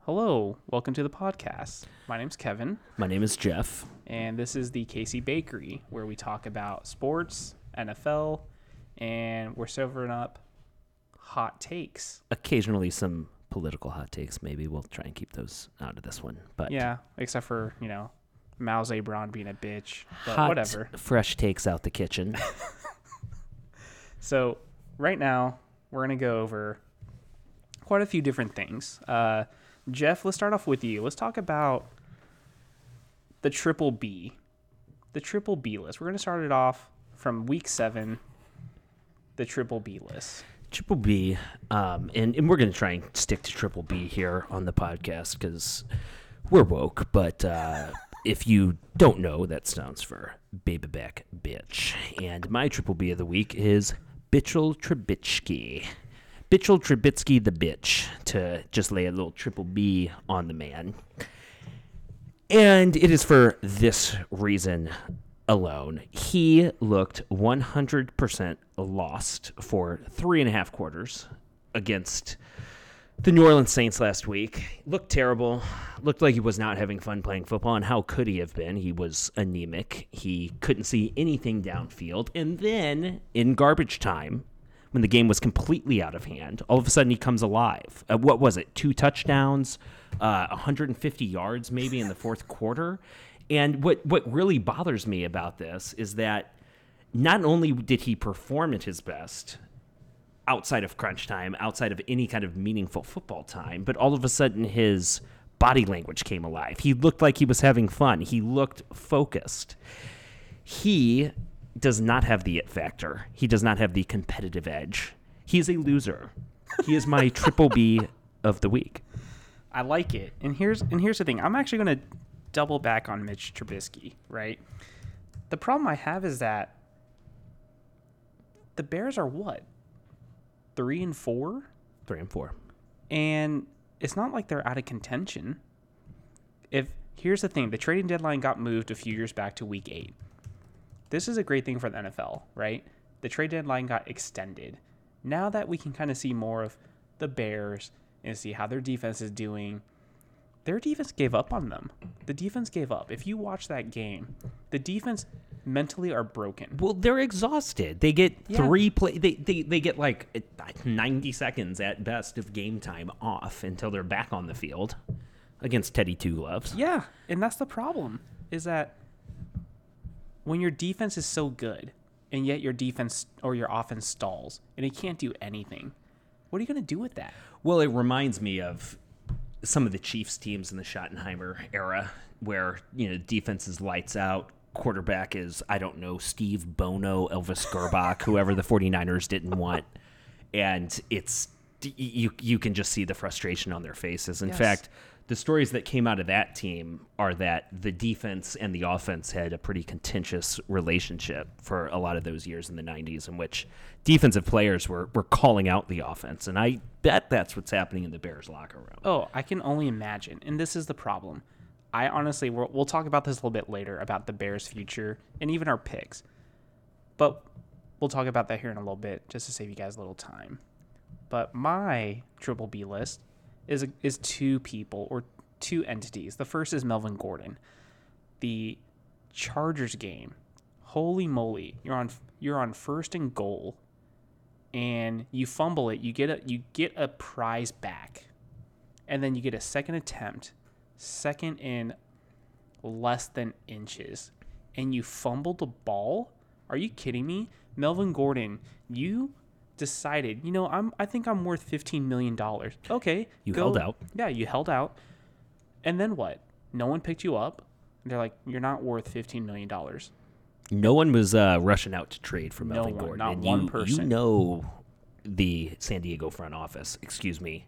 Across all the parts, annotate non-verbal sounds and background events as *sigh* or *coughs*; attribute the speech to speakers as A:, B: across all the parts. A: Hello, welcome to the podcast. My name's Kevin,
B: My name is Jeff.
A: and this is the Casey Bakery, where we talk about sports, NFL, and we're serving up hot takes.
B: Occasionally, some political hot takes. Maybe we'll try and keep those out of this one. But
A: Yeah, except for, you know, Mal Zabron being a bitch, but
B: hot,
A: whatever.
B: fresh takes out
A: *laughs*
B: the kitchen.
A: So, right now, we're going to go over quite a few different things. Uh, Jeff, let's start off with you. Let's talk about the triple B, the triple B list. We're going to start it off from week seven, the triple B list.
B: triple B, um, and and we're gonna try and stick to triple B here on the podcast because we're woke. But uh, if you don't know, that sounds for baby back bitch. And my triple B of the week is Bitchel Trubitsky. Bitchel Trubitsky the bitch to just lay a little triple B on the man. And it is for this reason alone. He looked 100% lost for three and a half quarters against the New Orleans Saints last week. Looked terrible. Looked like he was not having fun playing football. And how could he have been? He was anemic. He couldn't see anything downfield. And then in garbage time, when the game was completely out of hand, all of a sudden he comes alive. Uh, what was it? Two touchdowns, uh, 150 yards maybe in the fourth quarter. And what what really bothers me about this is that not only did he perform at his best outside of crunch time, outside of any kind of meaningful football time, but all of a sudden his body language came alive. He looked like he was having fun. He looked focused he does not have the it factor. He does not have the competitive edge. He is a loser. He is *laughs* my triple B of the week.
A: I like it. And here's and here's the thing. I'm actually going to double back on Mitch Trubisky, right? The problem I have is that the Bears are what? 3 and 4?
B: Three and four.
A: and it's not like they're out of contention. If here's the thing, the trading deadline got moved a few years back to week 8. This is a great thing for the NFL, right? The trade deadline got extended. Now that we can kind of see more of the Bears and see how their defense is doing, their defense gave up on them. The defense gave up. If you watch that game, the defense mentally are broken.
B: Well, they're exhausted. They get
A: Yeah.
B: three play. They, they they get like ninety seconds at best of game time off until they're back on the field against Teddy Two Gloves.
A: Yeah, and that's the problem is that when your defense is so good and yet your defense or your offense stalls and it can't do anything, what are you going to do with that?
B: Well, it reminds me of some of the Chiefs teams in the Schottenheimer era where, you know, defense is lights out, quarterback is, I don't know, Steve Bono, Elvis Gerbach, *laughs* whoever the 49ers didn't want. And it's, you, you can just see the frustration on their faces. In
A: Yes.
B: fact, the stories that came out of that team are that the defense and the offense had a pretty contentious relationship for a lot of those years in the 90s in which defensive players were, were calling out the offense and i bet that's what's happening in the bears locker room
A: Oh, I can only imagine. And this is the problem. I honestly, we'll, we'll talk about this a little bit later about the Bears' future and even our picks. But we'll talk about that here in a little bit just to save you guys a little time. But my triple B list is, is two people or two entities. The first is Melvin Gordon. The Chargers game. Holy moly. You're on you're on first and goal and you fumble it. You get a you get a prize back and then you get a second attempt, second in less than inches, and you fumble the ball? Are you kidding me? Melvin Gordon, you decided, you know, I'm I think I'm worth fifteen million dollars. Okay.
B: You held out.
A: Yeah, you held out. And then what? No one picked you up. And they're like, You're not worth fifteen million dollars.
B: no one was uh, rushing out to trade for melvin
A: one,
B: gordon
A: not
B: and
A: one
B: you, you
A: person.
B: know the san diego front office excuse me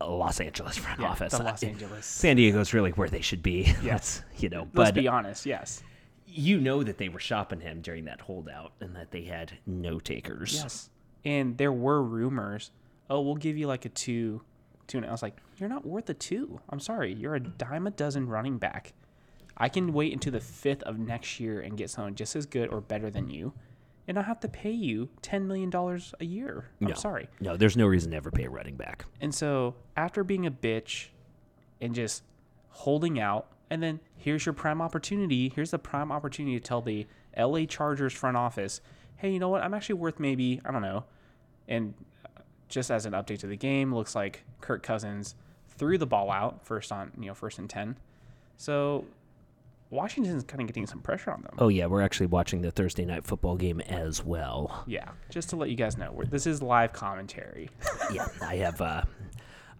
B: los angeles front
A: Yeah,
B: office
A: the Los
B: I-
A: Angeles.
B: san diego's really where they should be *laughs* yes you know
A: Let's
B: but
A: be honest, yes.
B: you know that they were shopping him during that holdout and that they had no takers
A: Yes. And there were rumors, oh, we'll give you like a two, two. And I was like, you're not worth a two. I'm sorry. You're a dime a dozen running back. I can wait until the fifth of next year and get someone just as good or better than you. And I have to pay you $10 million a year. I'm
B: No.
A: sorry.
B: No, there's no reason to ever pay a running back.
A: And so after being a bitch and just holding out. And then here's your prime opportunity. Here's the prime opportunity to tell the LA Chargers front office, hey, you know what? I'm actually worth maybe, I don't know. And uh, just as an update to the game, looks like Kirk Cousins threw the ball out first on, you know, first and 10. So Washington's kind of getting some pressure on them.
B: Oh yeah, we're actually watching the Thursday night football game as well.
A: Yeah, just to let you guys know, we're, this is live commentary.
B: *laughs* yeah, I have uh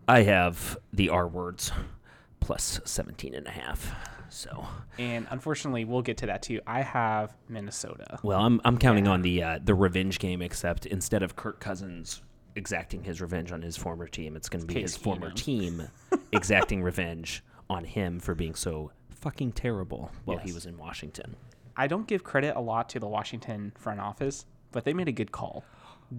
B: I have the R words plus 17 and a half. So,
A: And unfortunately, we'll get to that too. I have Minnesota.
B: well, I'm I'm counting on the uh, the revenge game except instead of Kirk Cousins exacting his revenge on his former team, it's going to be his
A: Case
B: former
A: Keenum.
B: team
A: *laughs*
B: exacting revenge on him for being so fucking terrible while he
A: Yes.
B: was in Washington.
A: I don't give credit a lot to the Washington front office, but they made a good call.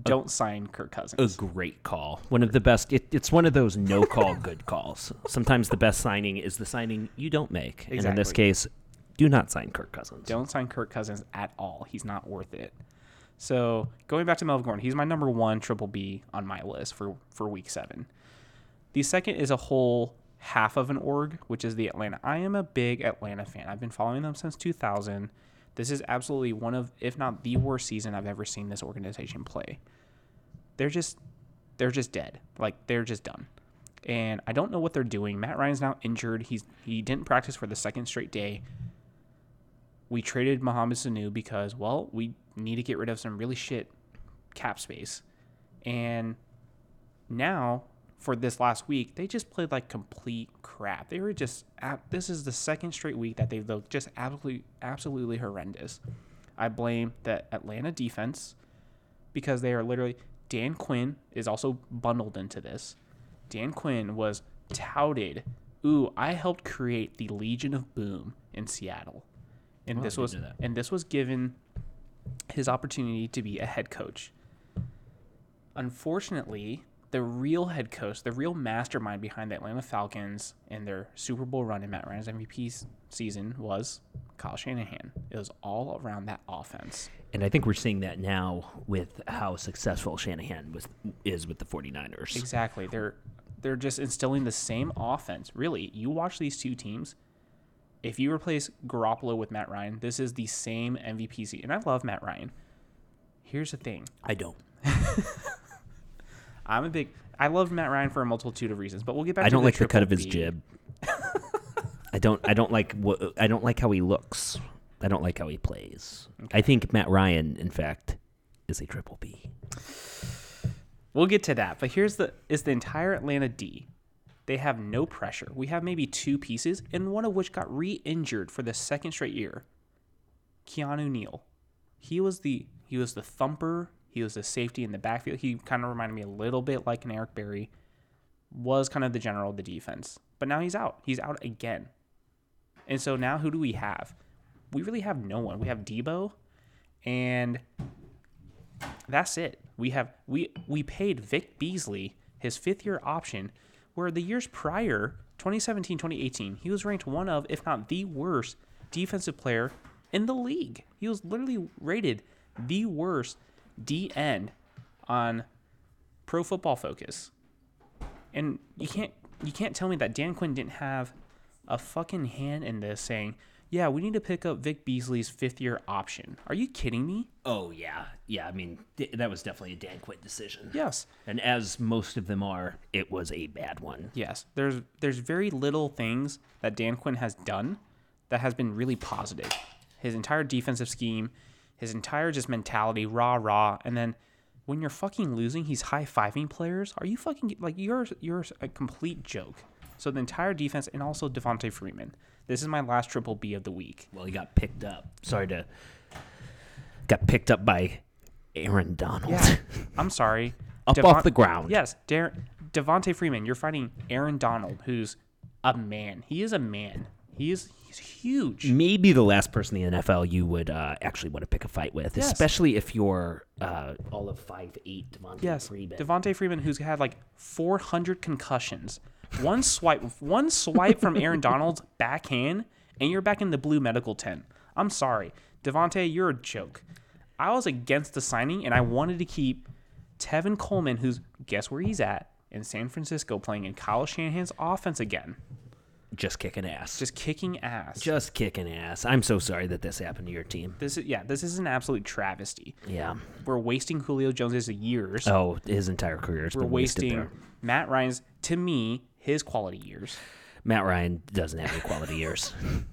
A: Don't sign Kirk
B: a
A: Cousins.
B: great call. One of the best. It, it's one of those no call
A: *laughs*
B: good calls. Sometimes the best signing is the signing you don't make. And in this
A: Exactly.
B: case, do not sign Kirk Cousins.
A: Don't sign Kirk Cousins at all. He's not worth it. So going back to Melvin Gordon, he's my number one triple B on my list for for week seven. The second is a whole half of an org, which is the Atlanta. I am a big Atlanta fan. I've been following them since 2000. This is absolutely one of, if not the worst season I've ever seen this organization play. They're just, they're just dead. Like they're just done. And I don't know what they're doing. Matt Ryan's now injured. He's he didn't practice for the second straight day. We traded Mohamed Sanu because well, we need to get rid of some really shit cap space. And now for this last week, they just played like complete crap. They were just ab- this is the second straight week that they've looked just absolutely absolutely horrendous. I blame the Atlanta defense because they are literally Dan Quinn is also bundled into this. Dan Quinn was touted, "Ooh, I helped create the Legion of Boom in Seattle." And
B: Wow,
A: this
B: I didn't
A: was
B: know that.
A: and this was given his opportunity to be a head coach unfortunately, the real head coach, the real mastermind behind the Atlanta Falcons and their Super Bowl run in Matt Ryan's MVP s- season was Kyle Shanahan. It was all around that offense.
B: And I think we're seeing that now with how successful Shanahan was, is with the 49ers.
A: Exactly. They're they're just instilling the same offense. Really, you watch these two teams. If you replace Garoppolo with Matt Ryan, this is the same MVP season. And I love Matt Ryan. Here's the thing.
B: I don't.
A: I'm a big I love Matt Ryan for a multitude of reasons, but we'll get back
B: I
A: to
B: don't like the cut
A: triple
B: of his
A: B.
B: jib. I don't. I don't like. wha- I don't like how he looks. I don't like how he plays. I think Matt Ryan, in fact, is a triple B.
A: We'll get to that, but here's the is the entire Atlanta D. They have no pressure. We have maybe two pieces, and one of which got re-injured for the second straight year. Keanu Neal. He was the he was the thumper. He was the safety in the backfield. He kind of reminded me a little bit like an Eric Berry. Was kind of the general of the defense. But now he's out. He's out again. And so now who do we have? We really have no one. We have Debo and that's it. We have we we paid Vic Beasley his fifth year option, where the years prior, 2017, 2018, he was ranked one of, if not the worst, defensive player in the league. He was literally rated the worst D end on Pro Football Focus. And you can't you can't tell me that Dan Quinn didn't have a fucking hand in this saying, yeah, we need to pick up Vic Beasley's fifth year option. Are you kidding me?
B: Oh yeah, yeah. I mean, th- that was definitely a Dan Quinn decision.
A: Yes.
B: and as most of them are, it was a bad one.
A: Yes, there's there's very little things that Dan Quinn has done that has been really positive. His entire defensive scheme, his entire just mentality, rah rah, and then when you're fucking losing, he's high fiving players. Are you fucking like you're you're a complete joke. So the entire defense and also Devontae Freeman. This is my last triple B of the week.
B: Well, he got picked up. Sorry to got picked up by Aaron Donald
A: Yeah, I'm sorry.
B: *laughs* up
A: Devon-
B: off the ground.
A: Yes, Dar- Devonte Freeman. You're fighting Aaron Donald, who's a man. He is a man. He is he's huge.
B: maybe the last person in the NFL you would uh, actually want to pick a fight with,
A: Yes.
B: especially if you're uh, all of five eight Devontae
A: Yes,
B: Freeman.
A: Devonte Freeman, who's had like 400 concussions, one swipe, one swipe from
B: *laughs*
A: Aaron Donald's backhand, and you're back in the blue medical tent. I'm sorry, Devonte, you're a joke. I was against the signing, and I wanted to keep Tevin Coleman, who's guess where he's at in San Francisco, playing in Kyle Shanahan's offense again.
B: just kicking ass. Just,
A: Just kicking ass.
B: kicking ass. I'm so sorry that this happened to your team.
A: this is yeah, this is an absolute travesty.
B: Yeah.
A: We're wasting Julio Jones's years.
B: Oh, his entire career has
A: We're
B: been wasted
A: wasting
B: there.
A: Matt Ryan's to me his quality years.
B: Matt Ryan doesn't have any quality years.
A: *laughs*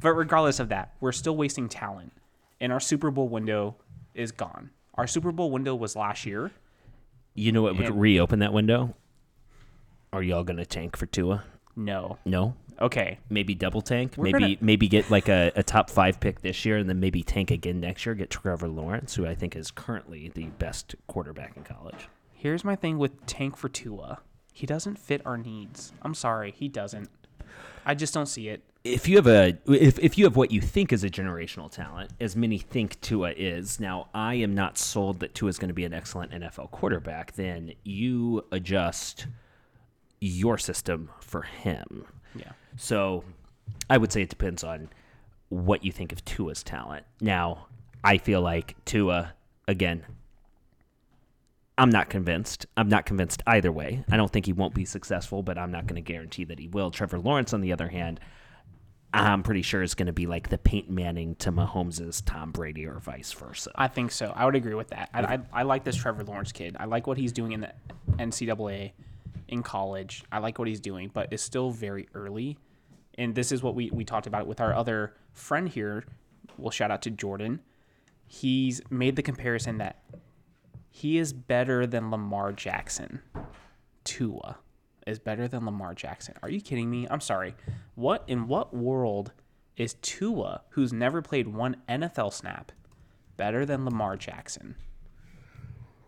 A: But regardless of that, we're still wasting talent, and our Super Bowl window is gone. Our Super Bowl window was last year.
B: You know what would
A: And-
B: reopen that window? Are y'all gonna tank for Tua?
A: No.
B: No.
A: Okay.
B: Maybe double tank.
A: We're
B: maybe maybe get like a, a top five pick this year, and then maybe tank again next year. Get Trevor Lawrence, who I think is currently the best quarterback in college.
A: Here's my thing with Tank for Tua. He doesn't fit our needs. I'm sorry, he doesn't. I just don't see it.
B: if you have a if, if you have what you think is a generational talent, as many think Tua is, now I am not sold that Tua is going to be an excellent NFL quarterback, then you adjust your system for him.
A: Yeah.
B: So I would say it depends on what you think of Tua's talent. Now, I feel like Tua, again, I'm not convinced. I'm not convinced either way. I don't think he won't be successful, but I'm not going to guarantee that he will. Trevor Lawrence, on the other hand, I'm pretty sure is going to be like the Peyton Manning to Mahomes's Tom Brady or vice versa.
A: I think so. I would agree with that. I, I, I like this Trevor Lawrence kid. I like what he's doing in the NCAA, in college. I like what he's doing, but it's still very early. And this is what we, we talked about with our other friend here. We'll shout out to Jordan. He's made the comparison that he is better than Lamar Jackson. Tua is better than Lamar Jackson. Are you kidding me? I'm sorry. What in what world is Tua, who's never played one NFL snap, better than Lamar Jackson?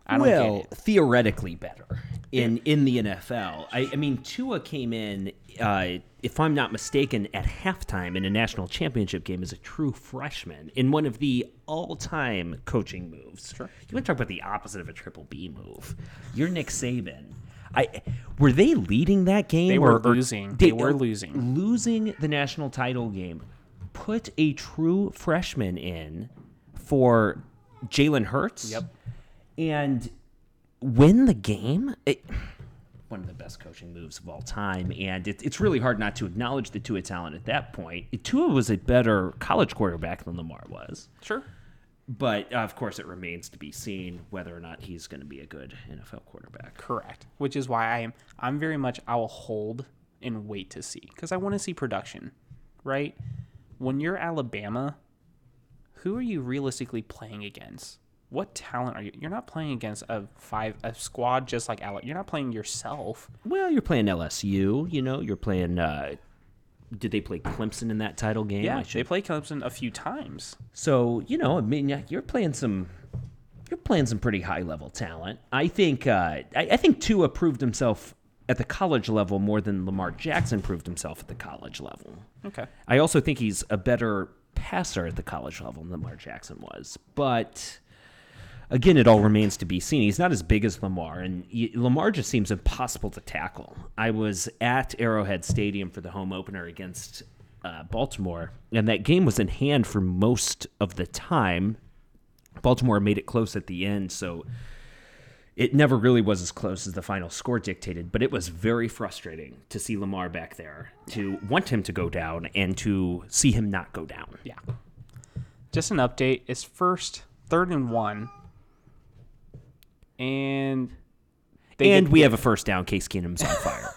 A: I don't
B: well,
A: get it.
B: theoretically better in in the NFL. I, I mean, Tua came in, uh, if I'm not mistaken, at halftime in a national championship game as a true freshman in one of the all-time coaching moves. Sure. You want to talk about the opposite of a triple B move? You're Nick Saban. I were they leading that game?
A: were
B: or- or-
A: losing. They were losing.
B: Losing the national title game. Put a true freshman in for Jalen Hurts.
A: Yep.
B: And win the game. It, one of the best coaching moves of all time, and it, it's really hard not to acknowledge the Tua talent at that point. Tua was a better college quarterback than Lamar was,
A: Sure.
B: but uh, of course, it remains to be seen whether or not he's going to be a good NFL quarterback.
A: Correct. Which is why I am I'm very much I will hold and wait to see cuz I want to see production, right? When you're Alabama, who are you realistically playing against? What talent are you? You're not playing against a five a squad just like Alabama. You're not playing yourself.
B: Well, you're playing LSU, you know, you're playing. Uh, did they play Clemson in that title game? I
A: Yeah,
B: should-
A: they play Clemson a few times.
B: So you know, I mean, yeah, you're playing some, you're playing some pretty high level talent. I think, uh, I, I think Tua proved himself at the college level more than Lamar Jackson proved himself at the college level.
A: Okay.
B: I also think he's a better passer at the college level than Lamar Jackson was, but. Again, it all remains to be seen. He's not as big as Lamar, and y- Lamar just seems impossible to tackle. I was at Arrowhead Stadium for the home opener against uh, Baltimore, and that game was in hand for most of the time. Baltimore made it close at the end, so it never really was as close as the final score dictated, but it was very frustrating to see Lamar back there, to want him to go down, and to see him not go down.
A: Yeah. Just an update. It's first, third and one. And they
B: and
A: get-
B: we have a first down. Case Keenum's on
A: *laughs*
B: fire.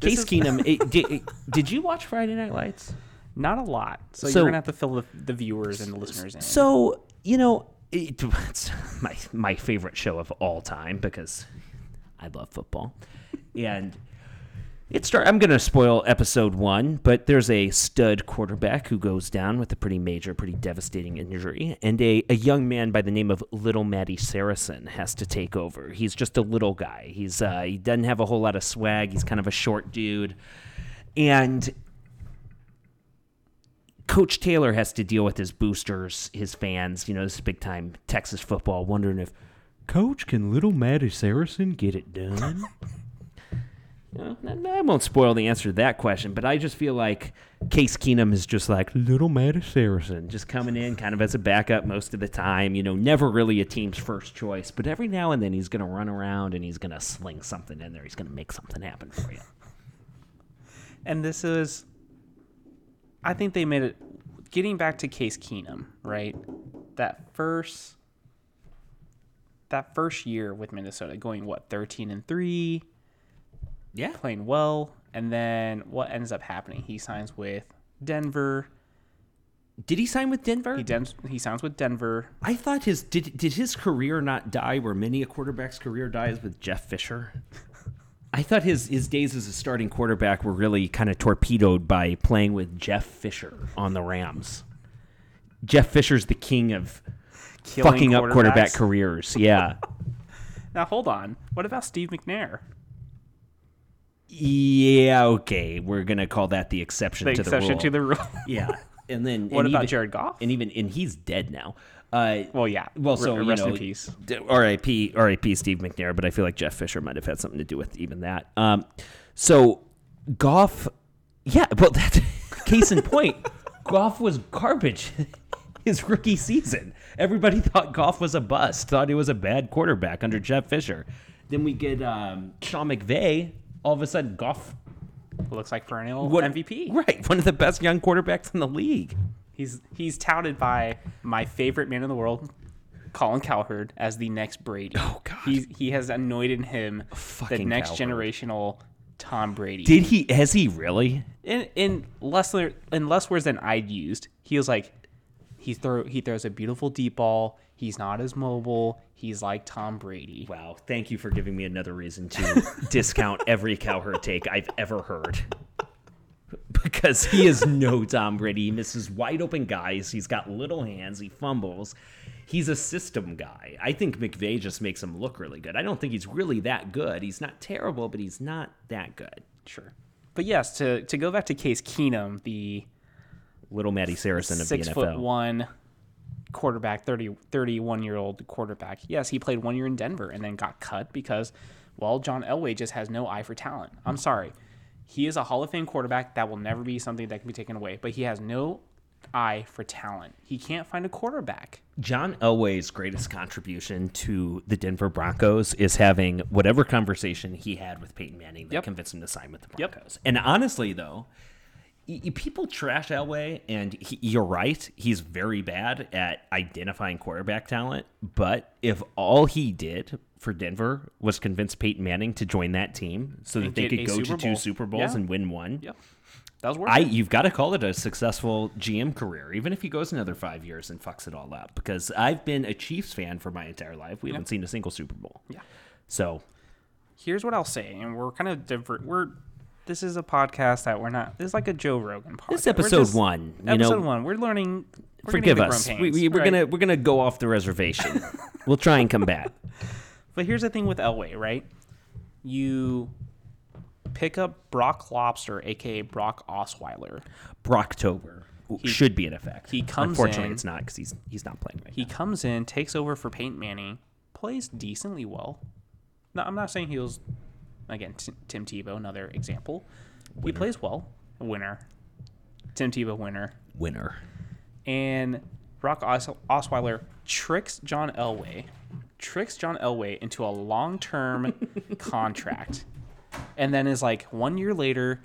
B: Case
A: is- *laughs*
B: Keenum, it, did, it- did you watch Friday Night Lights?
A: not a lot. So,
B: So-
A: you're gonna have to fill the, the viewers and the listeners in.
B: So you know, it, *laughs* it's my my favorite show of all time because I love football, and it start. I'm gonna spoil episode one, but there's a stud quarterback who goes down with a pretty major, pretty devastating injury, and a a young man by the name of Little Matty Saracen has to take over. He's just a little guy. He's uh, he doesn't have a whole lot of swag. He's kind of a short dude, and Coach Taylor has to deal with his boosters, his fans, you know, this is big time Texas football, wondering if Coach can little Matty Saracen get it done? You know, I won't spoil the answer to that question, but I just feel like Case Keenum is just like little Matty Saracen, just coming in kind of as a backup most of the time, you know, never really a team's first choice, but every now and then he's going to run around and he's going to sling something in there. He's going to make something happen for you.
A: And this is, I think they made it. Getting back to Case Keenum, right? That first, that first year with Minnesota, going what thirteen and three,
B: Yeah.
A: playing well, and then what ends up happening? He signs with Denver.
B: Did he sign with Denver?
A: He den- he signs with Denver.
B: I thought his did did his career not die where many a quarterback's career dies with Jeff Fisher. I thought his his days as a starting quarterback were really kind of torpedoed by playing with Jeff Fisher on the Rams. Jeff Fisher's the king of
A: killing
B: fucking up quarterback
A: quarterbacks.
B: careers. Yeah.
A: Now hold on. What about Steve McNair?
B: yeah, okay. We're going to call that the exception
A: The
B: to the
A: exception
B: rule.
A: to the
B: *laughs*
A: rule.
B: yeah. And then
A: what
B: and
A: about
B: even,
A: Jared Goff?
B: and even and he's dead now. Uh
A: well, yeah.
B: Well, so
A: R-
B: you
A: rest
B: know,
A: in peace.
B: d- R.I.P. R.I.P. Steve McNair, but I feel like Jeff Fisher might have had something to do with even that. Um, so Goff, yeah, but *laughs* that case in point, Goff was garbage *laughs* his rookie season. Everybody thought Goff was a bust, thought he was a bad quarterback under Jeff Fisher. Then we get um, Sean McVay. All of a sudden, Goff
A: Looks like perennial
B: one-
A: MVP.
B: right? One of the best young quarterbacks in the league.
A: He's he's touted by my favorite man in the world, Colin Cowherd, as the next Brady.
B: Oh, God.
A: He he has anointed him the
B: fucking
A: next
B: Cowherd.
A: generational Tom Brady.
B: Did he? Has he really?
A: in in less le- in less words than I'd used, he was like he throw he throws a beautiful deep ball. He's not as mobile. He's like Tom Brady.
B: Wow, thank you for giving me another
A: *laughs*
B: reason to discount every cowherd take I've ever heard. Because he is no Tom Brady. He misses wide open guys. He's got little hands. He fumbles. He's a system guy. I think McVay just makes him look really good. I don't think he's really that good. He's not terrible, but he's not that good.
A: Sure. But yes, to to go back to Case Keenum, the
B: Little Matty Saracen of
A: six
B: the NFL.
A: foot one quarterback 30, 31 year old quarterback yes he played one year in denver and then got cut because well john elway just has no eye for talent i'm sorry he is a hall of fame quarterback that will never be something that can be taken away but he has no eye for talent he can't find a quarterback
B: John Elway's greatest contribution to the Denver Broncos is having whatever conversation he had with Peyton Manning that
A: Yep.
B: convinced him to sign with the
A: Yep.
B: Broncos. And honestly, though, y- y- people trash Elway, and he, you're right, he's very bad at identifying quarterback talent. But if all he did for Denver was convince Peyton Manning to join that team so that they
A: get
B: could
A: a
B: go to
A: Super
B: two
A: Bowl.
B: Super Bowls
A: Yeah.
B: and win one,
A: yep that was worth
B: I
A: it.
B: you've got to call it a successful GM career, even if he goes another five years and fucks it all up. Because I've been a Chiefs fan for my entire life. We haven't seen a single Super Bowl.
A: Yeah.
B: So
A: here's what i'll say and we're kind of different we're this is a podcast that we're not this is like a joe rogan podcast
B: this
A: We're
B: episode
A: just-
B: one, you
A: episode
B: know,
A: one we're learning we're gonna get
B: forgive
A: the
B: us.
A: grump
B: We,
A: pains,
B: we, we're
A: right?
B: gonna we're gonna go off the
A: *laughs*
B: reservation. we'll try and come back.
A: But here's the thing with Elway, right? You pick up Brock Lobster, aka Brock Osweiler.
B: Brocktober should be in effect.
A: he comes
B: Unfortunately,
A: in-
B: it's not because he's he's not playing right
A: He comes in, takes over for Peyton Manning, plays decently well. No, I'm not saying he was, again, T- Tim Tebow, another example. He plays well, winner. Tim Tebow, winner.
B: now. Winner.
A: and Brock Os- Osweiler tricks John Elway, tricks John Elway into a long-term contract, and then is like one year later,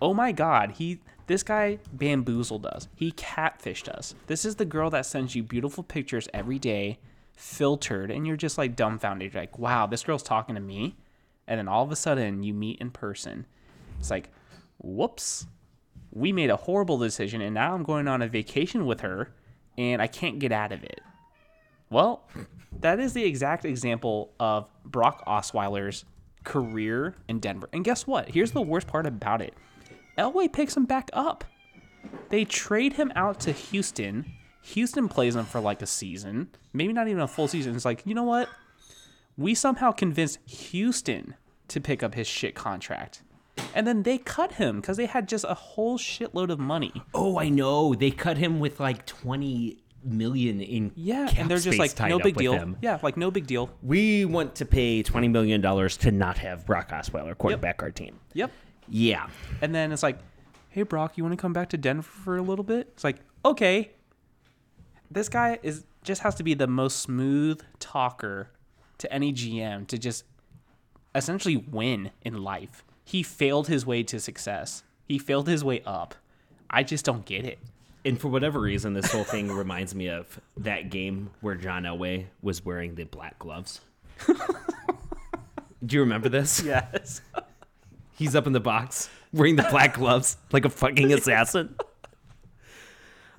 A: oh my God, he this guy bamboozled us. He catfished us. This is the girl that sends you beautiful pictures every day, filtered, and you're just like dumbfounded. You're like, wow, this girl's talking to me, and then all of a sudden you meet in person. It's like, whoops we made a horrible decision and now I'm going on a vacation with her and I can't get out of it. Well, that is the exact example of Brock Osweiler's career in Denver. And guess what? Here's the worst part about it Elway picks him back up. They trade him out to Houston. Houston plays him for like a season, maybe not even a full season. It's like, you know what? We somehow convinced Houston to pick up his shit contract. And then they cut him because they had just a whole shitload of money.
B: Oh, I know. They cut him with like twenty million in
A: Yeah.
B: cap
A: and they're just
B: space
A: like,
B: tied
A: no
B: up
A: big
B: with
A: deal.
B: him.
A: Yeah, like, no big deal.
B: we want to pay $20 million to not have Brock Osweiler quarterback our team.
A: Yep.
B: Yeah.
A: And then it's like, hey, Brock, you want to come back to Denver for a little bit? It's like, okay. This guy is just has to be the most smooth talker to any GM to just essentially win in life. He failed his way to success. He failed his way up. I just don't get it.
B: And for whatever reason, this whole thing reminds me of that game where John Elway was wearing the black gloves. Do you remember this?
A: Yes.
B: He's up in the box wearing the black gloves like a fucking assassin.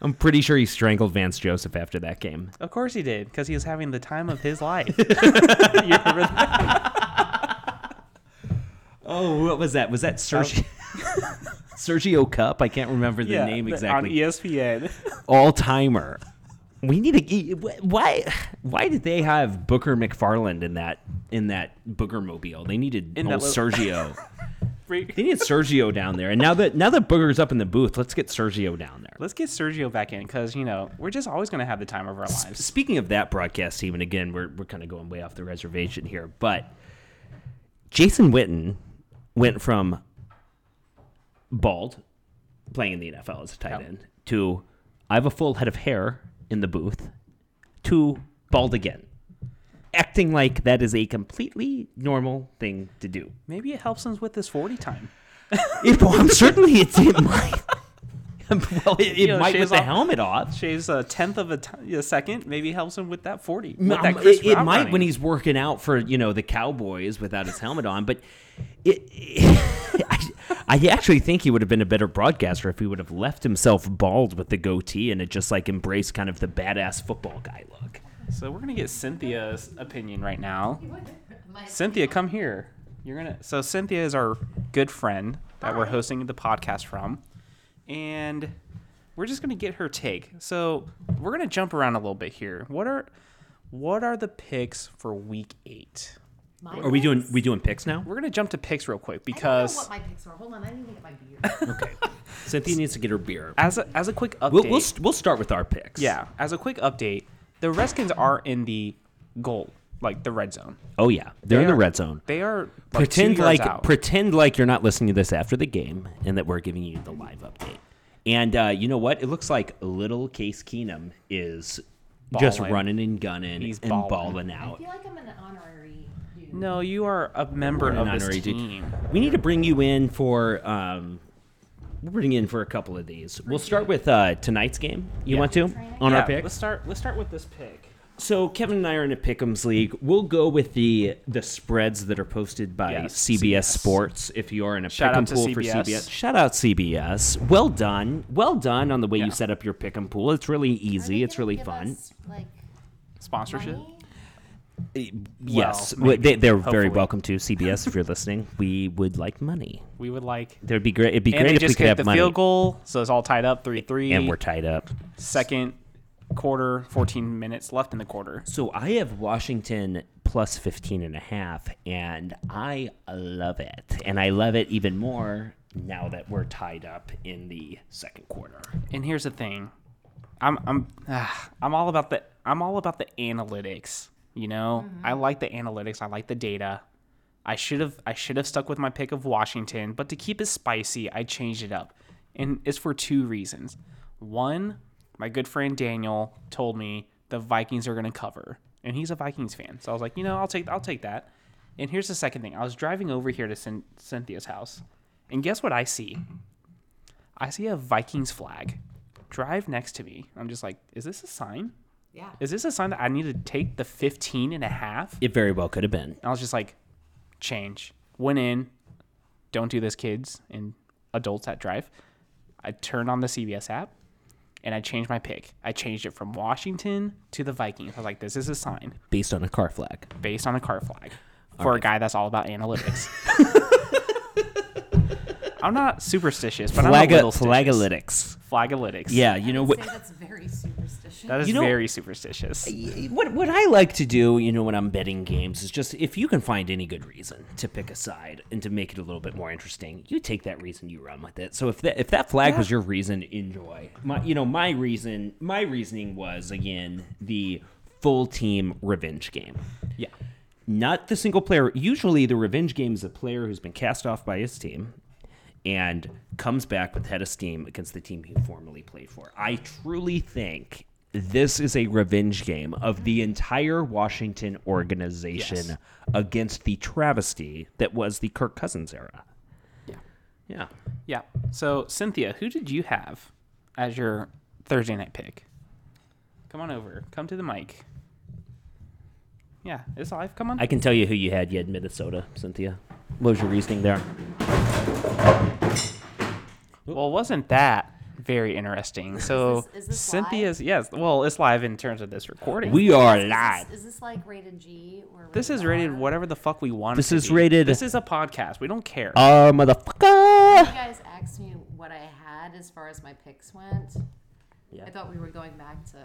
B: I'm pretty sure he strangled Vance Joseph after that game.
A: *laughs* Of course he did, because he was having the time of his life. *laughs* You remember that?
B: Oh, what was that? Was that Sergio *laughs* Sergio Cup? I can't remember the
A: Yeah,
B: name
A: the-
B: exactly.
A: On E *laughs* ESPN.
B: All timer. We need to. Why? Why did they have Booker McFarland in that in that Booker mobile? They needed
A: In
B: old
A: that little-
B: Sergio.
A: *laughs* Freak.
B: They need Sergio down there. And now that now that Booger's up in the booth, let's get Sergio down there.
A: Let's get Sergio back in, because, you know, we're just always going to have the time of our lives.
B: Speaking of that broadcast team, and again, we're we're kind of going way off the reservation here, but Jason Witten went from bald, playing in the NFL as a tight
A: Yep.
B: end, to I have a full head of hair in the booth, to bald again, acting like that is a completely normal thing to do.
A: Maybe it helps him with his 40 time.
B: It, well, I'm certainly it, it might. *laughs* Well, it, it
A: You know,
B: might
A: shaves
B: with the
A: off-
B: helmet off.
A: Shaves a tenth of a, t- a second. Maybe helps him with that 40. with
B: Um,
A: that
B: it-
A: Chris
B: it
A: Rock
B: might
A: running.
B: when he's working out for you know the Cowboys without his helmet on, but it. *laughs* I, I actually think he would have been a better broadcaster if he would have left himself bald with the goatee and it just like embraced kind of the badass football guy look.
A: So we're gonna get Cynthia's opinion right
C: *laughs*
A: now.
C: My
A: Cynthia, come here. You're gonna. So Cynthia is our good friend that we're hosting the podcast from, and we're just gonna get her take. So we're gonna jump around a little bit here. What are what are the picks for week eight?
C: my
B: Are we doing
C: picks?
B: we doing picks now?
A: We're gonna jump to picks real quick
C: I don't know
A: because
C: what my picks are. Hold on, I didn't even get
A: *laughs*
C: my beer.
B: Okay. Cynthia needs to get her beer.
A: as a, as a quick update,
B: We'll, we'll st- we'll start with our picks.
A: yeah, as a quick update, the Redskins are in the goal, like the red zone.
B: Oh yeah, they're in the
A: are-
B: red zone.
A: They are like, two
B: pretend
A: yards
B: like
A: out.
B: pretend like you're not listening to this after the game and that we're giving you the live update. And uh, you know what? It looks like little Case Keenum is just
A: Ballin'.
B: running and gunning
A: He's
B: and
A: ballin'.
B: balling
C: I
B: out.
C: feel like I'm an honorary dude.
A: No, you are a member
B: An
A: of this
B: honorary dude.
A: team.
B: We need to bring you in for um, we'll bring you in for a couple of these. We'll start with uh, tonight's game. You
A: Yeah.
B: want to on
A: Yeah,
B: our pick?
A: Let's start. Let's start with this pick.
B: So Kevin and I are in a pick'ems league. We'll go with the the spreads that are posted by
A: Yes,
B: CBS,
A: CBS.
B: Sports. If you are in a
A: Shout out
B: pick'em
A: to
B: pool for
A: CBS.
B: CBS, shout out CBS. Well done, well done on the way
A: Yeah.
B: you set up your pick'em pool. It's really
C: Are they
B: easy. It's
C: gonna
B: really
C: give
B: fun.
C: us, like,
A: Sponsorship.
C: money?
B: Eh, yes,
A: Well,
B: w- they, they're
A: hopefully.
B: very welcome to CBS. if you're listening, we would like money.
A: We would like.
B: That'd be great. It'd be
A: And
B: great
A: they
B: if we
A: just
B: could
A: hit
B: have
A: the
B: money.
A: field goal, so it's all tied up, three three.
B: And we're tied up.
A: second quarter, fourteen minutes left in the quarter.
B: So I have Washington plus 15 and a half, and I love it. And I love it even more now that we're tied up in the second quarter.
A: And here's the thing, I'm I'm ah, I'm all about the I'm all about the analytics. You know, I like the analytics. I like the data. I should have I should have stuck with my pick of Washington, but to keep it spicy, I changed it up. And it's for two reasons. One, my good friend Daniel told me the Vikings are going to cover, and he's a Vikings fan. So I was like, you know, I'll take I'll take that. And here's the second thing. I was driving over here to Cyn- Cynthia's house, and guess what I see? I see a Vikings flag drive next to me. I'm just like, is this a sign?
C: Yeah.
A: Is this a sign that I need to take the 15 and a half?
B: It very well could have been.
A: And I was just like, change. Went in, don't do this, kids and adults that drive. I turned on the CBS app and I changed my pick. I changed it from Washington to the Vikings. I was like, this is a sign
B: Based on a car flag.
A: based on a car flag for a guy that's all about analytics.
B: *laughs*
A: I'm not superstitious, but I'm a
B: Flaga-
A: little stitious.
B: flagalytics.
A: Flagalytics.
B: Yeah, you know
C: I
B: what?
C: would say that's very superstitious.
A: That is
B: You know-
A: very superstitious.
B: What what I like to do, you know, when I'm betting games is just if you can find any good reason to pick a side and to make it a little bit more interesting, you take that reason, you run with it. So if that if that flag was your reason, enjoy. My you know my reason my reasoning was again the full team revenge game.
A: Yeah.
B: Not the single player. Usually the revenge game is a player who's been cast off by his team and comes back with head of steam against the team he formerly played for. I truly think this is a revenge game of the entire Washington organization
A: Yes.
B: against the travesty that was the Kirk Cousins era.
A: Yeah.
B: Yeah.
A: Yeah. So, Cynthia, who did you have as your Thursday night pick? Come on over. Come to the mic. Yeah, it's live. Come on.
B: I can tell you who you had. You had Minnesota, Cynthia. What was your reasoning there?
A: well, wasn't that very interesting? So,
C: this- is this
A: Cynthia's, yes, well, it's live in terms of this recording.
B: We are
C: Is
B: live.
C: this, is this like rated G or
A: this is rated
C: R?
A: whatever the fuck we want. it
B: This
A: to
B: is
A: be.
B: rated-
A: This is a podcast. We don't care.
B: Oh, *laughs*
C: You
B: motherfucker!
C: guys asked me what I had as far as my picks went.
B: Yeah.
C: I thought we were going back to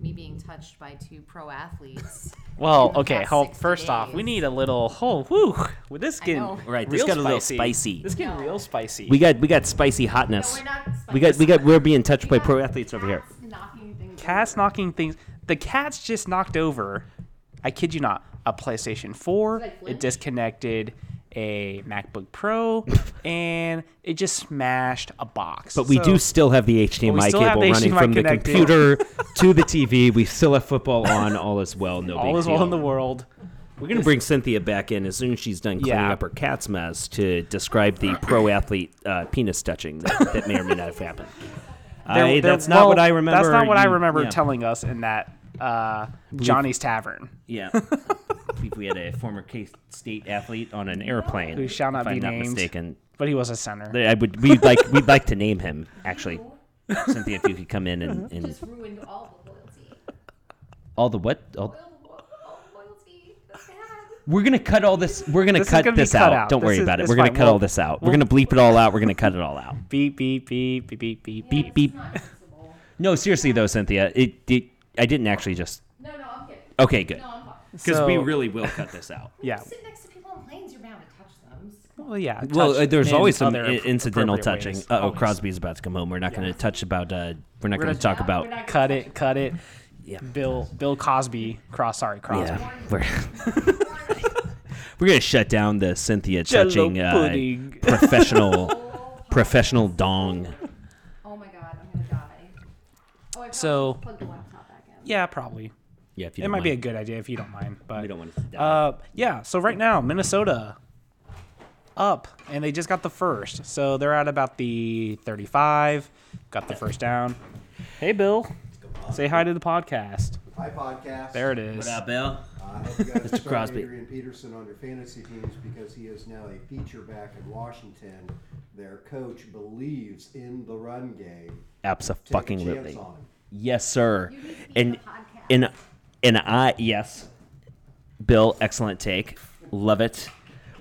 C: me being touched by two
B: *laughs*
C: pro athletes.
A: well,
C: in the
A: okay.
C: past
A: Well,
C: 60
A: first off, we
C: days.
A: need a little. Oh, whew. Well, this
C: I
A: getting
C: know.
B: Right, this
A: real
B: got a little
A: spicy.
B: spicy.
A: This getting
C: No.
A: real spicy.
B: We got we got spicy
C: no,
B: hotness.
C: we're not.
B: we got we got we're being touched by
C: We
B: pro
C: got
B: athletes over here.
C: cats knocking things
A: Cats
C: over.
A: knocking things. The cats just knocked over. I kid you not. A PlayStation 4.
C: Like
A: it
C: Lynch?
A: disconnected a MacBook Pro, and it just smashed a box.
B: But we
A: So-
B: do still have the HDMI
A: still have
B: cable
A: the
B: running
A: HDMI
B: from
A: connected. *laughs*
B: the computer to the TV. We still have football on. All is well. No
A: all
B: big
A: is well
B: deal. *laughs*
A: in the world.
B: We're gonna bring Cynthia back in as soon as she's done cleaning
A: Yeah.
B: up her cat's mess to
A: *coughs*
B: describe the pro athlete uh, penis touching that, that may or may not have happened.
A: *laughs* There-
B: I-
A: there-
B: that's not
A: well,
B: what I remember.
A: That's not what I
B: you-
A: remember
B: yeah.
A: telling us in that uh, Johnny's Tavern. *laughs*
B: Yeah, I believe we had a former K State athlete on an airplane.
A: Who shall not
B: if
A: be
B: I'm not
A: named.
B: mistaken.
A: But he was a center.
B: I would. We'd like. We'd like to name him. Actually, Cynthia, if you could come in and, and
C: Just ruined all the loyalty.
B: all the what? All,
C: All the loyalty. That's bad.
B: we're gonna cut all this. We're gonna
A: This is
B: cut
A: gonna be
B: this
A: cut
B: out.
A: out.
B: Don't
A: This
B: worry
A: is-
B: about it.
A: it's
B: We're gonna
A: fine.
B: cut
A: We'll-
B: all this out. We're
A: we'll-
B: gonna bleep it all out. We're gonna cut it all out.
A: Beep beep beep beep beep beep
C: Yeah,
A: beep.
C: this
B: beep.
C: is not fixable.
B: No, seriously though, Cynthia, it, it I didn't actually just.
C: No, no, I'm kidding.
B: Okay, good.
C: No, I'm fine.
B: Because we
A: So-
B: really will cut this out.
A: *laughs* Yeah.
C: Sit next to people on planes. You're bound to touch them.
A: Well, yeah.
B: Well,
A: touch
B: uh, there's
A: in
B: always some
A: other
B: i- incidental
A: appropriate
B: touching.
A: ways.
B: Uh oh,
A: Always.
B: Crosby's about to come home. We're not going
C: Yeah.
B: to touch about. Uh, we're not
A: We're
B: going
A: gonna
B: to talk
C: Yeah,
B: about.
C: we're not gonna
A: Cut
C: touch
A: it, cut it.
B: Yeah.
A: Bill Bill Cosby. Cross sorry, Crosby.
B: *laughs* Yeah, we're *laughs* we're going to shut down the Cynthia
A: Jell-O
B: touching uh,
A: pudding. *laughs*
B: professional
C: Oh,
B: professional dong.
C: oh my god, I'm gonna die. Oh, I probably
A: So-
C: should plug the laptop back in.
A: Yeah, probably.
B: Yeah, if you
A: It
B: don't
A: might be a
B: mind.
A: good idea if you don't mind. But
B: We don't want to. sit down.
A: Uh, yeah. So right now, Minnesota up, and they just got the first. So they're at about the 35. Got the first down. Hey, Bill. Say hi to the podcast.
D: Hi, podcast. Uh,
A: There it is.
B: Bill?
D: I hope
A: *laughs*
D: you guys start
B: Crosby.
D: Adrian Peterson on your fantasy teams because he is now a feature back in Washington. Their coach believes in the run game. Take
B: Absolutely.
D: a
B: fucking
D: chance
B: living.
D: on him.
B: Yes, sir.
C: You need to be in
B: And
C: the podcast.
B: and and I yes, Bill, excellent take. Love it.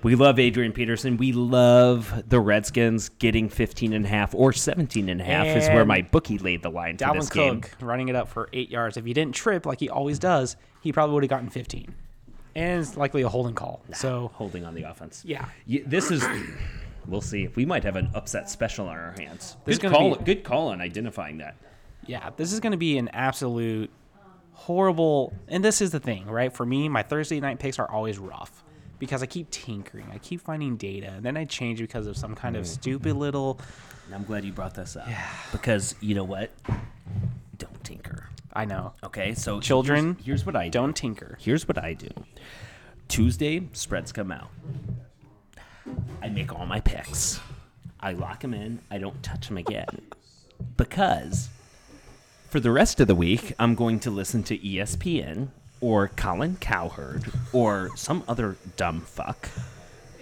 B: We love Adrian Peterson. We love the Redskins getting 15 and a half or 17 and a half is where
A: And
B: my bookie laid the line for
A: Dalvin
B: this game.
A: Cook running it up for eight yards. If he didn't trip like he always does, he probably would have gotten 15. And it's likely a holding call. So
B: Holding on the offense.
A: Yeah.
B: Y- This is we'll see. We might have an upset special on our hands.
A: There's
B: Good
A: gonna
B: call
A: be-
B: good call on identifying that.
A: Yeah, this is going to be an absolute horrible. And this is the thing, right? For me, my Thursday night picks are always rough because I keep tinkering. I keep finding data, and then I change because of some kind
B: Mm-hmm.
A: of stupid little.
B: And I'm glad you brought this up. Because you know what? Don't tinker.
A: I know.
B: Okay, so
A: Children,
B: Here's, here's what I do.
A: Don't tinker.
B: Here's what I do. Tuesday spreads come out. I make all my picks. I lock them in. I don't touch them again because for the rest of the week I'm going to listen to E ESPN or Colin Cowherd or some other dumb fuck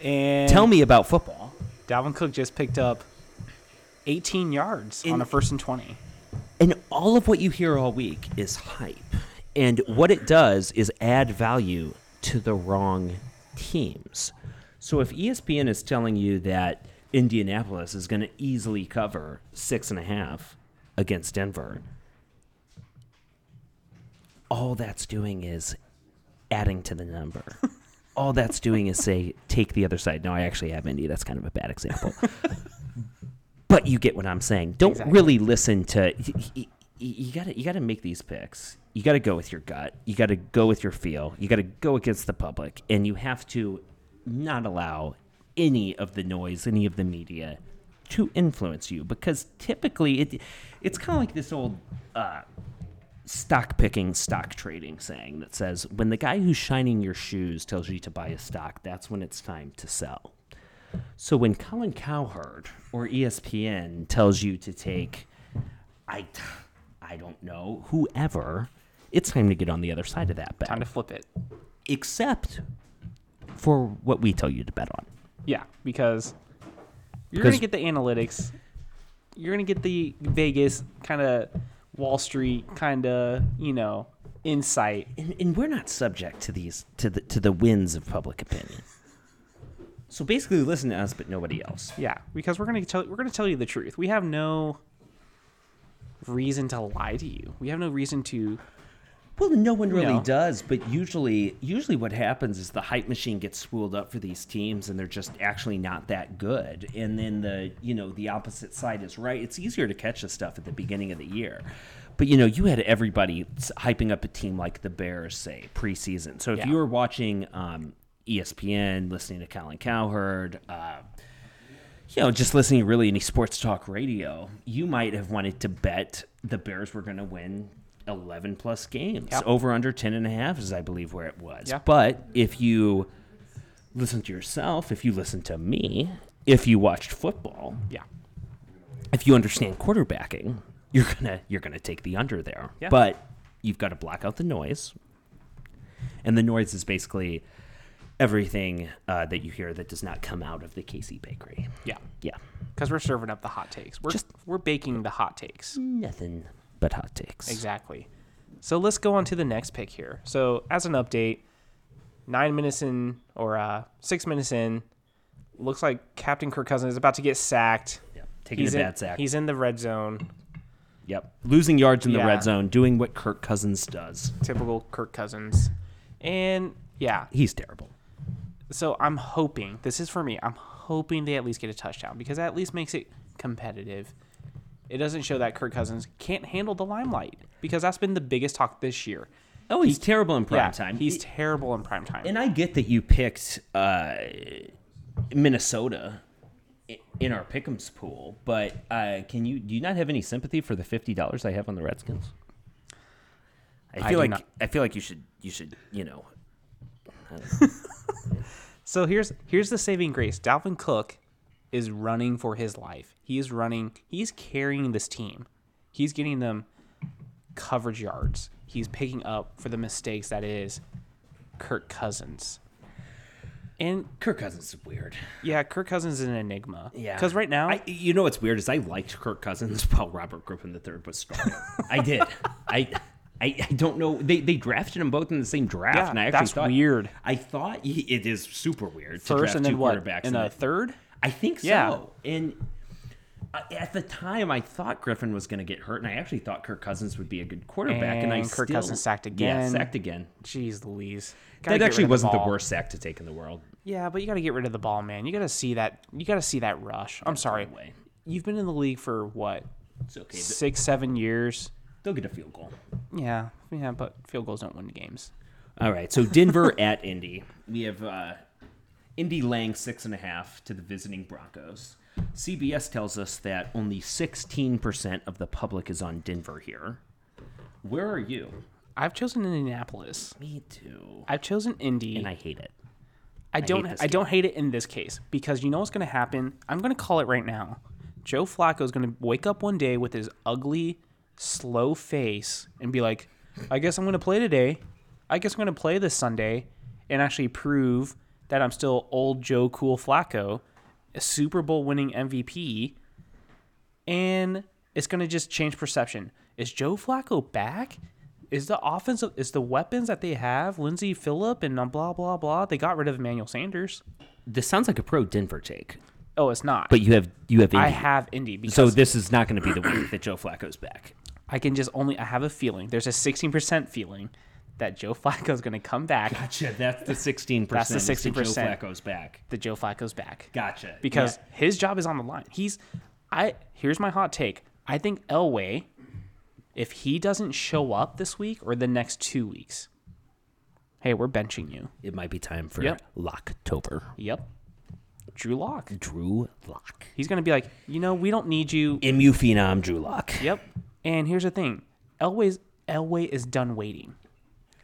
A: And
B: tell me about football.
A: Dalvin Cook just picked up 18 yards on
B: In-
A: a first and 20.
B: And all of what you hear all week is hype. And what it does is add value to the wrong teams. So if E ESPN is telling you that Indianapolis is going to easily cover six and a half against Denver, all that's doing is adding to the number. all that's doing is say, take the other side. No, I actually have Indy. That's kind of a bad example but you get what I'm saying. Don't
A: Exactly.
B: really listen to. y- y- y- You got to you got to make these picks. You got to go with your gut. You got to go with your feel. You got to go against the public, and you have to not allow any of the noise, any of the media, to influence you. Because typically, it it's kind of like this old uh, stock picking, stock trading saying that says when the guy who's shining your shoes tells you to buy a stock, that's when it's time to sell. So when Colin Cowherd or E ESPN tells you to take, I, I don't know, whoever, it's time to get on the other side of that bet.
A: Time to flip it.
B: Except for what we tell you to bet on.
A: Yeah, because you're
B: Because-
A: gonna get the analytics. You're gonna get the Vegas kind of Wall Street kind of you know insight.
B: and, and we're not subject to these to the to the winds of public opinion. So basically, listen to us, but nobody else.
A: Yeah, because we're gonna tell we're gonna tell you the truth. We have no reason to lie to you. We have no reason to.
B: Well, no one really
A: No.
B: does. But usually, usually what happens is the hype machine gets spooled up for these teams, and they're just actually not that good. And then the you know the opposite side is right. It's easier to catch the stuff at the beginning of the year. But you know, you had everybody s- hyping up a team like the Bears, say preseason. So if
A: Yeah.
B: you were watching um, ESPN, listening to Colin Cowherd. Uh, you know, just listening to really any sports talk radio, you might have wanted to bet the Bears were going to win 11 plus games.
A: Yep.
B: Over under 10 and a half is, I believe, where it was.
A: Yeah.
B: But if you listen to yourself, if you listen to me, if you watched football,
A: Yeah,
B: if you understand quarterbacking, you're gonna you're gonna take the under there.
A: Yeah.
B: But you've got to block out the noise, and the noise is basically everything uh, that you hear that does not come out of the Casey Bakery.
A: yeah,
B: Yeah,
A: because we're serving up the hot takes. We're
B: Just- Mm.
A: we're baking the hot takes.
B: nothing but hot takes.
A: Exactly. So let's go on to the next pick here. So as an update, nine minutes in or uh, six minutes in, looks like Captain Kirk Cousins is about to get sacked.
B: Yep. Taking
A: he's
B: a
A: in,
B: bad sack.
A: He's in the red zone.
B: Yep. Losing yards in the
A: Yeah.
B: red zone, doing what Kirk Cousins does.
A: Typical Kirk Cousins. And yeah,
B: He's terrible.
A: so I'm hoping this is for me. I'm hoping they at least get a touchdown because that at least makes it competitive. It doesn't show that Kirk Cousins can't handle the limelight because that's been the biggest talk this year.
B: Oh, he's terrible in prime
A: yeah,
B: time.
A: he's
B: He-
A: terrible in prime time.
B: and I get that you picked uh, Minnesota i- in our Pick'ems pool, but uh, can you do you not have any sympathy for the fifty dollars I have on the Redskins? I
A: I
B: feel
A: do
B: like
A: not.
B: I feel like you should you should you know
A: So here's here's the saving grace. Dalvin Cook is running for his life. He is running. He's carrying this team. He's getting them coverage yards. He's picking up for the mistakes that is Kirk Cousins. And
B: Kirk Cousins is weird.
A: yeah, Kirk Cousins is an enigma.
B: Yeah.
A: Because right now,
B: I, you know what's weird is I liked Kirk Cousins *laughs* while Robert Griffin III was starting.
A: *laughs*
B: I did. I, I I don't know. They they drafted them both in the same draft,
A: Yeah,
B: and I actually
A: that's
B: thought
A: weird.
B: I thought he, it is super weird to
A: first
B: draft
A: and
B: two
A: then what?
B: quarterbacks
A: In
B: the-
A: a third?
B: I think so.
A: Yeah.
B: And uh, at the time, I thought Griffin was going to get hurt, and I actually thought Kirk Cousins would be a good quarterback. And, I
A: And Kirk
B: still-
A: Cousins sacked
B: Yeah,
A: again.
B: sacked again.
A: Jeez Louise. Gotta
B: That
A: get
B: actually
A: rid of
B: wasn't the,
A: ball.
B: worst sack to take in the world.
A: Yeah, but you got to get rid of the ball, man. You got to see that. You got to see that rush. I'm sorry.
B: away.
A: You've been in the league for what
B: It's okay. Th-
A: six, seven years.
B: They'll get a field goal.
A: Yeah, yeah, but field goals don't win games.
B: All right. So Denver *laughs* at Indy. We have uh, Indy laying six and a half to the visiting Broncos. CBS tells us that only 16% of the public is on Denver here. Where are you?
A: I've chosen Indianapolis.
B: Me too.
A: I've chosen Indy.
B: And I
A: I,
B: hate it.
A: don't.
B: hate
A: I,
B: this
A: don't hate it in this case because you know what's going to happen. I'm going to call it right now. Joe Flacco is going to wake up one day with his ugly, slow face and be like, "I guess I'm going to play today. I guess I'm going to play this Sunday," and actually prove that I'm still old Joe Cool Flacco, a Super Bowl winning MVP. and it's going to just change perception. Is Joe Flacco back? Is the offensive is the weapons that they have Lindsey Phillip and um, blah blah blah? They got rid of Emmanuel Sanders.
B: This sounds like a pro Denver take,
A: Oh, it's not.
B: but you have you have Indy.
A: I have Indy because
B: so this is not going to be the week that Joe Flacco's back.
A: I can just only I have a feeling. There's a 16% feeling that Joe *laughs* Flacco's going to come back.
B: Gotcha. That's the 16%.
A: That's the
B: is that Joe
A: 16%.
B: Flacco's back.
A: That Joe Flacco's back.
B: Gotcha.
A: because his job is on the line. He's I here's my hot take. I think Elway, if he doesn't show up this week or the next two weeks, hey, we're benching you.
B: Yeah, it might be time for
A: Yep.
B: Locktober.
A: Yep. Drew Lock.
B: Drew Lock.
A: He's gonna be like, you know, we don't need you.
B: MU phenom Drew Lock.
A: Yep. And here's the thing. Elway's Elway is done waiting.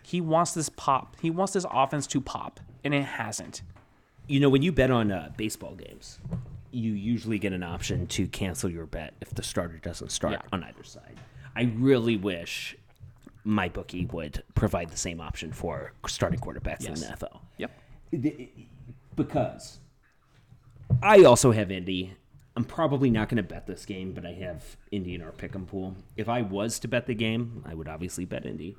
A: He wants this pop. He wants this offense to pop, and it hasn't.
B: you know when you bet on uh, baseball games, you usually get an option to cancel your bet if the starter doesn't start
A: Yeah.
B: on either side. I really wish my bookie would provide the same option for starting quarterbacks
A: Yes.
B: in the NFL.
A: Yep.
B: The- because I also have Indy. I'm probably not going to bet this game, but I have Indy in our pick'em pool. If I was to bet the game, I would obviously bet Indy,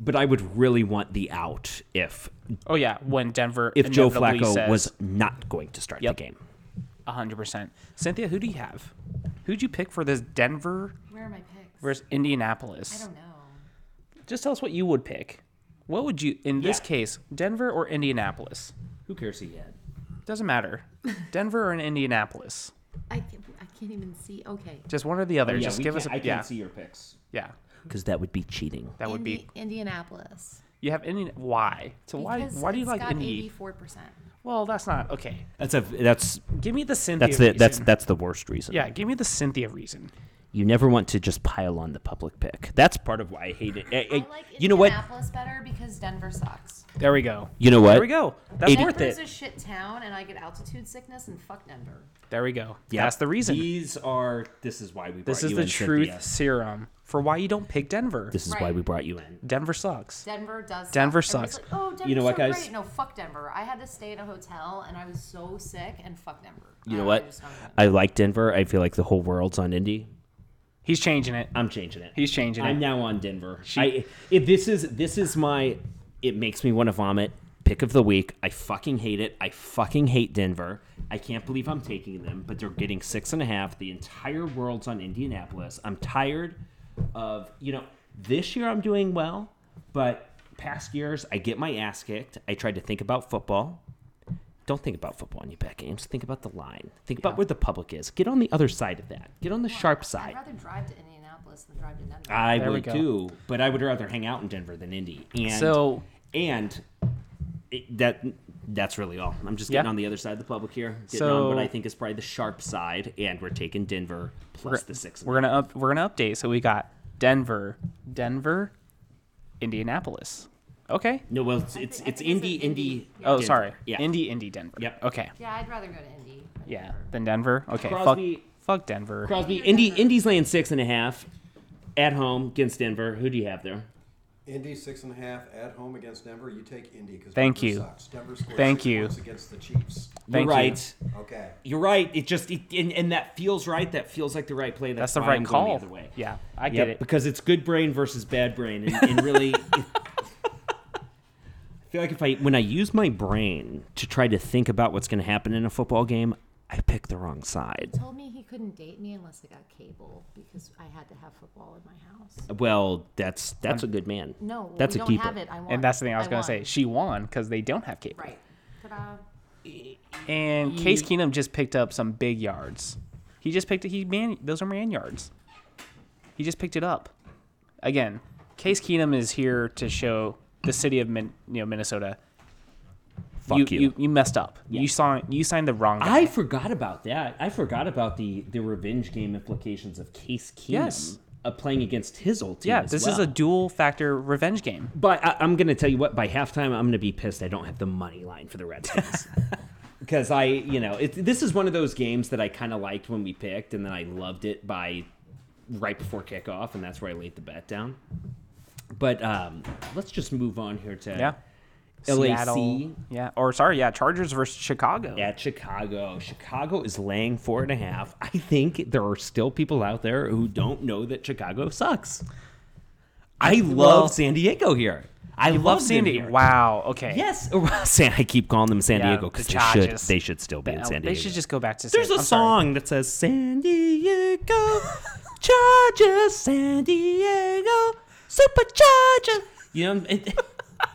B: but I would really want the out if
A: Oh yeah, when Denver
B: if Joe
A: inevitably
B: Flacco
A: says,
B: was not going to start
A: Yep.
B: the game.
A: hundred percent. Cynthia, who do you have? Who'd you pick for this Denver
C: Where are my picks?
A: versus
C: I
A: Indianapolis?
C: don't know.
A: Just tell us what you would pick. What would you in this
B: Yeah.
A: case, Denver or Indianapolis?
B: Who cares he had?
A: Doesn't
B: *laughs*
A: matter. Denver or in Indianapolis?
C: I can't, I can't even see. Okay.
A: Just one or the other.
B: Oh, Yeah,
A: Just
B: we
A: give
B: can't-
A: us a
B: I can't
A: yeah.
B: see your picks
A: Yeah.
B: because that would be cheating.
A: That would be
C: Indi- Indianapolis.
A: you have Indy why? So why
C: Because
A: why do you
C: it's
A: like
C: got
A: Indy?
C: 84%.
A: Well, that's not okay.
B: That's a that's
A: Give me the Cynthia
B: that's the that's
A: reason.
B: that's the worst reason.
A: Yeah, give me the Cynthia reason.
B: you never want to just pile on the public pick. That's part of why I hate it. I-
C: I
B: I-
C: like
B: you know what?
C: Indianapolis better because Denver sucks.
A: There we go.
B: You know what?
A: There we go. That's
B: It-
A: worth
C: Denver's
A: it.
C: a shit town, and I get altitude sickness, and fuck Denver.
A: There we go.
B: Yep.
A: That's the reason.
B: These are. This is why we.
A: This
B: brought
A: is
B: you
A: the
B: in,
A: truth
B: Cynthia.
A: serum for why you don't pick Denver.
B: This is why
C: Right.
B: we brought you in.
A: Denver sucks.
C: Denver does.
A: Denver
C: suck. Everybody's
A: sucks.
C: Like, oh, Denver's
B: You know what,
C: so
B: guys?
C: Great. No, fuck Denver. I had to stay at a hotel, and I was so sick, and fuck Denver.
B: You know
C: I
B: what?
C: just don't know.
B: I like Denver. I feel like the whole world's on Indy.
A: He's changing it.
B: I'm changing it.
A: He's changing
B: I'm
A: it.
B: now on Denver. I if this is this is my it makes me want to vomit. Pick of the week. I fucking hate it. I fucking hate Denver. I can't believe I'm taking them, but they're getting six and a half. The entire world's on Indianapolis. I'm tired of you know this year I'm doing well, but past years I get my ass kicked. I tried to think about football. Don't think about football when you bet games. Think about the line. Think about where the public is. Get on the other side of that. Get on the sharp
C: I'd
B: side. Ah.
C: rather drive to Indianapolis than drive to Denver.
B: I
A: There we
B: would
A: go.
B: too, but I would rather hang out in Denver than Indy. And
A: So-
B: and it, that that's really all. I'm just getting
A: Yeah.
B: on the other side of the public here, getting on what
A: So-
B: I think is probably the sharp side, and we're taking Denver plus the six.
A: We're gonna up, we're gonna update. So we got Denver, Denver, Indianapolis. Okay.
B: no, well, it's it's,
C: think- I
B: it's
C: think I
B: Indy,
C: said
B: Indy.
A: Oh,
B: Denver.
A: sorry.
B: Yeah,
A: Indy, Indy, Denver.
B: Yep.
A: Okay.
C: yeah, I'd rather go to Indy. than
A: Yeah.
C: Denver.
A: Then Denver. Okay.
B: Crosby-
A: Fuck. Fuck Denver.
B: Crosby. Indy, Indy's laying six and a half at home against Denver. Who do you have there?
D: Indy six and a half at home against Denver. You take Indy because
A: Thank
D: Denver
A: you.
D: Sucks. Denver scored
A: Thank
D: six
A: you.
D: points against the Chiefs.
A: Thank
B: You're
A: you.
B: right.
D: Okay.
B: You're right. It just it, and, and that feels right. That feels like the right play.
A: That's
B: That's,
A: the
B: why
A: right
B: I'm
A: call.
B: Going the other way.
A: Yeah. I
B: Yeah,
A: get it.
B: because it's good brain versus bad brain, and,
A: *laughs*
B: and really, I feel like if I when I use my brain to try to think about what's going to happen in a football game, I pick the wrong side.
C: told me he couldn't date me unless I got cable because I had to have football in my house.
B: Well, that's that's a good man.
C: No, well,
B: that's
C: we
B: a
C: don't
B: keeper.
C: have it. I won.
A: And that's the thing I was gonna
C: won.
A: say. She won because they don't have cable.
C: Right. uh, Ta-da.
A: And Case Keenum just picked up some big yards. He just picked it. He man, those are man yards. He just picked it up. Again, Case Keenum is here to show the city of Min, you know Minnesota.
B: Fuck you.
A: You, you messed up. You signed. You signed the wrong. Guy.
B: I forgot about that. I forgot about the the revenge game implications of Case Keenum
A: Yes.
B: uh, playing against his old team.
A: yeah,
B: as
A: this is
B: well.
A: a dual factor revenge game.
B: But I, I'm going to tell you what. By halftime, I'm going to be pissed. I don't have the money line for the
A: *laughs*
B: Redskins because I, you know, it, this is one of those games that I kind of liked when we picked, and then I loved it by right before kickoff, and that's where I laid the bet down. But um, let's just move on here to
A: Yeah.
B: LAC
A: Seattle. Yeah. Or sorry. Yeah. Chargers versus Chicago.
B: at Chicago. Chicago is laying four and a half. I think there are still people out there who don't know that Chicago sucks. I love
A: Well-
B: San Diego here. I love,
A: Love
B: San
A: San
B: Diego.
A: Diego. Wow. Okay.
B: Yes, *laughs* San, I keep calling them San
A: Yeah,
B: Diego because
A: the
B: they should.
A: Chargers.
B: They should still be
A: They-
B: in San Diego.
A: They should just go back to.
B: There's
A: San,
B: a
A: I'm sorry.
B: song that says
A: *laughs*
B: San Diego Chargers, San Diego Superchargers. You know, it, *laughs*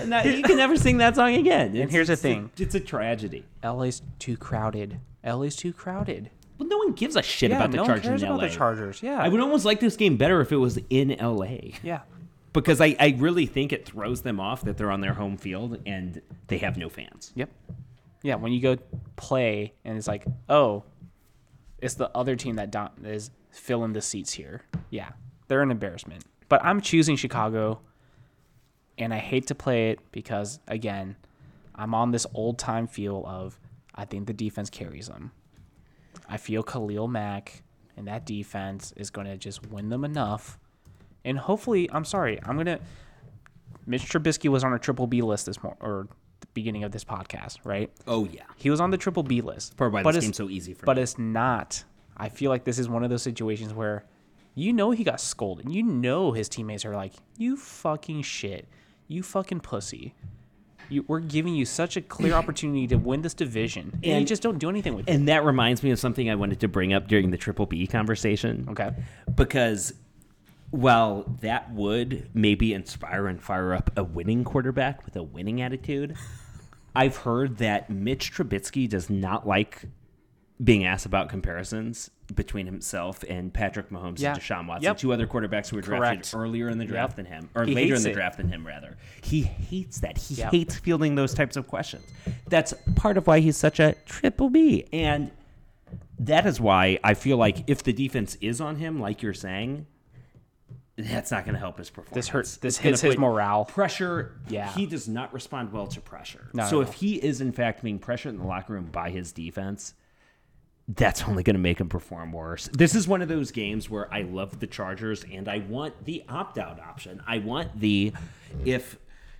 B: and that, you can never sing that song again. It's-
A: here's the
B: it's a-
A: thing.
B: it's a tragedy.
A: LA's too crowded. LA's too crowded.
B: Well, no one gives a shit
A: Yeah,
B: about the
A: no one
B: Chargers
A: cares
B: in
A: about
B: LA.
A: the Chargers. Yeah.
B: I would almost like this game better if it was in LA.
A: Yeah.
B: *laughs* Because I, I really think it throws them off that they're on their home field and they have no fans.
A: Yep. Yeah. When you go play and it's like, oh, it's the other team that don- is filling the seats here. Yeah. They're an embarrassment. But I'm choosing Chicago, and I hate to play it because again, I'm on this old time feel of I think the defense carries them. I feel Khalil Mack and that defense is going to just win them enough. And hopefully, I'm sorry, I'm going to. Mitch Trubisky was on a triple B list this morning or the beginning of this podcast, right?
B: Oh yeah.
A: He was on the triple B list.
B: Part why
A: but
B: this
A: it's-
B: game's so easy for
A: But
B: me.
A: it's not. I feel like this is one of those situations where you know he got scolded. You know his teammates are like, you fucking shit. You fucking pussy. You, we're giving you such a
B: *coughs*
A: clear opportunity to win this division. And, you
B: And-
A: just don't do anything with it.
B: And that reminds me of something I wanted to bring up during the Triple B conversation.
A: Okay.
B: Because while that would maybe inspire and fire up a winning quarterback with a winning attitude, I've heard that Mitch Trubisky does not like being asked about comparisons between himself and Patrick Mahomes
A: Yeah.
B: and Deshaun Watson,
A: Yep.
B: two other quarterbacks who were
A: Correct.
B: drafted earlier in the draft
A: Yep.
B: than him, or
A: He
B: later in
A: hates
B: the
A: it.
B: draft than him, rather. He hates that. He
A: Yep.
B: hates fielding those types of questions. That's part of why he's such a triple B. And that is why I feel like if the defense is on him, like you're saying, that's not going to help his performance.
A: This hurts. This
B: It's gonna
A: hits his
B: put
A: morale.
B: Pressure.
A: Yeah.
B: He does not respond well to pressure.
A: No,
B: so
A: no,
B: if
A: no.
B: he is in fact being pressured in the locker room by his defense, that's only going to make him perform worse. This is one of those games where I love the Chargers and I want the opt out option. I want the if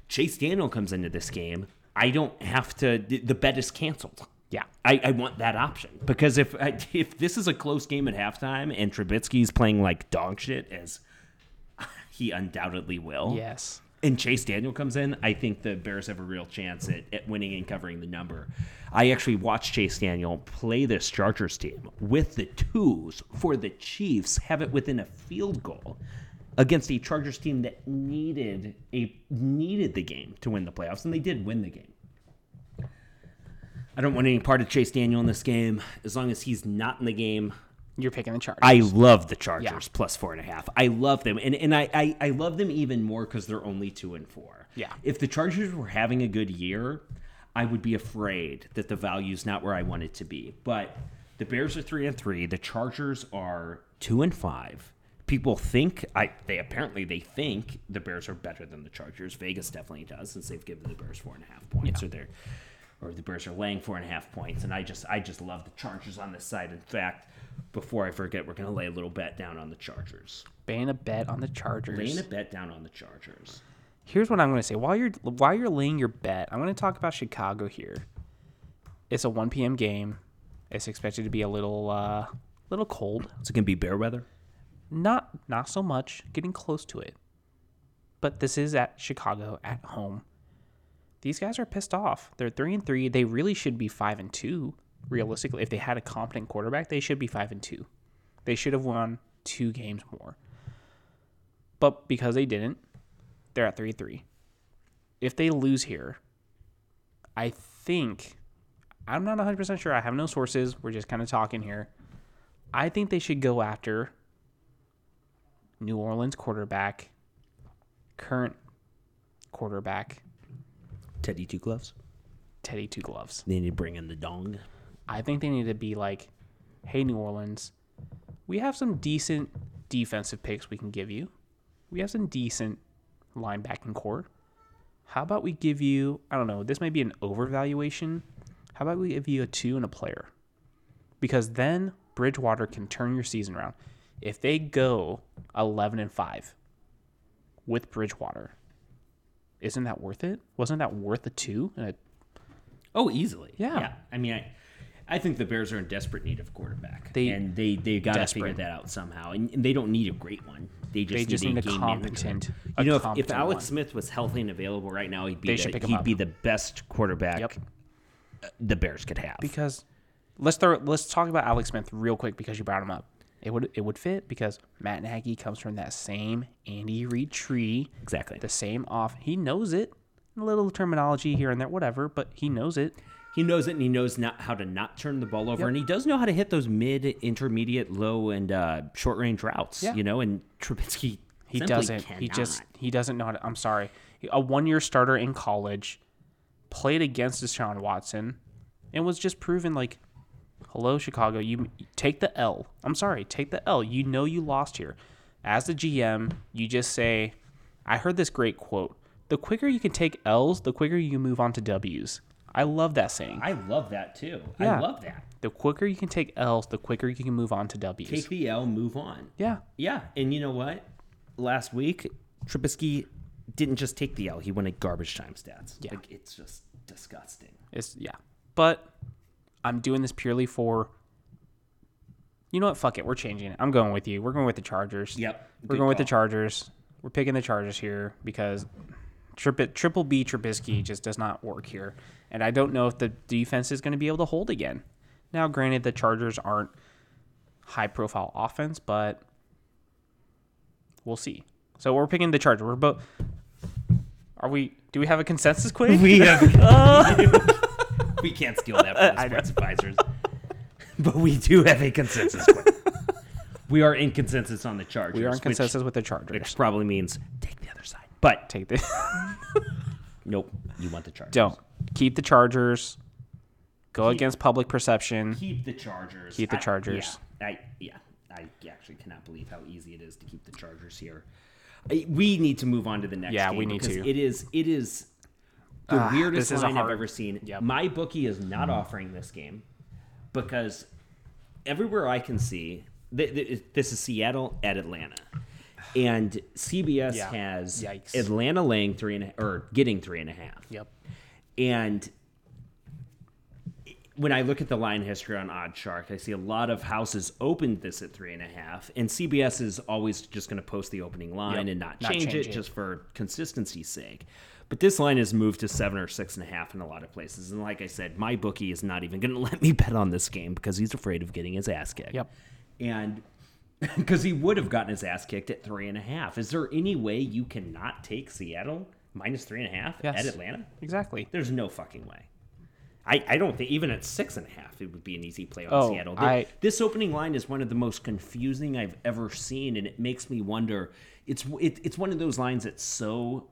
B: Chase Daniel comes into this game, I don't have to. The the bet is canceled.
A: Yeah.
B: I, I want that option because if I, *laughs* if this is a close game at halftime and Trubisky's playing like dog shit as *laughs* he undoubtedly will,
A: Yes.
B: and Chase Daniel comes in, I think the Bears have a real chance at, at winning and covering the number. I actually watched Chase Daniel play this Chargers team with the twos for the Chiefs, have it within a field goal against a Chargers team that needed a needed the game to win the playoffs, and they did win the game. I don't want any part of Chase Daniel in this game. As long as he's not in the game,
A: You're picking the Chargers.
B: I love the Chargers
A: Yeah.
B: plus four and a half. I love them, and and I I, I love them even more because they're only two and four.
A: Yeah.
B: If the Chargers were having a good year, I would be afraid that the value's not where I want it to be. But the Bears are three and three. The Chargers are two and five. People think I they apparently they think the Bears are better than the Chargers. Vegas definitely does since they've given the Bears four and a half points or they're or the Bears are laying four and a half points. And I just I just love the Chargers on this side. In fact, before I forget, we're gonna lay a little bet down on the Chargers.
A: Baying a bet on the Chargers.
B: Laying a bet down on the Chargers.
A: here's what I'm going to say. While you're while you're laying your bet, I'm going to talk about Chicago here. It's a 1 p.m. game. It's expected to be a little uh little cold.
B: Is it gonna be bear weather?
A: Not not so much, getting close to it. But this is at Chicago at home. These guys are pissed off. They're 3 and 3. They really should be 5 and 2 realistically. If they had a competent quarterback, they should be 5 and 2. They should have won two games more. But because they didn't, they're at 3 3. If they lose here, I think, I'm not 100% sure. I have no sources. We're just kind of talking here. I think they should go after New Orleans quarterback, current quarterback,
B: Teddy two gloves.
A: Teddy Two Gloves.
B: They need to bring in the dong.
A: I think they need to be like, hey, New Orleans, we have some decent defensive picks we can give you. We have some decent linebacking core. How about we give you, I don't know, this may be an overvaluation. How about we give you a two and a player? Because then Bridgewater can turn your season around. If they go 11 and 5 with Bridgewater, isn't that worth it? Wasn't that worth a two and a
B: Oh, easily.
A: Yeah.
B: I mean, I, I think the Bears are in desperate need of a quarterback.
A: They-
B: and they they got to figure
A: Desperate.
B: that out somehow. And, and they don't need a great one. They just,
A: They just need a
B: game
A: competent-
B: manager.
A: a
B: You know, if, if
A: competent
B: Alex
A: one.
B: Smith was healthy and available right now, he'd
A: They
B: be
A: should
B: the,
A: pick him
B: he'd
A: up.
B: be the best quarterback
A: Yep.
B: the Bears could have.
A: because let's throw let's talk about Alex Smith real quick because you brought him up. It would it would fit because Matt Nagy comes from that same Andy Reid tree,
B: exactly.
A: the same off. He knows it. A little terminology here and there, whatever, but he knows it.
B: He knows it, and he knows not how to not turn the ball over, and he does know how to hit those mid, intermediate, low, and uh, short range routes.
A: Yeah.
B: You know, and Trubisky
A: He
B: simply
A: doesn't. He just
B: cannot.
A: he doesn't know how to. I'm sorry. A one year starter in college played against Deshaun Watson and was just proven like, hello Chicago, you take the L. I'm sorry, take the L. You know you lost here. As the GM, you just say, I heard this great quote. the quicker you can take L's, the quicker you move on to W's. I love that saying.
B: I love that too.
A: Yeah.
B: I love that.
A: The quicker you can take L's, the quicker you can move on to W's.
B: Take the L, move on.
A: yeah.
B: Yeah, and you know what? Last week, Trubisky didn't just take the L; he went at garbage time stats.
A: Yeah.
B: Like it's just disgusting.
A: It's yeah. But I'm doing this purely for you know what? Fuck it. We're changing it. I'm going with you. We're going with the Chargers.
B: Yep.
A: We're
B: Good
A: going with the
B: call.
A: Chargers. We're picking the Chargers here because triple triple B Trubisky just does not work here, and I don't know if the defense is going to be able to hold again. Now, granted, the Chargers aren't high profile offense, but we'll see. So we're picking the Chargers. We're both. Are we? Do we have a consensus quiz?
B: *laughs* We have. we can't steal that *laughs* from the sports advisors, but we do have a consensus. one. we are in consensus on the Chargers.
A: we are in
B: which-
A: consensus with the
B: which,
A: Chargers.
B: probably means take the other side. But
A: Take the *laughs*
B: nope, you want the Chargers.
A: don't keep the Chargers. Go against public perception.
B: keep the Chargers.
A: Mm-hmm. Keep the
B: I-
A: Chargers.
B: yeah, I yeah, I actually cannot believe how easy it is to keep the Chargers here. I, we need to move on to the next.
A: Yeah,
B: game
A: we need
B: because
A: to.
B: It is it is the
A: Ah,
B: weirdest
A: this is a
B: line I've
A: hard-
B: ever seen.
A: Yep. Mm-hmm.
B: My bookie is not offering this game because everywhere I can see, th- th- this is Seattle at Atlanta. And CBS
A: Yeah.
B: has
A: Yikes.
B: Atlanta laying three and a, or getting three and a half.
A: Yep.
B: And when I look at the line history on Odd Shark, I see a lot of houses opened this at three and a half, and CBS is always just going to post the opening
A: Yep,
B: line and not
A: not
B: change,
A: change
B: it,
A: it.
B: just for consistency's sake. But this line has moved to seven or six and a half in a lot of places. And like I said, my bookie is not even going to *laughs* let me bet on this game because he's afraid of getting his ass kicked.
A: Yep.
B: And *laughs* because he would have gotten his ass kicked at three and a half. Is there any way you cannot take Seattle minus three and a half
A: Yes.
B: at Atlanta?
A: Exactly.
B: There's no fucking way. I, I don't think even at six and a half it would be an easy play on
A: Oh,
B: Seattle. Th-
A: I-
B: this opening line is one of the most confusing I've ever seen, and it makes me wonder. It's it, it's one of those lines that's so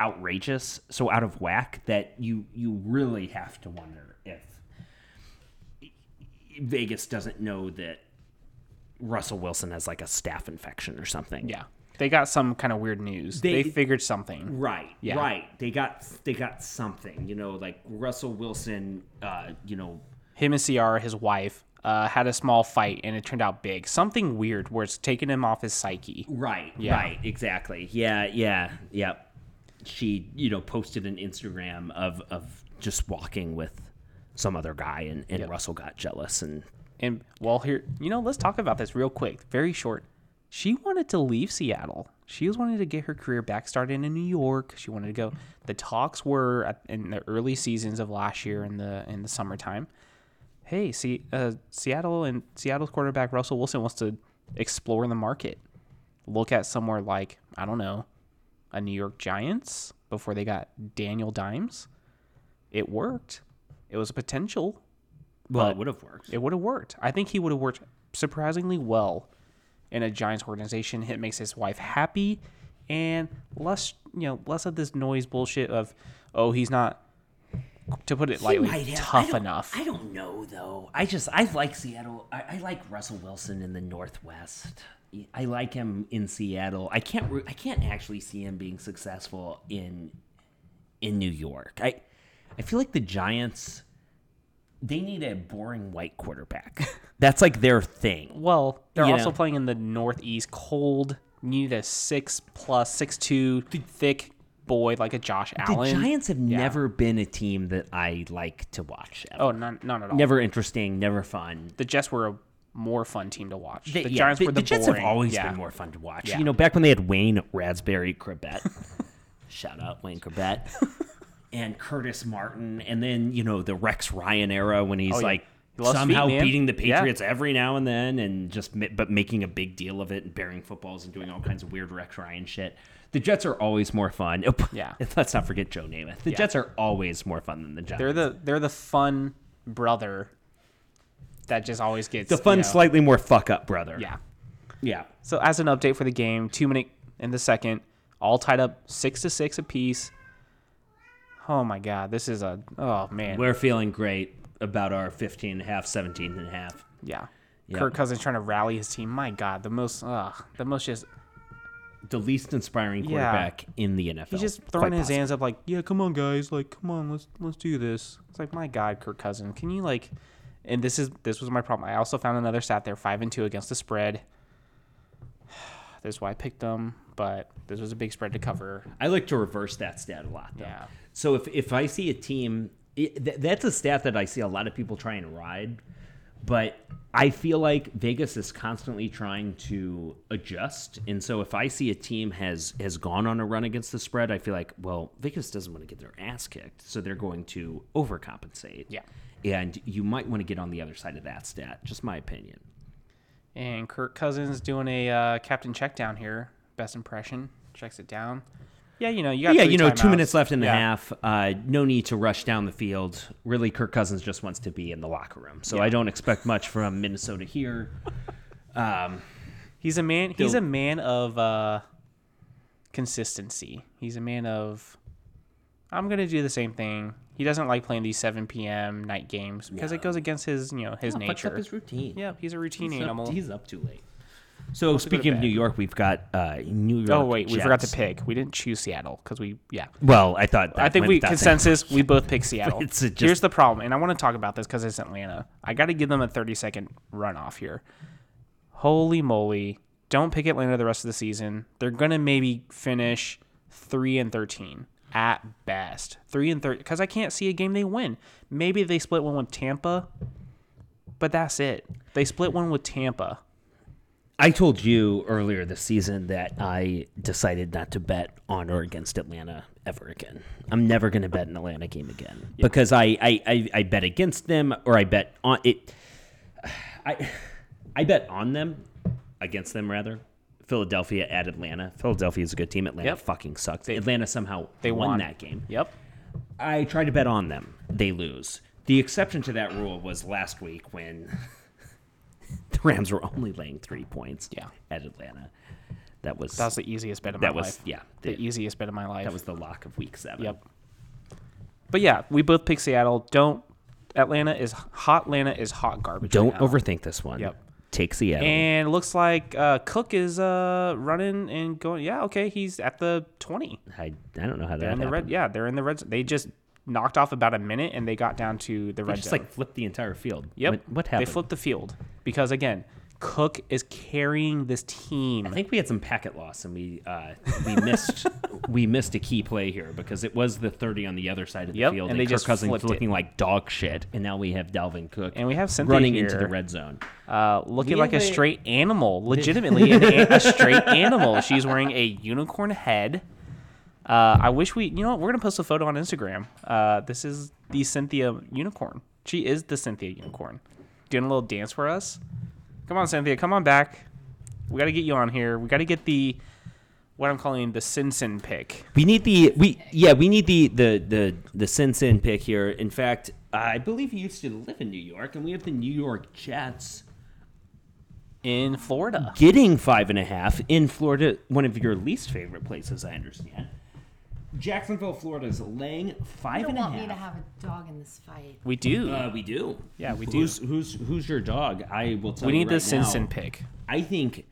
B: outrageous, so out of whack that you you really have to wonder if Vegas doesn't know that Russell Wilson has like a staph infection or something.
A: Yeah. They got some kind of weird news. They,
B: They-
A: figured something.
B: Right,
A: Yeah.
B: right. They got they got something, you know, like Russell Wilson, uh, you know,
A: Him and Ciara, his wife, uh, had a small fight and it turned out big. Something weird where it's taken him off his psyche.
B: right,
A: Yeah.
B: right, exactly. Yeah, yeah, yeah. She, you know, posted an Instagram of of just walking with some other guy, and, and Russell got jealous, and
A: And well, here, you know, let's talk about this real quick, very short. She wanted to leave Seattle. She was wanting to get her career back started in New York. She wanted to go. The talks were at, in the early seasons of last year in the in the summertime. Hey, see, uh, Seattle and Seattle's quarterback Russell Wilson wants to explore the market. Look at somewhere like I don't know, a New York Giants before they got Daniel Dimes. It worked. It was a potential.
B: well,
A: But-
B: it would have worked.
A: It would have worked. I think he would have worked surprisingly well in a Giants organization. It makes his wife happy and less, you know, less of this noise bullshit of, oh, he's not, to put it lightly,
B: might have- I
A: tough
B: don't-
A: enough.
B: I don't know though. I just I like Seattle. I, I like Russell Wilson in the Northwest. I like him in Seattle. I can't re- I can't actually see him being successful in in New York. I I feel like the Giants they need a boring white quarterback. *laughs* That's like their thing.
A: well, they're
B: Yeah.
A: also playing in the Northeast cold. You need a six plus, six two, thick boy like a Josh
B: The
A: Allen.
B: Giants have never been a team that I like to watch. ever.
A: oh, not, not at all.
B: Never interesting, never fun.
A: The Jets were a more fun team to watch. The,
B: yeah,
A: Giants were the,
B: Jets
A: boring-
B: have always
A: yeah.
B: been more fun to watch.
A: Yeah.
B: You know, back when they had Wayne Raspberry Corbett, *laughs* shout out
A: *laughs*
B: Wayne Corbett, and Curtis Martin, and then you know the Rex Ryan era when he's
A: Oh, yeah.
B: like
A: He lost
B: somehow
A: feet, man.
B: beating the
A: Yeah.
B: Patriots every now and then, and just mi- but making a big deal of it and burying footballs and doing all kinds of weird Rex Ryan shit. The Jets are always more fun. *laughs*
A: Yeah.
B: let's not forget Joe Namath. The Jets are always more fun than the Giants.
A: They're the they're the fun brother that just always gets
B: the fun,
A: you know-
B: slightly more fuck up brother.
A: Yeah.
B: yeah.
A: So as an update for the game, two minute in the second, all tied up six to six apiece. Oh my god, this is a oh man.
B: We're feeling great about our 15 and a half, 17 and a half.
A: yeah. Kirk Cousins trying to rally his team. My god, the most uh the most just
B: the least inspiring
A: Yeah.
B: quarterback in the NFL.
A: He's just throwing
B: quite
A: his
B: possibly.
A: hands up like, yeah, come on, guys, like, come on, let's let's do this. It's like, my God, Kirk Cousin, can you like? And this is this was my problem. I also found another stat there, five and two against the spread. *sighs* That's why I picked them, but this was a big spread to cover.
B: I like to reverse that stat a lot. Though.
A: Yeah.
B: So if if I see a team, it, th- that's a stat that I see a lot of people try and ride, but I feel like Vegas is constantly trying to adjust. And so if I see a team has has gone on a run against the spread, I feel like well Vegas doesn't want to get their ass kicked, so they're going to overcompensate.
A: Yeah.
B: And you might want to get on the other side of that stat. Just my opinion.
A: And Kirk Cousins doing a uh, captain check down here, best impression, checks it down. Yeah, you know, you got
B: yeah,
A: three
B: you know, two
A: timeouts.
B: minutes left in the
A: Yeah.
B: half. Uh, no need to rush down the field. Really, Kirk Cousins just wants to be in the locker room. So I don't expect much from Minnesota here. Um,
A: He's a man. He's
B: Dope.
A: a man of uh, consistency. He's a man of. I'm gonna do the same thing. He doesn't like playing these 7 p.m. night games because it goes against his, you know, his nature.
B: routine.
A: yeah, he's a routine
B: he's
A: animal.
B: Up, he's up too late. So
A: go to
B: speaking of
A: bed.
B: New York, we've got uh, New York.
A: oh wait, we forgot to
B: Jets.
A: pick. We didn't choose Seattle because we, yeah.
B: Well, I thought that
A: I think
B: went
A: we
B: without saying.
A: consensus.
B: *laughs*
A: We both pick Seattle.
B: It's a just-
A: Here's the problem, and I want to talk about this because it's Atlanta. I got to give them a 30 second run off here. Holy moly! Don't pick Atlanta the rest of the season. They're gonna maybe finish three and 13 at best. Three and 13 because I can't see a game they win. Maybe they split one with Tampa, but that's it. They split one with Tampa.
B: I told you earlier this season that I decided not to bet on or against Atlanta ever again. I'm never going to bet an Atlanta game again because I, I, I, I bet against them or I bet on it. *sighs* I I bet on them, against them rather. Philadelphia at Atlanta. Philadelphia is a good team. Atlanta
A: Yep.
B: fucking sucks. Atlanta somehow
A: They
B: won,
A: won.
B: that game.
A: Yep.
B: I try to bet on them. They lose. The exception to that rule was last week when *laughs* the Rams were only laying three points.
A: Yeah.
B: At Atlanta, that was
A: That was the easiest bet of
B: that
A: my
B: was
A: life.
B: yeah
A: The
B: the-
A: easiest bet of my life.
B: that was the lock of week seven.
A: Yep. But yeah, we both pick Seattle. Don't Atlanta is hot. Atlanta is hot garbage.
B: Don't
A: right now.
B: overthink this one.
A: Yep.
B: Take Seattle.
A: And it looks like uh, Cook is uh, running and going. Yeah, okay, he's at the twenty.
B: I, I don't know how that
A: They're in the
B: happened.
A: red. Yeah, they're in the red. z- They just knocked off about a minute and they got down to the
B: They
A: red
B: just
A: zone.
B: like flipped the entire field.
A: yep.
B: What, what happened?
A: They flipped the field because again, Cook is carrying this team.
B: I think we had some packet loss and we uh, we missed *laughs* we missed a key play here because it was the thirty on the other side of the
A: Yep,
B: field
A: and they
B: Kirk
A: just
B: Cousins
A: flipped it.
B: looking like dog shit and now we have Dalvin Cook
A: And we have Cynthia
B: running into the
A: here.
B: red zone.
A: uh, looking
B: We
A: like a
B: have a-
A: straight animal, legitimately an, a- a straight animal. She's wearing a unicorn head. Uh, I wish we, you know, what, we're gonna post a photo on Instagram. Uh, this is the Cynthia unicorn. She is the Cynthia unicorn, doing a little dance for us. Come on, Cynthia, come on back. We got to get you on here. We got to get the what I'm calling the Sinsin pick.
B: We need the we yeah we need the the the the Sin Sin pick here. In fact, I believe he used to live in New York, and we have the New York Jets
A: in Florida.
B: getting five and a half in Florida, one of your least favorite places, I understand. Jacksonville, Florida is laying
C: You
B: five
C: don't
B: and a half.
C: want me to have a dog in this fight.
A: We do.
B: Uh, we do.
A: Yeah, we do.
B: Who's who's who's your dog? I will tell
A: we
B: you.
A: need the
B: right now,
A: Sinsin pick.
B: I think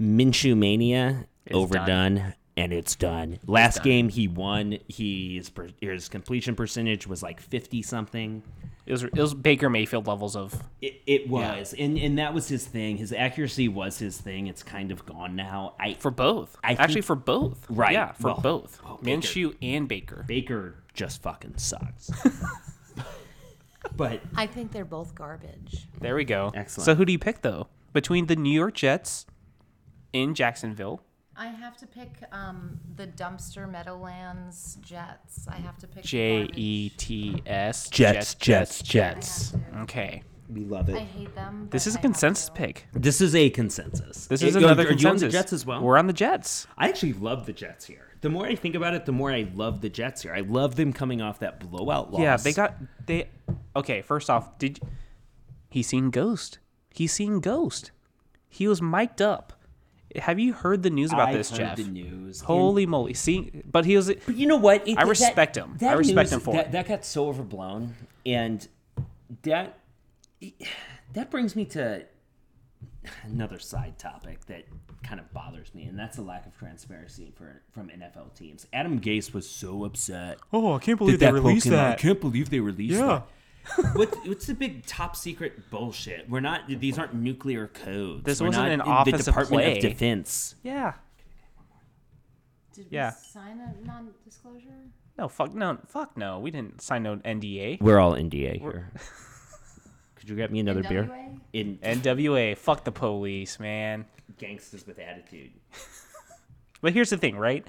B: Minshew mania
A: It's
B: overdone. And it's done. Last game he won. He his, per, his completion percentage was like fifty something.
A: It was, it was Baker Mayfield levels of
B: It, it was, and and that was his thing. His accuracy was his thing. It's kind of gone now. I
A: For both.
B: I
A: Actually,
B: think-
A: for both.
B: Right.
A: Yeah, for
B: Well,
A: both.
B: well, Baker-
A: Minshew and Baker.
B: Baker just fucking sucks. but
C: I think they're both garbage.
A: There we go.
B: Excellent.
A: So who do you pick, though? Between the New York Jets in Jacksonville.
C: I have to pick um, the dumpster Meadowlands Jets. I have to pick the
A: J
C: garbage.
A: E T S.
B: Jets, Jets, Jets.
A: Okay.
B: We love
C: I
B: it.
C: hate them.
A: This
C: but
A: is a
C: I have
A: consensus
C: to.
A: pick.
B: This is a consensus.
A: This
B: Hey,
A: is
B: yo,
A: another
B: are you on
A: consensus.
B: the Jets as well.
A: We're on the Jets.
B: I actually love the Jets here. The more I think about it, the more I love the Jets here. I love them coming off that blowout loss.
A: Yeah, they got they. Okay, first off, did he's seen Ghost? He's seen Ghost. He was mic'd up. Have you heard the news about
B: I've
A: this,
B: heard
A: Jeff?
B: The news.
A: Holy moly! See, but he was.
B: But you know what? It-
A: I respect him. I respect him for
B: that.
A: it.
B: That got so overblown, and that that brings me to another side topic that kind of bothers me, and that's the lack of transparency for from NFL teams. Adam Gase was so upset.
A: Oh, I can't
B: Did
A: believe
B: that Pokemon- I can't believe they released
A: Yeah. *laughs*
B: that. what, what's the big top secret bullshit? We're not. These aren't nuclear codes.
A: This
B: We're
A: wasn't
B: not
A: an
B: in
A: Office
B: the
A: of
B: Department
A: Play.
B: of Defense.
A: Yeah.
C: Did
A: Yeah.
C: we sign a non-disclosure?
A: No, fuck no, fuck no. We didn't sign no NDA.
B: We're all NDA *laughs* here. Could you get me another beer?
C: NWA?
B: In
A: NWA, fuck the police, man.
B: gangsters with attitude.
A: But here's the thing, right?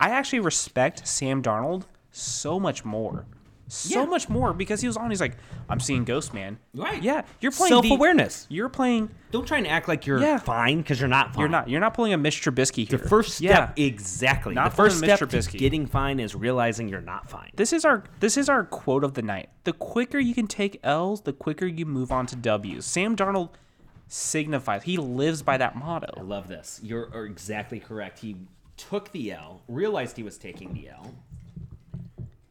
A: I actually respect Sam Darnold so much more. So
B: Yeah.
A: much more because he was on. He's like, I'm seeing Ghost Man.
B: Right.
A: Yeah. You're playing the-
B: Self-awareness.
A: you're playing.
B: Don't try and act like you're
A: Yeah.
B: fine because you're not fine.
A: You're not. You're not pulling a Mitch Trubisky here.
B: The first step,
A: Yeah.
B: exactly.
A: Not
B: the first
A: from Mr.
B: step to
A: Trubisky.
B: getting fine is realizing you're not fine.
A: This is our. This is our quote of the night. The quicker you can take L's, the quicker you move on to W's. Sam Darnold signifies he lives by that
B: I
A: motto.
B: love this. You're are exactly correct. He took the L, realized he was taking the L.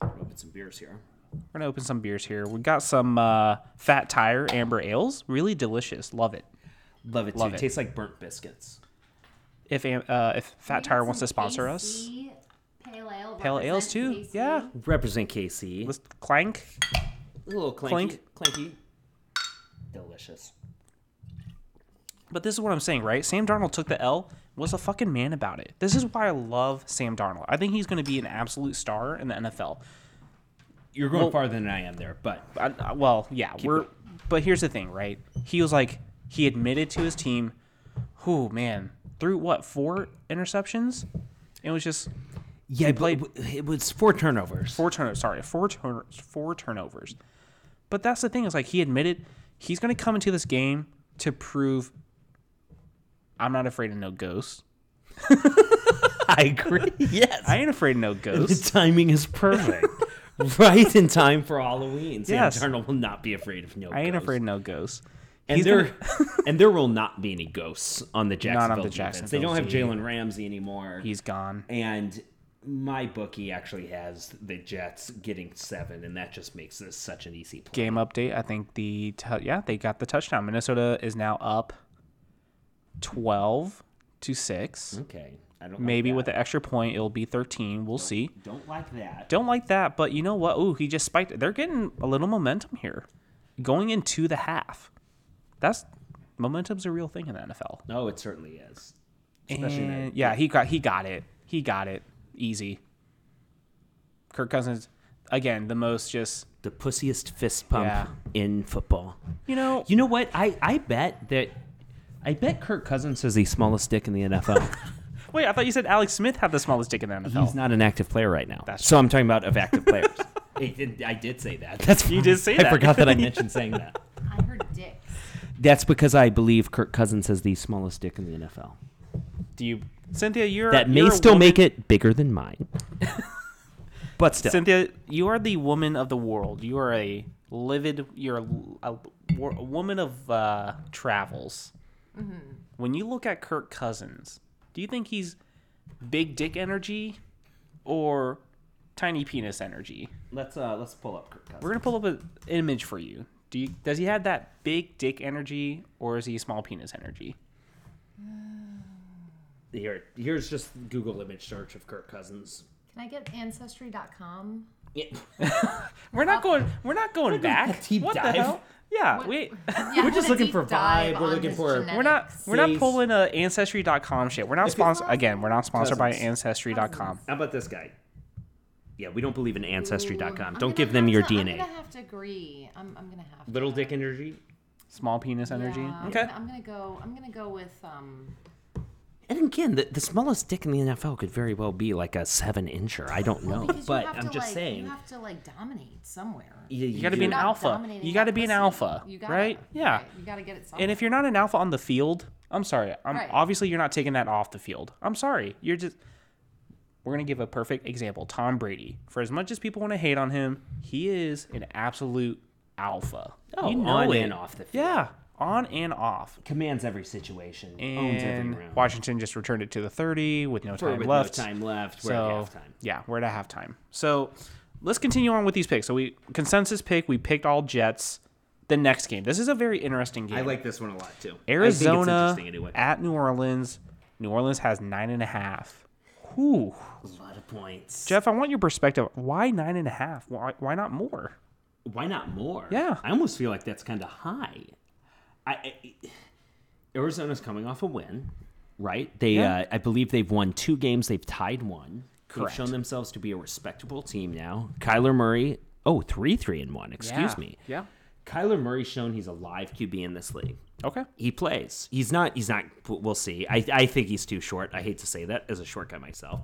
B: Open some beers here.
A: We're gonna open some beers here. We got some uh, Fat Tire Amber Ales. Really delicious. Love it.
B: Love it
A: Love
B: too.
A: it.
B: Tastes like burnt biscuits.
A: If am- uh, if Fat
C: We
A: Tire
C: got
A: wants
C: some
A: to sponsor us,
C: AC Pale ale.
A: Pale Ales
C: represent
A: too.
C: AC.
A: Yeah.
B: Represent KC.
A: Let's clank.
B: a little clanky. Clanky. Delicious.
A: But this is what I'm saying, right? Sam Darnold took the L, was a fucking man about it. This is why I love Sam Darnold. I think he's going to be an absolute star in the NFL.
B: You're going farther than I am there, but
A: I, I- well, yeah, we're. But here's the thing, right? He was like he admitted to his team, "Who man threw what four interceptions?" It was just
B: yeah, but it was four turnovers.
A: four turnovers. Sorry, four turn four turnovers. But that's the thing is like he admitted he's going to come into this game to prove I'm not afraid of no ghosts.
B: I agree. *laughs* yes.
A: I ain't afraid of
B: *laughs*
A: no ghosts.
B: The timing is perfect. *laughs* right in time for Halloween. Sam
A: Yes.
B: Darnold will not be afraid of no
A: I ain't
B: ghosts.
A: afraid of no ghosts.
B: And
A: He's
B: there
A: gonna-
B: *laughs* and there will not be any ghosts on the Jacksonville
A: Not on the
B: defense.
A: Jacksonville
B: they don't have
A: team.
B: Jalen Ramsey anymore.
A: he's gone.
B: and my bookie actually has the Jets getting seven, and that just makes this such an easy play.
A: Game update. I think the t- yeah they got the touchdown. Minnesota is now up twelve to six.
B: Okay, I don't
A: Maybe
B: like
A: with
B: that.
A: the extra point, it'll be thirteen. We'll see.
B: Don't like that.
A: Don't like that, but you know what? Ooh, he just spiked. it. They're getting a little momentum here, going into the half. That's momentum's a real thing in the NFL.
B: No, it certainly is. Especially in that-
A: And, yeah, he got he got it. He got it easy. Kirk Cousins again, the most just
E: The pussiest fist pump
A: Yeah.
E: in football.
A: you know
B: You know what? I I bet that. I bet Kirk Cousins has the smallest dick in the NFL.
A: Wait, I thought you said Alex Smith had the smallest dick in the NFL.
B: He's not an active player right now.
A: That's
B: so I'm talking about of active players. *laughs* I did, I did say that. That's
A: You did say that.
B: I forgot that I *laughs* mentioned saying that.
C: I heard dicks.
B: That's because I believe Kirk Cousins has the smallest dick in the NFL.
A: Do you, Cynthia? You're
B: That may
A: you're a
B: still
A: woman-
B: make it bigger than *laughs* mine. but still.
A: Cynthia, you are the woman of the world. You are a livid. You're a, a wor- a woman of uh, travels. When you look at Kirk Cousins, do you think he's big dick energy or tiny penis energy?
B: let's uh let's pull up Kirk Cousins.
A: We're gonna pull up an image for you. Do you, does he have that big dick energy or is he small penis energy?
B: Here, here's just Google image search of Kirk Cousins.
C: Can I get ancestry.com?
A: We're not going. We're not going back.
B: deep
A: what
B: dive.
A: the hell? Yeah,
C: What-
A: we.
C: Yeah,
B: We're just
C: I wanna
B: looking
C: deep
B: for
C: dive
B: vibe. We're
C: on
B: looking
C: his
B: for- We're
A: We're not
C: genetics.
A: we're not
B: Please.
A: pulling a ancestry.com shit. We're not sponsored again, we're not sponsored by
B: Cousins.
A: ancestry.com.
B: *laughs* How about this guy? Yeah, we don't believe in
C: Ooh,
B: ancestry.com.
C: I'm
B: Don't
C: gonna
B: give them
C: have
B: your
C: to-
B: DNA.
C: I'm gonna have to agree. I'm, I'm gonna have
B: Little
C: to.
B: dick energy.
A: Small penis energy.
C: Yeah,
A: Okay.
C: I'm gonna go. I'm gonna go with um.
E: And again, the, the smallest dick in the NFL could very well be like a seven incher. I don't
A: Oh,
E: know.
C: Because
B: but
C: you have
B: I'm
C: to,
B: just
C: like,
B: saying-
C: You have to like dominate somewhere.
A: You got to be an
C: You're not
A: alpha.
C: dominating
A: You got to
C: that
A: be an
C: pussy.
A: alpha,
C: You gotta-
A: right? Yeah.
C: right, You gotta get it somewhere.
A: And if you're not an alpha on the field, I'm sorry. I'm
C: Right.
A: obviously you're not taking that off the field. I'm sorry. You're just We're going to give a perfect example. Tom Brady. For as much as people want to hate on him, he is an absolute alpha.
B: Oh,
A: you know
B: on
A: it.
B: and off the field.
A: Yeah, on and off.
B: commands every situation, owns every
A: And
B: round.
A: Washington just returned it to the 30 with no
B: For-
A: time
B: with
A: left.
B: no time left. We're
A: so
B: at halftime.
A: yeah, we're at a halftime. So let's continue on with these picks. So we consensus pick. We picked all Jets. the next game. This is a very interesting game.
B: I like this one a lot too. I think it's
A: Arizona
B: interesting anyway.
A: at New Orleans. New Orleans has nine and a half. Whew.
B: A lot of points.
A: Jeff, I want your perspective. Why nine and a half? Why, why not more?
B: Why not more?
A: Yeah.
B: I almost feel like that's kind of high. I, I Arizona's coming off a win, right? They,
A: Yeah.
B: uh, I believe they've won two games. They've tied one.
A: Correct.
B: They've shown themselves to be a respectable team now. Kyler Murray, oh, three, three and one. Excuse
A: Yeah.
B: me.
A: Yeah.
B: Kyler Murray's shown he's a live QB in this league.
A: Okay.
B: He plays. He's not. He's not. We'll see. I, I think he's too short. I hate to say that as a short guy myself.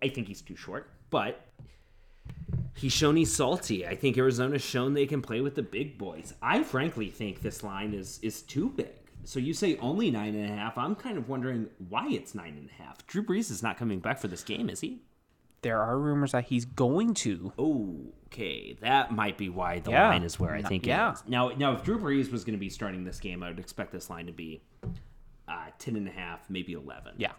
B: I think he's too short, but he's shown he's salty. I think Arizona's shown they can play with the big boys. I frankly think this line is is too big. So you say only nine and a half. I'm kind of wondering why it's nine and a half. Drew Brees is not coming back for this game, is he?
A: There are rumors that he's going to.
B: Okay, that might be why the
A: Yeah.
B: line is where I think
A: yeah.
B: it is. Now, now if Drew Brees was going to be starting this game, I would expect this line to be uh, 10 and a half, maybe 11.
A: Yeah.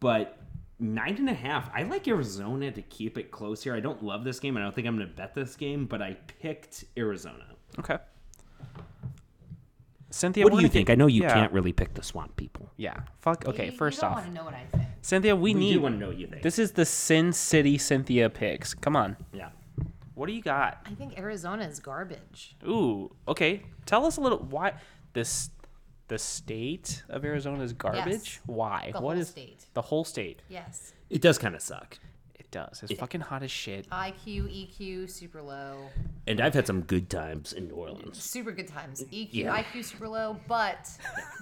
B: But nine and a half, I like Arizona to keep it close here. I don't love this game. and I don't think I'm going to bet this game, but I picked Arizona.
A: Okay. Cynthia,
B: what
A: we're
B: do you
A: gonna
B: think?
A: get-
B: I know you
A: yeah.
B: can't really pick the swamp people.
A: Yeah. Fuck. Okay.
C: You- you
A: first
C: don't
A: off,
C: wanna know what I think.
A: Cynthia, we,
B: We
A: need.
B: do want to know what you think.
A: This is the Sin City Cynthia picks. Come on.
B: yeah.
A: What do you got?
C: I think Arizona is garbage.
A: Ooh. Okay. Tell us a little why this the state of Arizona is garbage.
C: Yes.
A: Why?
C: The
A: What
C: whole
A: is-
C: state.
A: the whole state?
C: Yes.
B: It does kind of suck.
A: It does. It's fucking hot as shit.
C: IQ, EQ, E super low.
B: And I've had some good times in New Orleans.
C: Super good times. E EQ,
B: Yeah.
C: IQ, super low, but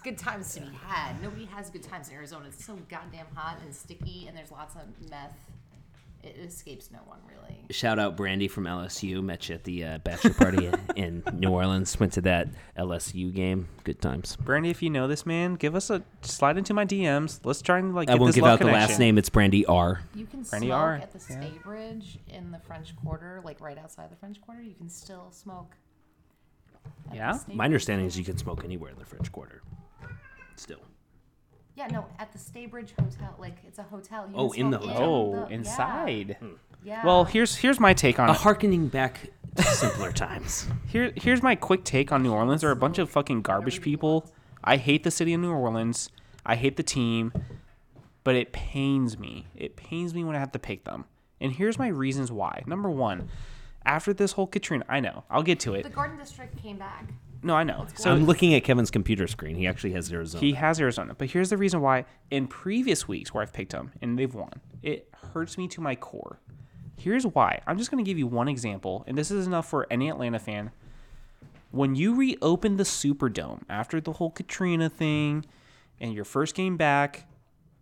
C: good times to be had. Nobody has good times in Arizona. It's so goddamn hot and sticky, and there's lots of meth. It escapes no one, really.
B: Shout out Brandy from LSU. Met you at the uh, bachelor party
A: *laughs*
B: in New Orleans. Went to that LSU game. Good times.
A: Brandy, if you know this man, give us a slide into my DMs. Let's try and like.
B: I
A: get
B: won't
A: this
B: give
A: love
B: out the last
A: connection.
B: name. It's Brandy R.
C: You can
A: Brandy
C: smoke
A: R,
C: at the
A: yeah.
C: State Bridge in the French Quarter, like right outside the French Quarter. You can still smoke. at the
A: Yeah?
C: State-
B: My understanding is you can smoke anywhere in the French Quarter. Still.
C: yeah, no, at the State Bridge Hotel. Like it's a hotel. You
B: Oh,
C: can
B: in the
C: smoke
B: hotel.
A: Oh,
C: the- yeah,
A: inside.
C: Yeah.
A: Well, here's here's my take on
B: A
A: it.
B: hearkening back to simpler times.
A: Here, here's my quick take on New Orleans. They're a bunch of fucking garbage people. I hate the city of New Orleans. I hate the team. But it pains me. It pains me when I have to pick them. And here's my reasons why. Number one, after this whole Katrina, I know. I'll get to it.
C: the Garden District came back.
A: No, I know.
B: So
A: *laughs* So
B: I'm looking at Kevin's computer screen. He actually has Arizona.
A: he has Arizona. But here's the reason why in previous weeks where I've picked them and they've won, it hurts me to my core. Here's why. I'm just going to give you one example, and this is enough for any Atlanta fan. When you reopened the Superdome after the whole Katrina thing and your first game back,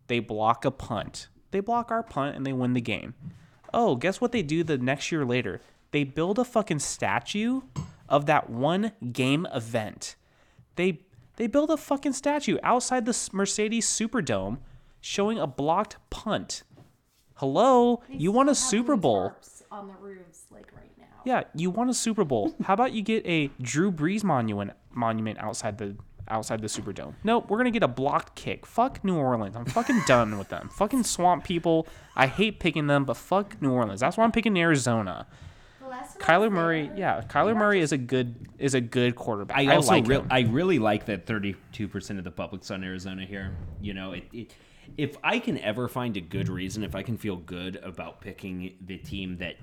A: they block a punt. They block our punt and they win the game. Oh, guess what they do the next year later? They build a fucking statue of that one game event. They they build a fucking statue outside the Mercedes Superdome showing a blocked punt. Hello,
C: They
A: you won a
C: still have
A: Super
C: these
A: Bowl.
C: tarps On the roofs, like right now.
A: Yeah, you won a Super
B: *laughs*
A: Bowl. How about you get a Drew Brees monument monument outside the outside the Superdome? Nope, we're gonna get a blocked kick. Fuck New Orleans. I'm
B: *laughs*
A: fucking done with them. Fucking swamp people. I hate picking them, but fuck New Orleans. That's why I'm picking Arizona.
C: The last time I
A: Kyler
C: was
A: Murray,
C: there-
A: yeah, Kyler Murray is a good is a good quarterback.
B: I also
A: like
B: real-
A: him.
B: I really like that 32% of the public's on Arizona here. You know, it, it if I can ever find a good reason, if I can feel good about picking the team that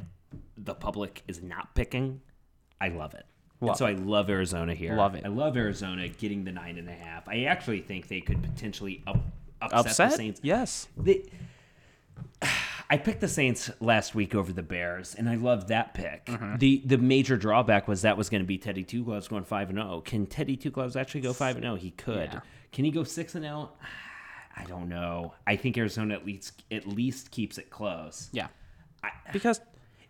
B: the public is not picking, I love it. And
A: Love
B: so I love Arizona here.
A: Love it.
B: I love Arizona getting the nine and a half. I actually think they could potentially up, upset, the
A: upset.
B: Saints.
A: Yes,
B: The, *sighs* I picked the Saints last week over the Bears, and I love that pick.
A: Mm-hmm.
B: the The major drawback was that was going to be Teddy Two Gloves going five and zero. Can Teddy Two Gloves actually go five and zero? He could.
A: Yeah.
B: Can he go six and zero? *sighs* I don't know. I think Arizona at least at least keeps it close.
A: yeah, because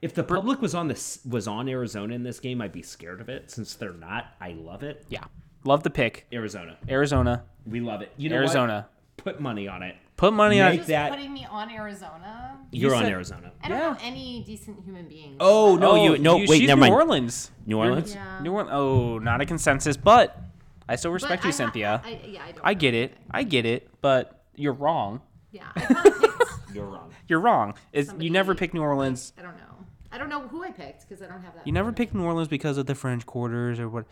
B: If the public was on this was on Arizona in this game, I'd be scared of it. Since they're not, I love it.
A: yeah, love the pick.
B: Arizona,
A: Arizona,
B: we love it. You know what?
A: Arizona.
B: put money on it.
A: Put money on.
B: Make
C: Just
B: that-
C: putting me on Arizona.
B: You're on
A: said-
B: Arizona.
C: I don't
A: Yeah.
C: know any decent human being.
B: Oh no, you no wait,
A: she's
B: never
A: New
B: mind.
A: Orleans.
B: New Orleans.
C: Yeah.
A: New Orleans. Oh, not a consensus, but I still
C: But
A: respect
C: I'm
A: you,
C: not-
A: Cynthia.
C: I,
A: I,
C: yeah, I, don't know
A: get it.
C: anything.
A: I get it, but you're wrong.
C: Yeah, I, kinda picked-
B: You're wrong.
A: You're wrong. Is you
C: Somebody-
A: never pick New Orleans.
C: I don't know. I don't know who I picked because I don't have that.
A: You never pick New Orleans because of the French quarters or what.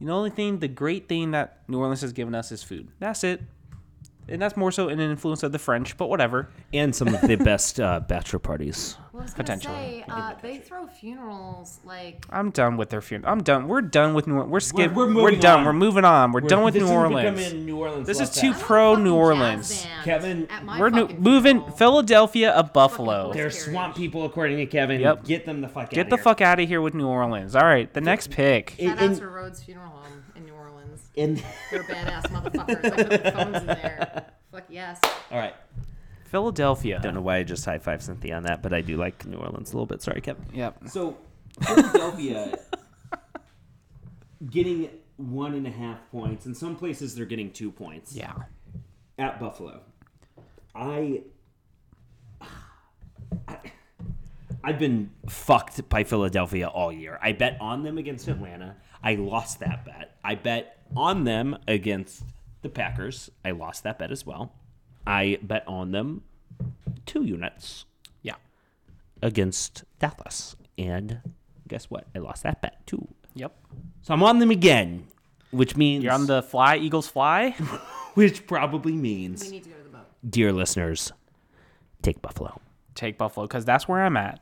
A: The only thing, the great thing that New Orleans has given us is food. That's it. And that's more so an influence of the French, but whatever.
E: and some of the best uh, bachelor parties.
C: Well, I was gonna
A: Potentially.
C: say uh, they throw funerals like
A: I'm done with their funeral. I'm done. We're done with New Orleans. We're skipping.
B: we're
A: We're,
B: moving
A: done.
B: on.
A: We're moving on. We're, done with
B: This
A: New
B: is
A: Orleans.
B: becoming New Orleans
A: This is
B: left
A: too
B: out.
C: I'm a
A: pro
C: fucking
A: New
C: jazz
A: Orleans.
C: band
B: Kevin,
C: at my
A: We're new,
C: fucking
A: moving
C: funeral.
A: Philadelphia of Buffalo.
C: Fucking
B: They're
C: Scary.
B: swamp people, according to Kevin.
A: Yep.
B: Get them the fuck
A: Get
B: out
A: the fuck out of here with New Orleans. All right, the next pick.
C: Shout
B: in-
C: out to Rhodes Funeral Home in New Orleans.
B: In-
C: They're badass motherfuckers. I put the phones
A: *laughs*
C: in there. Fuck yes.
B: All right. Don't
A: Philadelphia.
B: know why I just high five Cynthia on that, but I do like New Orleans a little bit. Sorry, Kevin.
A: Yep.
B: So Philadelphia getting one and a half points, and some places they're getting two points.
A: Yeah.
B: At Buffalo, I, I have been fucked by Philadelphia all year. I bet on them against Atlanta. I lost that bet. I bet on them against the Packers. I lost that bet as well. I bet on them two units
A: Yeah.
B: against Dallas. And guess what? I lost that bet too.
A: Yep.
B: So I'm on them again, which means
A: You're on the fly. Eagles fly. *laughs*
B: which probably
C: We
B: means
C: need to go to the boat.
B: dear listeners, take Buffalo.
A: Take Buffalo because that's where I'm at.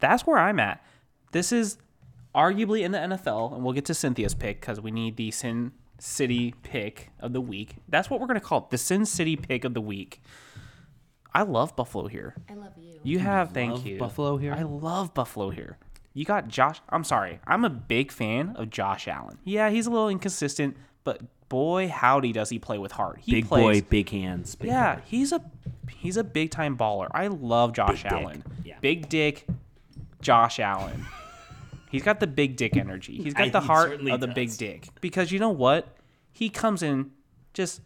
A: That's where I'm at. This is arguably in the NFL, and we'll get to Cynthia's pick because we need the Sin City pick of the week. That's what we're gonna call it, the Sin City pick of the week. I love Buffalo here.
C: I love you.
A: You have, thank you.
B: Buffalo here?
A: I love Buffalo here. You got Josh. I'm sorry. I'm a big fan of Josh Allen. Yeah, he's a little inconsistent, but boy, howdy does he play with heart. He
B: Big
A: plays.
B: boy, big hands. Big
A: Yeah, he's a he's a big time baller. I love Josh
B: Big dick.
A: Allen.
B: Yeah.
A: Big dick, Josh Allen. he's got the big dick energy. He's
B: I-
A: got the
B: he
A: heart
B: certainly
A: of the big
B: does.
A: dick. Because you know what? He comes in, just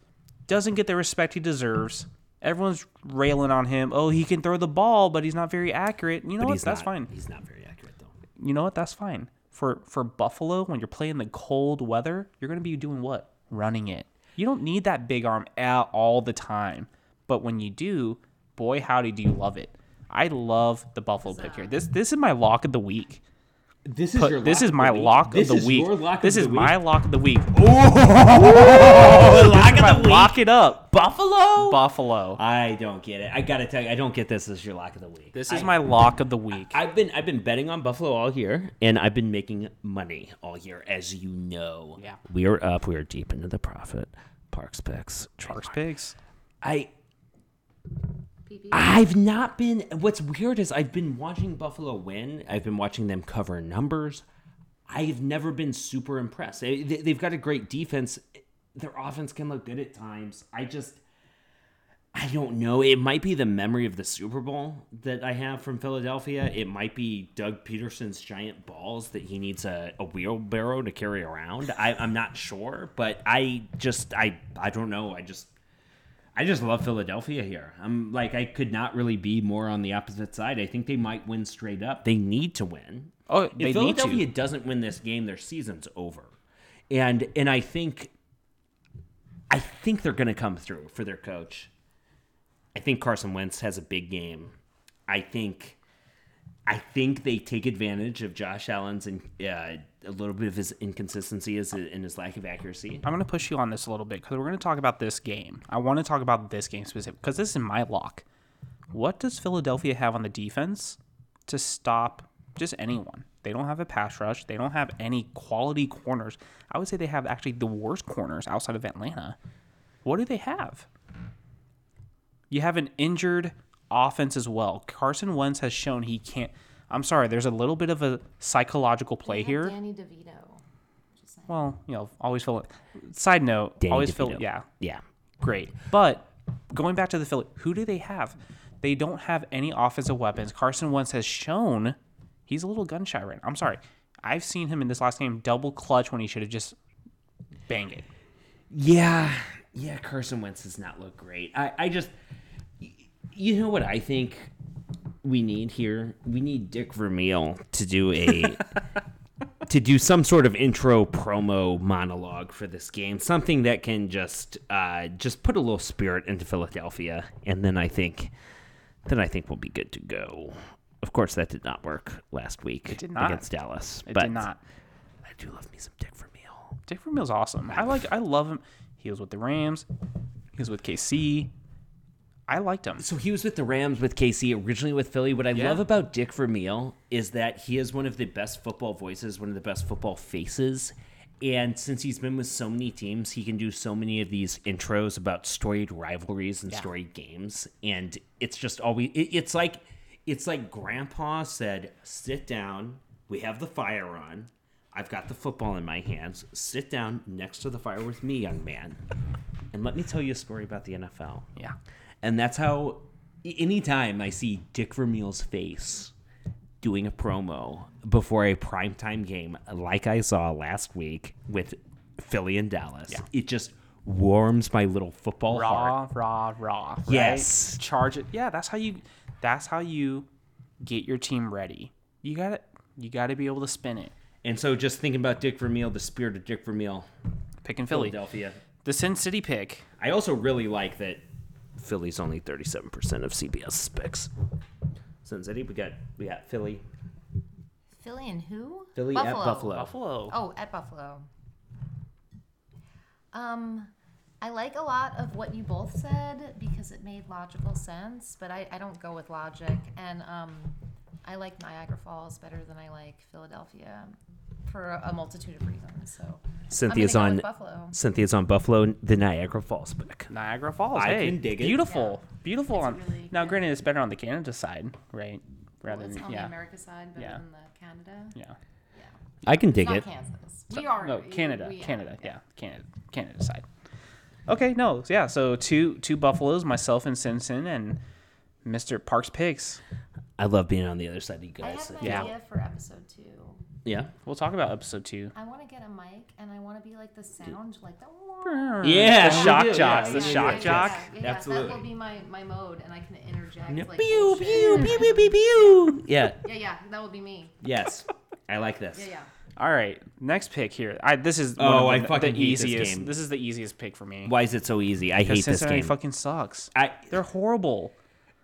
A: doesn't get the respect he deserves. Everyone's railing on him. Oh, he can throw the ball, but he's not very accurate. You know
B: But
A: what?
B: he's
A: That's
B: not-
A: fine.
B: He's not very accurate though.
A: You know what? That's fine. For for Buffalo, when you're playing the cold weather, you're gonna be doing what? Running it. You don't need that big arm out all the time. But when you do, boy howdy do you love it. I love the Buffalo pick here. This this is my lock of the week.
B: This is
A: Put- this is my lock of the week. This is my lock of the week.
B: oh,
A: This is my Lock it up.
B: Buffalo.
A: Buffalo.
B: I don't get it. I gotta tell you, I don't get this as your lock of the week.
A: This is
B: I-
A: my lock of the week.
B: I've been I've been betting on Buffalo all year, and I've been making money all year, as you know.
A: Yeah.
B: we are up. We are deep into the profit. Parks picks.
A: First picks.
B: I
C: PP.
B: I've not been. What's weird is I've been watching Buffalo win. I've been watching them cover numbers. I've never been super impressed. They, they- they've got a great defense. Their offense can look good at times. I just, I don't know. It might be the memory of the Super Bowl that I have from Philadelphia. It might be Doug Peterson's giant balls that he needs a, a wheelbarrow to carry around. I, I'm not sure, but I just, I, I don't know. I just I just love Philadelphia here. I'm like I could not really be more on the opposite side. I think they might win straight up. They need to win.
A: Oh,
B: If
A: they need
B: Philadelphia
A: to.
B: doesn't win this game, their season's over. And and I think I think they're going to come through for their coach. I think Carson Wentz has a big game. I think I think they take advantage of Josh Allen's and uh, a little bit of his inconsistencies and his lack of accuracy.
A: I'm going to push you on this a little bit because we're going to talk about this game. I want to talk about this game specific because this is my lock. What does Philadelphia have on the defense to stop just anyone? They don't have a pass rush. They don't have any quality corners. I would say they have actually the worst corners outside of Atlanta. What do they have? You have an injured offense as well. Carson Wentz has shown he can't. I'm sorry, there's a little bit of a psychological play
C: They have
A: here.
C: Danny DeVito. Just saying.
A: Well, you know, always fill it. Side note,
B: Danny
A: always
B: DeVito.
A: fill. Yeah,
B: Yeah.
A: great. But going back to the Philly, who do they have? They don't have any offensive weapons. Carson Wentz has shown he's a little gun shy right now. I'm sorry, I've seen him in this last game double clutch when he should have just banged it.
B: Yeah, yeah, Carson Wentz does not look great. I, I just, y- you know what I think we need here? We need Dick Vermeil to
A: *laughs*
B: do a, to do some sort of intro promo monologue for this game, something that can just, uh, just put a little spirit into Philadelphia, and then I think, then I think we'll be good to go. Of course, that did not work last week
A: did not.
B: against Dallas,
A: It
B: but
A: did not.
B: I do love me some Dick Vermeil.
A: Dick Vermeil's awesome. I like. I love him. He was with the Rams. He was with KC. I liked him.
B: So he was with the Rams with KC, originally with Philly. What I love about Dick Vermeil is that he is one of the best football voices, one of the best football faces. And since he's been with so many teams, he can do so many of these intros about storied rivalries and storied games. And it's just always it, it's like it's like grandpa said, sit down, we have the fire on. I've got the football in my hands. Sit down next to the fire with me, young man. And let me tell you a story about the NFL.
A: Yeah.
B: And that's how a- anytime I see Dick Vermeil's face doing a promo before a primetime game like I saw last week with Philly and Dallas, it just warms my little football heart.
A: Raw, raw, raw. right?
B: Yes.
A: Charge it. Yeah, that's how you. That's how you get your team ready. You got to You got to be able to spin it.
B: And so just thinking about Dick Vermeil, the spirit of Dick Vermeil,
A: Picking Philly,
B: Philadelphia.
A: the Sin City pick.
B: I also really like that Philly's only 37% of CBS picks. Sin City, we got we got Philly.
C: Philly and who?
B: Philly at Buffalo.
A: Buffalo.
C: Oh, at Buffalo. Um, I like a lot of what you both said because it made logical sense, but I, I don't go with logic. And um, I like Niagara Falls better than I like Philadelphia for a multitude of reasons. So
B: Cynthia's
C: I'm gonna go
B: on
C: with Buffalo.
B: Cynthia's on Buffalo, the Niagara Falls pick.
A: Niagara Falls.
B: I
A: hey,
B: can dig it.
A: Beautiful, beautiful.
C: It's
A: on
C: really
A: now,
C: good.
A: granted, it's better on the Canada side, right? Rather
C: Well, it's
A: than
C: on
A: yeah,
C: the America side better
A: Yeah.
C: than the Canada.
A: yeah.
C: Yeah.
E: I can
C: It's
E: dig
C: not
E: it.
C: Kansas. We are
A: No,
C: we-
A: Canada,
C: we are.
A: Canada, yeah. Canada, Canada side. Okay, no, yeah. So two two Buffaloes, myself and Simpson and Mister Parks Picks.
E: I love being on the other side of you
C: I
E: guys.
C: have an
A: Yeah.
C: idea for episode two.
B: Yeah.
A: We'll talk about episode two.
C: I want to get a mic and I want to be like the sound, like the.
B: Yeah,
A: the
B: we
A: shock
B: do, yeah,
A: jocks,
B: we
A: the
B: do,
A: shock
B: yeah.
A: jock.
C: Yeah, yeah, That
B: Absolutely.
C: will be my, my mode, and I can interject.
B: Yeah.
C: Like,
B: Pew,
C: bullshit.
B: pew, pew, pew, pew, pew. Yeah.
C: Yeah, yeah, that will be me.
B: Yes. I like this.
C: Yeah, yeah.
A: All right, next pick here. I this is
B: Oh,
A: one
B: I
A: of the,
B: fucking
A: the
B: hate this
A: easiest.
B: game.
A: is the easiest pick for me.
B: Why is it so easy? I hate
A: Because
B: this
A: Cincinnati
B: game.
A: fucking sucks.
B: I
A: They're horrible.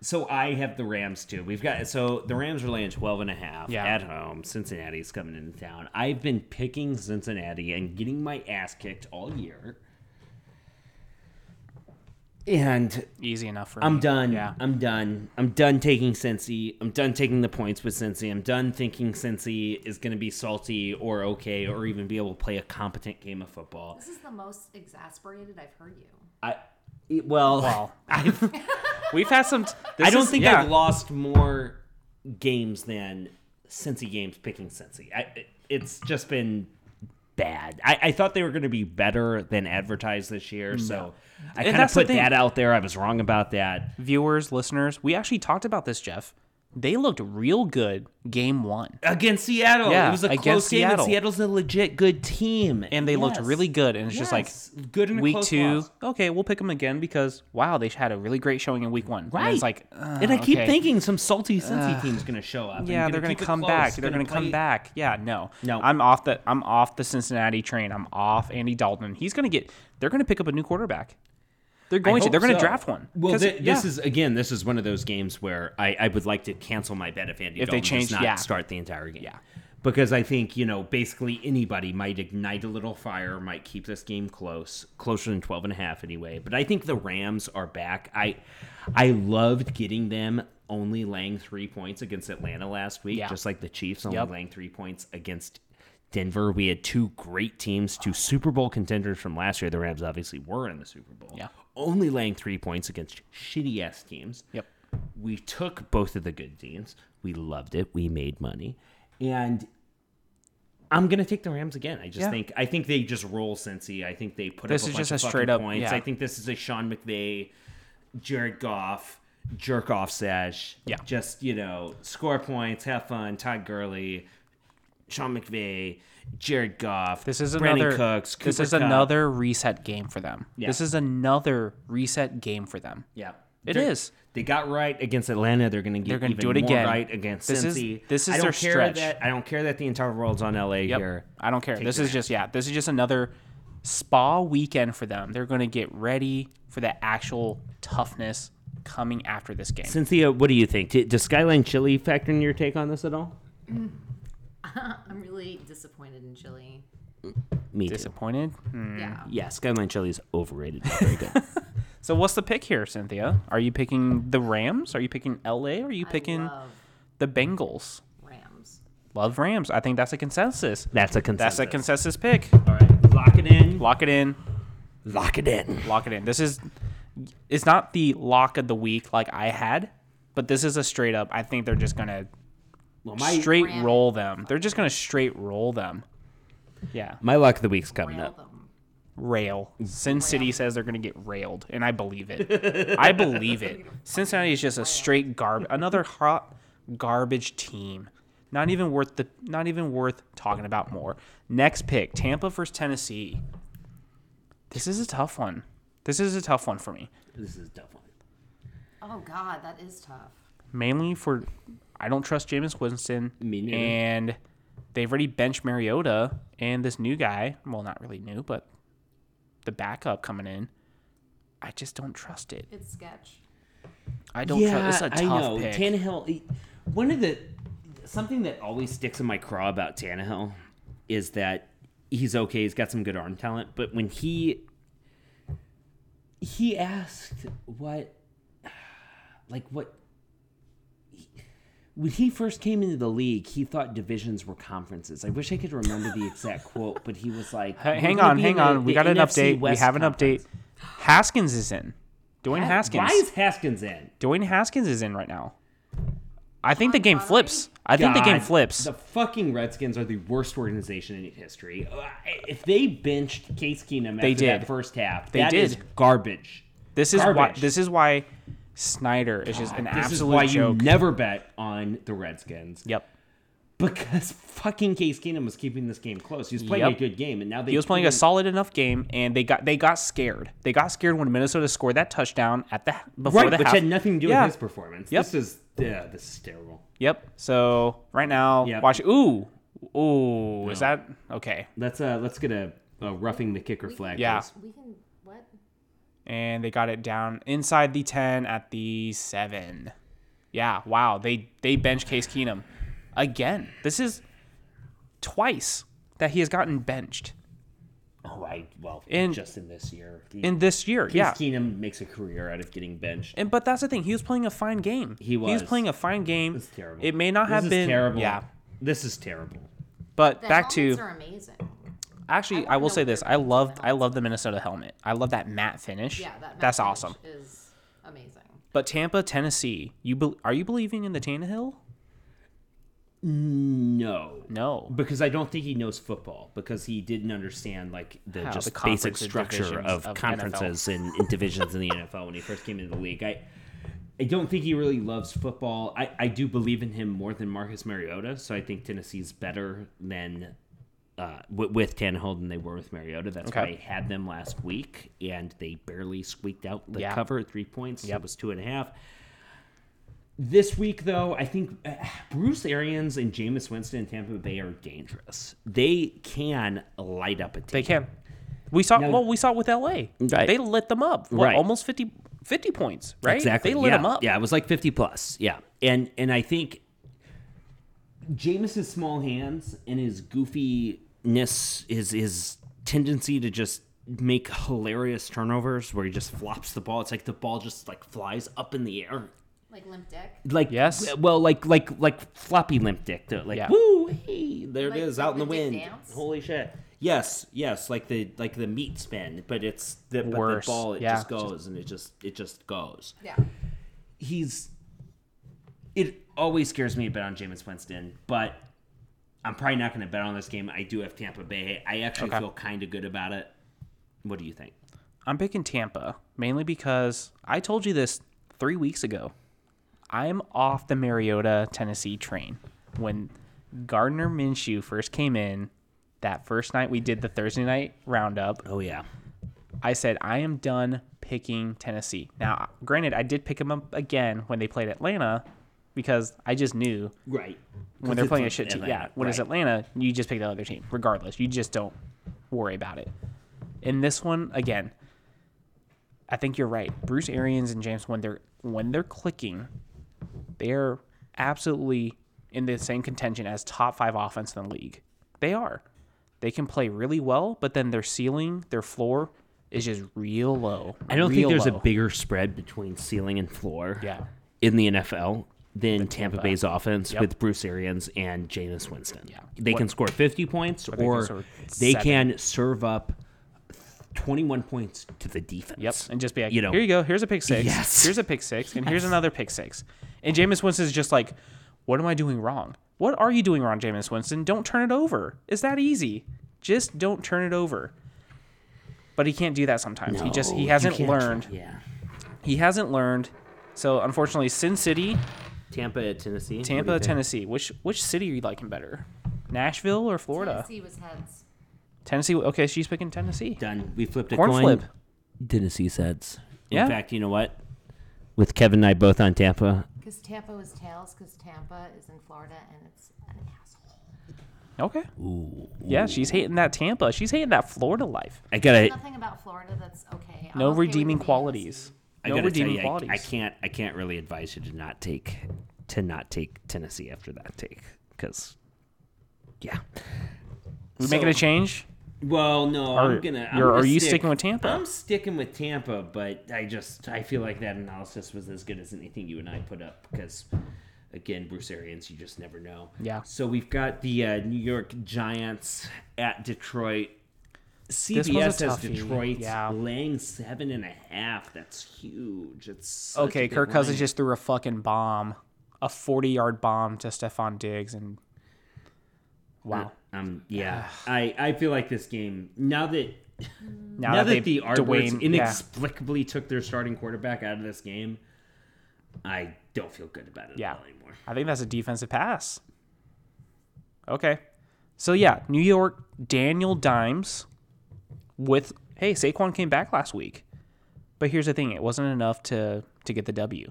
B: so I have the Rams too. We've got so the Rams are laying 12 and a half
A: Yeah.
B: at home. Cincinnati's coming into town. I've been picking Cincinnati and getting my ass kicked all year. And
A: Easy enough for me.
B: I'm done.
A: Yeah.
B: I'm done. I'm done taking Cincy. I'm done taking the points with Cincy. I'm done thinking Cincy is going to be salty or okay or even be able to play a competent game of football.
C: This is the most exasperated I've heard you.
B: I it- well,
A: Well,
B: I've,
A: We've had some.
B: *laughs* I don't
A: is-
B: think
A: yeah.
B: I've lost more games than Cincy games picking Cincy. I, it- it's just been bad. I, I thought they were going to be better than advertised this year, so I
A: Mm, And
B: kind of
A: that's the
B: put
A: thing.
B: that out there. I was wrong about that.
A: viewers, listeners, we actually talked about this, Jeff. They looked real good game one,
B: against Seattle.
A: Yeah,
B: it was a
A: against
B: close game,
A: Seattle.
B: and Seatle's a legit good team,
A: and they looked
B: Yes.
A: really good. And it's just
B: Yes.
A: like
B: good in a
A: week
B: close
A: two,
B: loss.
A: okay, we'll pick them again because wow, they had a really great showing in week one. And
B: Right.
A: it's like, uh,
B: and I keep
A: okay. Uh,
B: thinking some salty Cincy team's going to show up. and
A: Yeah, they're gonna
B: keep it
A: come
B: close,
A: back. They're gonna, come
B: play-
A: back. Yeah, no,
B: No.
A: I'm off the. I'm off the Cincinnati train. I'm off Andy Dalton. He's gonna get. They're gonna pick up a new quarterback. They're
B: I
A: going to.
B: hope
A: They're gonna
B: so.
A: draft one.
B: Well,
A: 'Cause-
B: thi-
A: yeah.
B: this is again. This is one of those games where I, I would like to cancel my bet if Andy
A: If they
B: Dalton
A: change-
B: does not
A: yeah.
B: start the entire game.
A: Yeah.
B: Because I think you know, basically anybody might ignite a little fire, might keep this game close, closer than 12 and a half anyway. But I think the Rams are back. I, I loved getting them only laying three points against Atlanta last week,
A: Yeah.
B: just like the Chiefs only
A: Yep.
B: laying three points against Denver. We had two great teams, two Super Bowl contenders from last year. The Rams obviously were in the Super Bowl.
A: Yeah.
B: Only laying three points against shitty ass teams.
A: Yep.
B: We took both of the good teams. We loved it. We made money. And I'm gonna take the Rams again. I just
A: Yeah.
B: think I think they just roll Cincy. I think they put
A: This
B: up a
A: is
B: bunch
A: just
B: of
A: a
B: fucking
A: straight up-
B: points.
A: yeah.
B: I think this is a Sean McVay, Jared Goff, jerk off sesh.
A: Yeah.
B: Just, you know, score points, have fun, Todd Gurley, Sean McVay, Jared Goff,
A: This is
B: Brandon
A: another.
B: Cooks,
A: this
B: Cooper
A: is
B: Kupp.
A: another reset game for them.
B: Yeah.
A: This is another reset game for them.
B: Yeah.
A: It
B: It is.
A: is.
B: They got right against Atlanta. They're going to get
A: They're gonna
B: even
A: do it
B: more
A: again.
B: right against
A: This is-
B: Cincy.
A: this is
B: I don't
A: their
B: care
A: stretch.
B: That, I don't care that the entire world's on LA
A: Yep.
B: here.
A: I don't care. this
B: the
A: is just yeah. This is just another spa weekend for them. They're gonna get ready for the actual toughness coming after this game.
B: Cynthia, uh, what do you think? D- Does Skyline Chili factor in your take on this at all?
C: I'm really disappointed in Chile.
B: Me too.
A: Disappointed. Hmm.
C: Yeah.
B: Yeah, Skyline Chili is overrated. but
A: *laughs*
B: Very good.
A: So what's the pick here, Cynthia? Are you picking the Rams? Are you picking LA? Are you picking
C: I love
A: the Bengals?
C: Rams.
A: Love Rams. I think that's a consensus.
E: That's a
A: That's
E: consensus.
A: a consensus pick.
B: All right, lock it in.
A: Lock it in.
B: Lock it in.
A: Lock it in. This is it's not the lock of the week like I had, but this is a straight up. I think they're just gonna
B: Well, my
A: straight
C: Ram-
A: roll them. They're just gonna straight roll them. Yeah.
B: my lock of the week's coming
C: Rail
B: up.
C: them.
A: Rail. Sin City says they're gonna get railed, and I believe it. I believe it. Cincinnati is just a straight garbage, another hot garbage team. Not even worth the. Not even worth talking about more. Next pick: Tampa versus Tennessee. This is a tough one. This is a tough one for me,
B: This is a tough one.
C: Oh God, that is tough.
A: mainly for I don't trust Jameis Winston,
B: Me neither.
A: and they've already benched Mariota and this new guy. Well, not really new, but the backup coming in. I just don't trust it.
C: It's sketch.
A: I don't
B: yeah,
A: trust. It's a
B: I
A: tough
B: know.
A: pick.
B: Tannehill. he- One of the something that always sticks in my craw about Tannehill is that he's okay. He's got some good arm talent, but when he he asked what, like what. When he first came into the league, he thought divisions were conferences. I wish I could remember
A: *laughs*
B: the exact quote, but he was like,
A: H-
B: "We're
A: Uh, hang
B: gonna
A: on,
B: be
A: hang
B: in the-
A: on. We
B: the
A: got an
B: NFC
A: update.
B: West
A: we have an
B: conference."
A: update. Haskins is in. Dwayne Haskins.
B: Why is Haskins in?
A: Dwayne Haskins is in right now. I think the game flips. I think the game
B: God,
A: flips.
B: The fucking Redskins are the worst organization in history. Uh, If they benched Case Keenum
A: They
B: after that
A: did.
B: first half,
A: They
B: that is
A: did.
B: garbage.
A: this is why.
B: garbage.
A: This is why Snyder is just an
B: this
A: absolute
B: is why
A: joke.
B: you never bet on the Redskins
A: yep.
B: because fucking Case Keenum was keeping this game close. He was playing
A: Yep.
B: a good game, and now they
A: He was playing a solid enough game, and they got they got scared. They got scared when Minnesota scored that touchdown at the before
B: right,
A: the
B: which
A: half.
B: had nothing to do
A: Yeah.
B: with his performance.
A: Yep.
B: This is yeah, this is terrible.
A: Yep. So right now,
B: Yep.
A: watch. Ooh, ooh. Is that okay?
B: Let's uh, let's get a, a roughing the kicker flag.
A: Yeah.
B: please.
C: We can what?
A: and they got it down inside the 10 at the 7. Yeah, wow. They they bench Case Keenum again. This is twice that he has gotten benched
B: Oh, I well,
A: And-
B: just in this year,
A: in this year.
B: Case
A: yeah.
B: Keenum makes a career out of getting benched.
A: And but that's the thing. He was playing a fine game.
B: He
A: He was
B: was.
A: playing a fine game.
B: It's terrible.
A: It may not
B: This
A: have
B: is
A: been
B: terrible.
A: Yeah.
B: This is terrible.
A: But
C: The
A: back to
C: helmets are amazing.
A: actually,
C: I
A: I will
C: wanna
A: say
C: know
A: this.
C: what
A: I
C: they're doing with
A: loved
C: the
A: I love the Minnesota helmet. I love that matte finish.
C: Yeah, that.
A: That's
C: match
A: awesome.
C: Is amazing.
A: But Tampa, Tennessee, you bel are you believing in the Tannehill?
B: No.
A: No.
B: Because I don't think he knows football because he didn't understand like the
A: How
B: just
A: the
B: basic
A: conference and
B: structure
A: divisions
B: of,
A: of
B: conferences and, and divisions in the NFL when he first came into the league. I I don't think he really loves football. I, I do believe in him more than Marcus Mariota, so I think Tennessee's better than uh, with, with Tannehill than they were with Mariota. That's why
A: Okay.
B: I had them last week, and they barely squeaked out the
A: Yeah.
B: cover at three points.
A: Yep.
B: It was two and a half. This week, though, I think uh, Bruce Arians and Jameis Winston in Tampa Bay are dangerous. They can light up a team.
A: They can. We saw well, we saw it with LA. They lit them up. What,
B: Right.
A: Almost 50, 50 points, right?
B: Exactly.
A: They lit
B: yeah.
A: them up.
B: Yeah, it was like 50 plus. Yeah. And and I think Jameis's small hands and his goofiness, his his tendency to just make hilarious turnovers where he just flops the ball. It's like the ball just like flies up in the air.
C: Like limp dick.
A: Mm.
B: Like
A: Yes.
B: well, like like like floppy limp dick. though. Like
A: Yeah.
B: woo, hey, there
C: Like-
B: it is,
C: like
B: out in the
C: the dick
B: wind.
C: dance?
B: Holy shit! Yes, yes, like the like the meat spin, but it's the, but the
A: Worse.
B: ball. It
A: Yeah.
B: just goes and it just it just goes
C: Yeah.
B: he's it always scares me a bit on Jameis Winston, but I'm probably not going to bet on this game. I do have Tampa Bay. I actually
A: Okay.
B: feel kind of good about it. What do you think?
A: I'm picking Tampa mainly because I told you this three weeks ago. I'm off the Mariota Tennessee train. When Gardner Minshew first came in, that first night we did the Thursday night roundup,
B: Oh yeah,
A: I said, I am done picking Tennessee. Now, granted, I did pick them up again when they played Atlanta because I just knew
B: right.
A: when they're playing a shit team. Yeah, when
B: What
A: it's
B: is
A: Atlanta, you just pick the other team, regardless. You just don't worry about it. In this one, again, I think you're right. Bruce Arians and James, when they're when they're clicking, they're absolutely in the same contention as top five offense in the league. They are. They- They can play really well, but then their ceiling, their floor is just real low.
B: I don't
A: real
B: think there's
A: low.
B: a bigger spread between ceiling and floor
A: Yeah.
B: in the NFL than Tampa, Bay's offense
A: Yep.
B: with Bruce Arians and Jameis Winston.
A: Yeah.
B: They
A: What-
B: can score 50 points
A: they can
B: or
A: score
B: they
A: seven.
B: can serve up 21 points to the defense.
A: Yep, and just be like,
B: you know,
A: here you go. Here's a pick six.
B: Yes.
A: Here's a pick six, and here's another pick six. And Jameis Winston's just like, what am I doing wrong? What are you doing wrong, Jameis Winston? Don't turn it over. It's that easy. Just don't turn it over. But he can't do that sometimes. he just
B: No,
A: he
B: you
A: hasn't
B: can't try-
A: learned.
B: Yeah.
A: He hasn't learned. So unfortunately, Sin City,
B: Tampa at Tennessee. What do you
A: Tampa,
B: think?
A: Tennessee. Which which city are you liking better? Nashville or Florida?
C: Tennessee was heads.
A: Tennessee. Okay, she's picking Tennessee.
B: Done. We flipped a
A: Corn
B: coin.
A: flip.
B: Tennessee heads.
A: Yeah.
B: In fact, you know what? With Kevin and I both on Tampa,
C: Because Tampa was tails, because Tampa is in Florida and it's an asshole.
A: Okay. Yeah, she's hating that Tampa. She's hating that Florida life.
B: I gotta
C: Nothing about Florida that's okay. I'm
A: No
C: okay with
A: redeeming
C: the AFC.
A: qualities.
B: I
A: No
B: gotta tell
A: redeeming
B: you, I-
A: qualities.
B: I, can't. I can't really advise you to not take to not take Tennessee after that take because, yeah.
A: We making a change?
B: Well, no,
A: Are-
B: I'm gonna. I'm
A: you're-
B: gonna
A: are you
B: stick-
A: sticking with Tampa?
B: I'm sticking with Tampa, but I just I feel like that analysis was as good as anything you and I put up because, again, Bruce Arians, you just never know.
A: Yeah.
B: So we've got the uh, New York Giants at Detroit.
A: was a
B: CBS has
A: toughie.
B: Detroit
A: Yeah.
B: laying seven and a half. That's huge. It's such a
A: Okay,
B: big
A: Kirk Cousins
B: line.
A: just threw a fucking bomb, a 40 yard bomb to Stefan Diggs, and wow.
B: Um, yeah, I, I feel like this game now that
A: Now,
B: now, that,
A: they've-
B: the Arbords
A: Dwayne- yeah.
B: inexplicably took their starting quarterback out of this game, I don't feel good about it
A: Yeah.
B: at all anymore.
A: I think that's a defensive pass. Okay. So yeah, New York Daniel Dimes with hey, Saquon came back last week. But here's the thing, it wasn't enough to to get the W.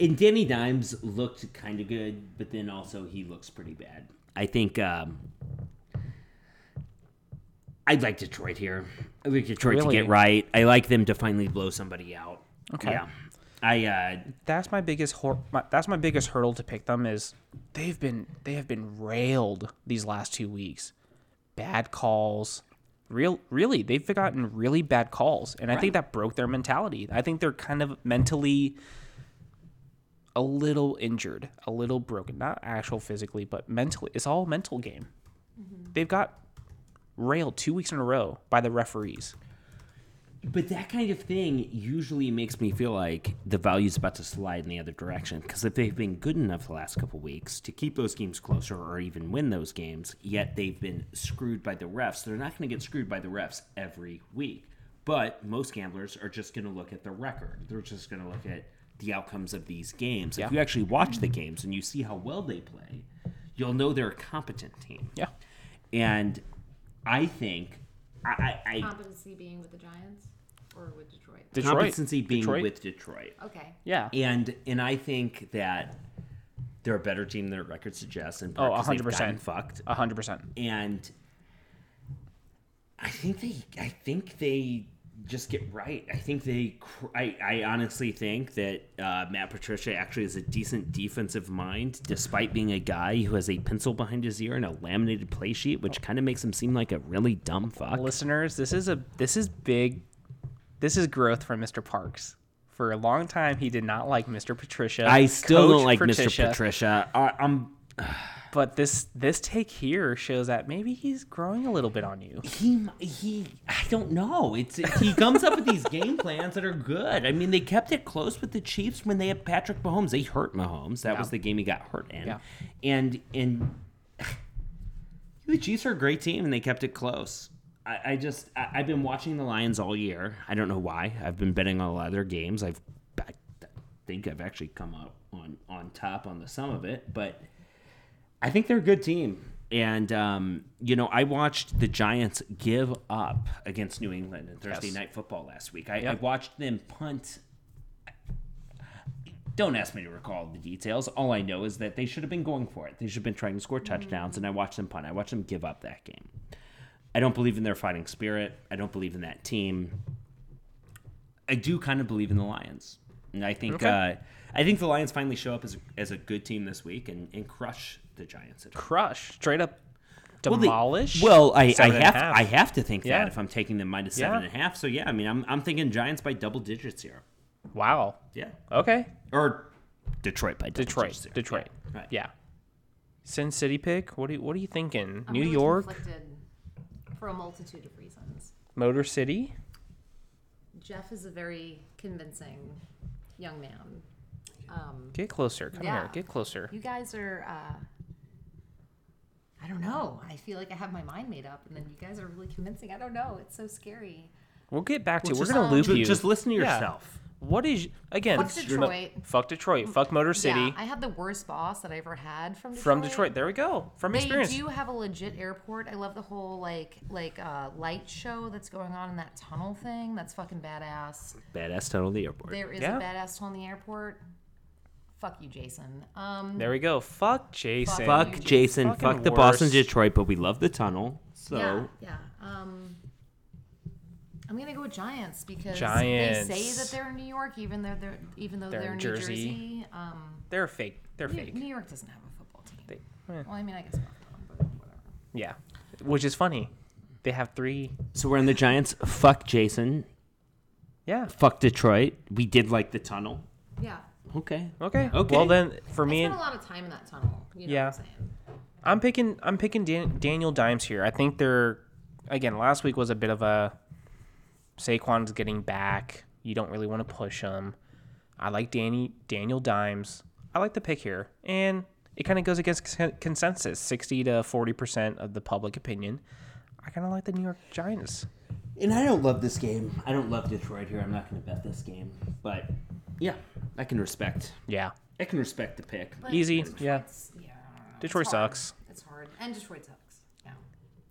B: And Danny Dimes looked kind of good, but then also he looks pretty bad. I think um, I'd like Detroit here. I like Detroit to
A: Really?
B: get right. I like them to finally blow somebody out.
A: Okay.
B: Yeah. I uh,
A: that's my biggest hor- my, that's my biggest hurdle to pick them is they've been they have been railed these last two weeks. Bad calls. Real really, they've gotten really bad calls. And I think that broke their mentality. I think they're kind of mentally a little injured, a little broken. Not actual physically, but mentally. It's all mental game. They've got railed two weeks in a row by the referees.
B: But that kind of thing usually makes me feel like the value's about to slide in the other direction because if they've been good enough the last couple weeks to keep those games closer or even win those games, yet they've been screwed by the refs, they're not going to get screwed by the refs every week. But most gamblers are just going to look at the record. They're just going to look at the outcomes of these games. If you actually watch the games and you see how well they play, you'll know they're a competent team.
A: Yeah.
B: And I think I, I,
C: Um,
B: I
C: Competency being with the Giants or with Detroit.
A: Detroit.
B: competency being
A: Detroit.
B: with Detroit.
C: Okay.
A: Yeah.
B: And and I think that they're a better team than their record suggests. And
A: Oh, 100%.
B: fucked.
A: A hundred percent.
B: And I think they, I think they just get right. I think they, cr- I, I honestly think that uh, Matt Patricia actually is a decent defensive mind, despite being a guy who has a pencil behind his ear and a laminated play sheet, which
A: Oh.
B: kind of makes him seem like a really dumb fuck.
A: Uh, listeners, this is a this is big. This is growth from Mr. Parks. For a long time, he did not like Mr. Patricia.
B: I still
A: Coach
B: don't like Mr. Patricia. I, I'm
A: But this this take here shows that maybe he's growing a little bit on you.
B: he he i don't know it's he comes up with these game plans that are good i mean they kept it close with the chiefs when they had patrick mahomes they hurt mahomes that was the game he got hurt in
A: Yeah.
B: and and *sighs* the chiefs are a great team and they kept it close i, I just I, i've been watching the lions all year i don't know why i've been betting on a lot of their games i've i think i've actually come out on on top on the sum of it but I think they're a good team. And um, you know, I watched the Giants give up against New England in Thursday
A: Yes.
B: night football last week. I, I
A: Yep.
B: watched them punt. Don't ask me to recall the details. All I know is that they should have been going for it. They should have been trying to score touchdowns, and I watched them punt. I watched them give up that game. I don't believe in their fighting spirit. I don't believe in that team. I do kind of believe in the Lions, and I think
A: Okay.
B: uh, I think the Lions finally show up as a, as a good team this week and, and crush the Giants. At home.
A: Crush straight up,
B: they-
A: demolished.
B: Well, I, I
A: Seven and a
B: have
A: half.
B: I have to think
A: Yeah.
B: that if I'm taking them minus
A: Yeah.
B: seven and a half. So yeah, I mean I'm I'm thinking Giants by double digits here.
A: wow.
B: Yeah.
A: Okay.
B: Or Detroit by double
A: Detroit.
B: digits here.
A: Detroit.
B: Yeah. Right.
A: Yeah. Sin City pick. What do you, What are you thinking?
C: I'm
A: New
C: really
A: York,
C: conflicted for a multitude of reasons.
A: Motor City.
C: Jeff is a very convincing young man. Um,
A: Get closer. Come
C: Yeah.
A: here. Get closer.
C: you guys are, uh, I don't know. I feel like I have my mind made up, and then you guys are really convincing. I don't know. It's so scary.
A: We'll get back to. it.
B: Well,
A: We're
B: just-
A: gonna loop
B: ju-
A: you.
B: Just listen to
A: Yeah.
B: yourself.
A: What is again?
C: Fuck Detroit. Mm,
A: Fuck Detroit. Fuck Motor City.
C: Yeah, I had the worst boss that I ever had from Detroit.
A: from Detroit. There we go. From
C: They
A: experience.
C: do have a legit airport. I love the whole like like uh, light show that's going on in that tunnel thing. That's fucking badass.
E: Badass tunnel the airport.
C: There is
A: Yeah.
C: a badass tunnel in the airport. Fuck you, Jason. Um,
A: There we go. Fuck Jason.
E: Fuck Jason.
A: Fucking
E: Fuck the Boston
A: worse.
E: Detroit, but we love the tunnel. So
C: Yeah, yeah. Um, I'm gonna go with Giants because
A: Giants.
C: they say that they're in New York, even though they're even though
A: They're
C: they're,
A: in
C: in New
A: Jersey.
C: Jersey. Um,
A: They're fake. They're
C: New,
A: fake.
C: New York doesn't have a football team.
A: They- eh.
C: well, I mean, I guess Buffalo, but whatever.
A: Yeah. Which is funny. They have three.
E: so we're in the Giants. Fuck Jason.
A: Yeah.
E: Fuck Detroit.
B: We did like the tunnel.
C: Yeah,
E: Okay.
A: Okay.
E: Okay.
A: Well then, for
C: I
A: me,
C: spent a lot of time in that tunnel. You know
A: Yeah.
C: what I'm saying?
A: I'm picking. I'm picking Dan- Daniel Dimes here. I think they're. Again, last week was a bit of a. Saquon's getting back. You don't really want to push him. I like Danny Daniel Dimes. I like the pick here, and it kind of goes against cons- consensus, sixty to forty percent of the public opinion. I kind of like the New York Giants.
B: And I don't love this game. I don't love Detroit here. I'm not going to bet this game. But yeah, I can respect.
A: Yeah,
B: I can respect the pick.
C: But
A: Easy,
C: Detroit's-
A: yeah.
C: yeah. I don't know. It's
A: Detroit
C: hard.
A: sucks.
C: It's hard, and Detroit sucks. Yeah.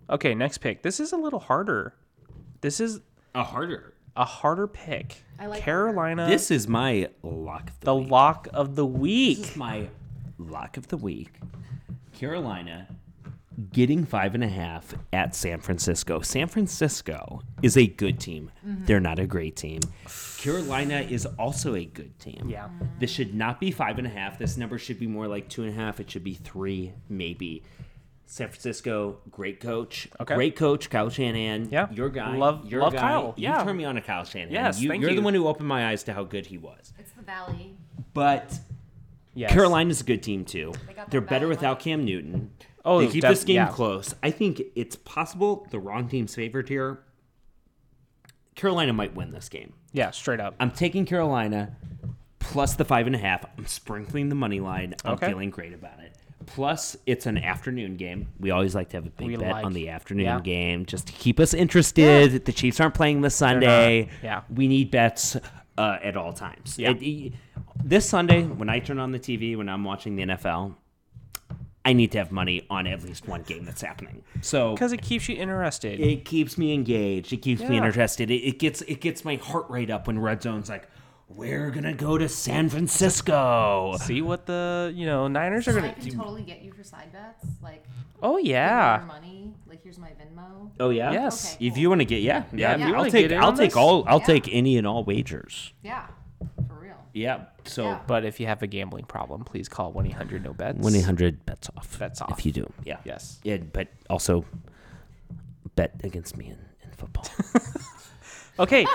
A: Okay, next pick. This is a little harder. This is
B: A harder.
A: a harder pick.
C: I like
A: Carolina.
E: This is my lock of the,
A: the
E: week.
A: lock of the
B: This
A: week.
B: is my lock of the week. Carolina getting
E: five and a half at San Francisco. San Francisco is a good team.
B: Mm-hmm.
E: They're not a great team.
B: Carolina is also a good team.
A: Yeah.
B: This should not be five and a half. This number should be more like two and a half. It should be three, maybe. San Francisco, great coach.
A: Okay.
B: Great coach, Kyle Shanahan.
A: Yeah.
B: Your guy.
A: Love-
B: your
A: love
B: guy.
A: Kyle.
B: You
A: Yeah.
B: turned me on to Kyle Shanahan.
A: Yes,
B: You,
A: thank
B: you're
A: you.
B: the one who opened my eyes to how good he was.
C: It's the Valley.
B: But
A: Yes.
B: Carolina's a good team too.
C: They got
B: They're
C: their
B: better
C: ballot
B: without
C: right.
B: Cam Newton.
A: Oh,
B: they keep
A: def-
B: this game
A: yeah.
B: close. I think it's possible the wrong team's favored here. Carolina might win this game.
A: Yeah, straight up.
B: I'm taking Carolina plus the five and a half. I'm sprinkling the money line. I'm
A: Okay.
B: feeling great about it. Plus, it's an afternoon game. We always like to have a big
A: We
B: bet
A: like-
B: on the afternoon
A: yeah.
B: game just to keep us interested. The Chiefs aren't playing this Sunday.
A: yeah.
B: we need bets uh, at all times.
A: Yeah.
B: It- this Sunday, when I turn on the TV, when I'm watching the NFL, I need to have money on at least one game that's happening. So
A: Because it keeps you interested.
B: it keeps me engaged. It keeps me
A: Yeah.
B: interested. It, it gets it gets my heart rate up when Red Zone's like, "We're gonna go to San Francisco."
A: See what the you know Niners are
C: I
A: gonna.
C: can totally get you for side bets, like
A: Oh
C: yeah.
A: yeah.
C: money. Like here's my Venmo.
B: Oh yeah.
A: Yes.
C: Okay.
B: If you want to get yeah
A: Yeah,
B: yeah,
A: if
C: you
B: I'll
A: wanna
B: take
A: get in
B: I'll
A: on
B: take
A: this-
B: all I'll
C: Yeah.
B: take any and all wagers.
C: Yeah, for real.
B: Yeah. So
C: Yeah.
A: But if you have a gambling problem, please call one eight hundred no bets.
B: one eight hundred bets off.
A: Bets off.
B: If you do, yeah.
A: Yes.
B: Yeah, but also bet against me in, in football.
A: *laughs* Okay.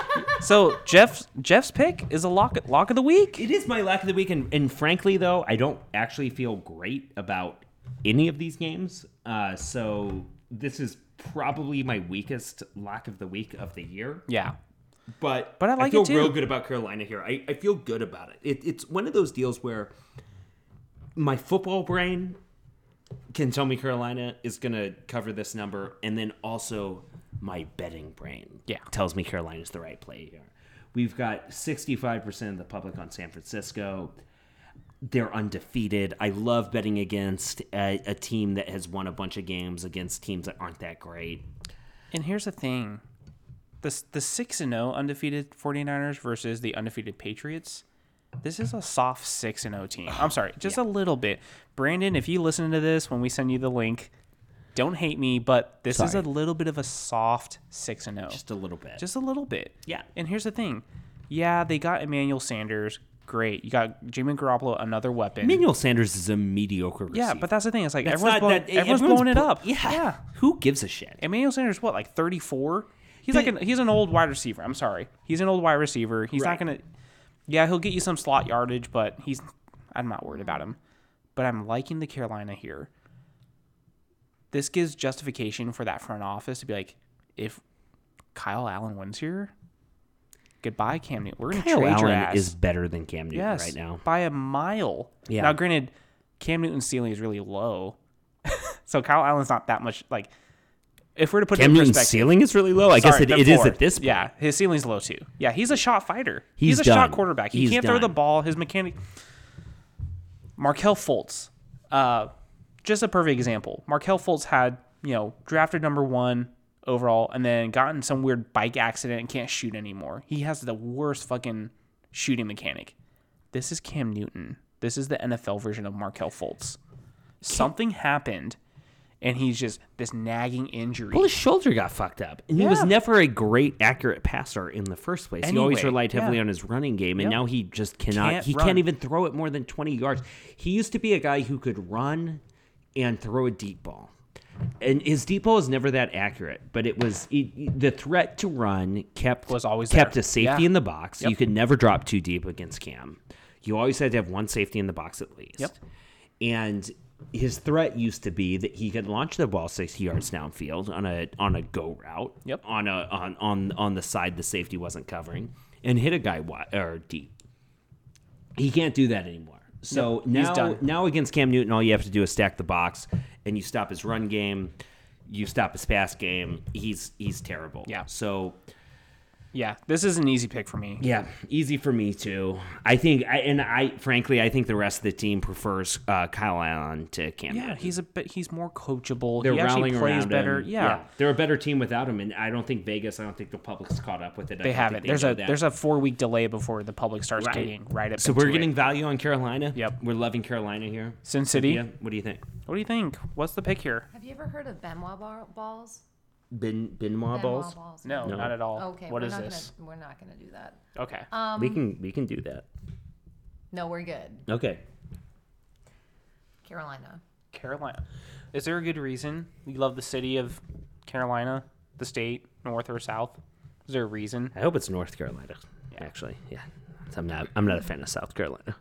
A: so Jeff's Jeff's pick is a lock lock of the
B: *laughs*
A: week.
B: It is my lack of the week, and, and frankly, though, I don't actually feel great about any of these games. Uh, so this is probably my weakest lack of the week of the year.
A: Yeah.
B: But
A: But I like it
B: feel
A: too.
B: real good about Carolina here. I, I feel good about it. it. It's one of those deals where my football brain can tell me Carolina is going to cover this number, and then also my betting brain
A: Yeah.
B: tells me Carolina's the right play here. We've got 65% of the public on San Francisco. They're undefeated. I love betting against a, a team that has won a bunch of games against teams that aren't that great.
A: And here's the thing. The, the 6 and 0 undefeated 49ers versus the undefeated Patriots. This is a soft 6 and 0 team. I'm sorry, just a little bit. Brandon, if you listen to this when we send you the link, don't hate me, but this is a
B: Sorry.
A: little bit of a soft 6 and 0.
B: Just a little bit.
A: Just a little bit.
B: Yeah.
A: And here's the thing. Yeah, they got Emmanuel Sanders. great. You got Jimmy Garoppolo, another weapon.
F: Manuel Sanders is a mediocre receiver.
A: yeah, but that's the thing. It's like
F: That's
A: everyone's,
F: not
A: blowing,
F: that-
A: everyone's, blowing it
F: blo-
A: up.
F: Yeah.
A: yeah.
F: Who gives a shit?
A: Emmanuel Sanders, what, like 34? He's
F: The-
A: like an, he's an old wide receiver. I'm sorry, he's an old wide receiver. He's
F: Right.
A: not gonna. Yeah, he'll get you some slot yardage, but he's. I'm not worried about him, but I'm liking the Carolina here. This gives justification for that front office to be like, if Kyle Allen wins here, goodbye Cam Newton. We're gonna
B: Kyle
A: trade your
B: Allen
A: ass
B: is better than Cam Newton
A: yes,
B: right now.
A: by a mile.
B: Yeah.
A: Now, granted, Cam Newton's ceiling is really low, *laughs* so Kyle Allen's not that much like. If we're to put it
B: Cam
A: in
B: Newton's
A: perspective,
B: ceiling is really low. I guess
A: Sorry,
B: it,
A: the
B: it is
A: floor.
B: at this point.
A: Yeah, his ceiling's low too. Yeah, he's a shot fighter. He's,
B: He's
A: a shot
B: done.
A: quarterback. He
B: He's
A: can't throw the
B: done.
A: ball. His mechanic. Markel Fultz, uh, just a perfect example. Markel Fultz had you know drafted number one overall, and then gotten some weird bike accident and can't shoot anymore. He has the worst fucking shooting mechanic. This is Cam Newton. This is the NFL version of Markel Fultz. Something happened, and he's just this nagging injury.
B: Well, his shoulder got fucked up, and he was
A: Yeah.
B: never a great, accurate passer in the first place. He always
A: Anyway,
B: relied heavily
A: yeah.
B: on his running game, and
A: Yep.
B: now he just cannot.
A: Can't
B: he
A: run.
B: can't even throw it more than twenty yards. He used to be a guy who could run and throw a deep ball, and his deep ball was never that accurate. But it was it, the threat to run kept
A: Was always
B: kept
A: there.
B: a safety
A: Yeah.
B: in the box. You could never drop too deep against Cam. You always had to have one safety in the box at least.
A: Yep.
B: And his threat used to be that he could launch the ball 60 yards downfield on a on a go route.
A: Yep.
B: On a on on on the side the safety wasn't covering and hit a guy wide or deep. He can't do that anymore. So
A: Nope, he's
B: now
A: done.
B: now against Cam Newton all you have to do is stack the box and you stop his run game, you stop his pass game. He's he's terrible.
A: Yeah.
B: So
A: yeah, this is an easy pick for me.
B: yeah, easy for me too. I think, I, and I frankly, I think the rest of the team prefers uh, Kyle Allen to Cam.
A: Yeah,
B: Newton.
A: he's a bit. He's more coachable.
B: they're
A: he actually
B: rallying
A: plays
B: around
A: better.
B: him.
A: Yeah,
B: they're a better team without him, and I don't think Vegas. I don't think the public's caught up with it. I
A: they
B: don't
A: haven't.
B: think
A: there's
B: know
A: a
B: that.
A: there's a four week delay before the public starts getting right up.
B: So we're
A: into
B: getting
A: it.
B: value on Carolina.
A: Yep.
B: we're loving Carolina here.
A: Sin City.
B: Yeah, what do you think?
A: What do you think? What's the pick here?
C: Have you ever heard of Benoit bar- balls?
B: Bin Binma
C: Benoit
B: balls.
C: balls.
A: No, not at all.
C: Okay.
A: What
C: we're
A: is
C: not Um,
A: this?
C: Gonna, we're not going to do that.
A: Okay.
B: we can we can do that.
C: No, we're good.
B: Okay.
C: Carolina.
A: Carolina. Is there a good reason you love the city of Carolina, the state, north or south? Is there a reason?
B: I hope it's North Carolina. Actually, yeah. I'm not. I'm not a fan of South Carolina.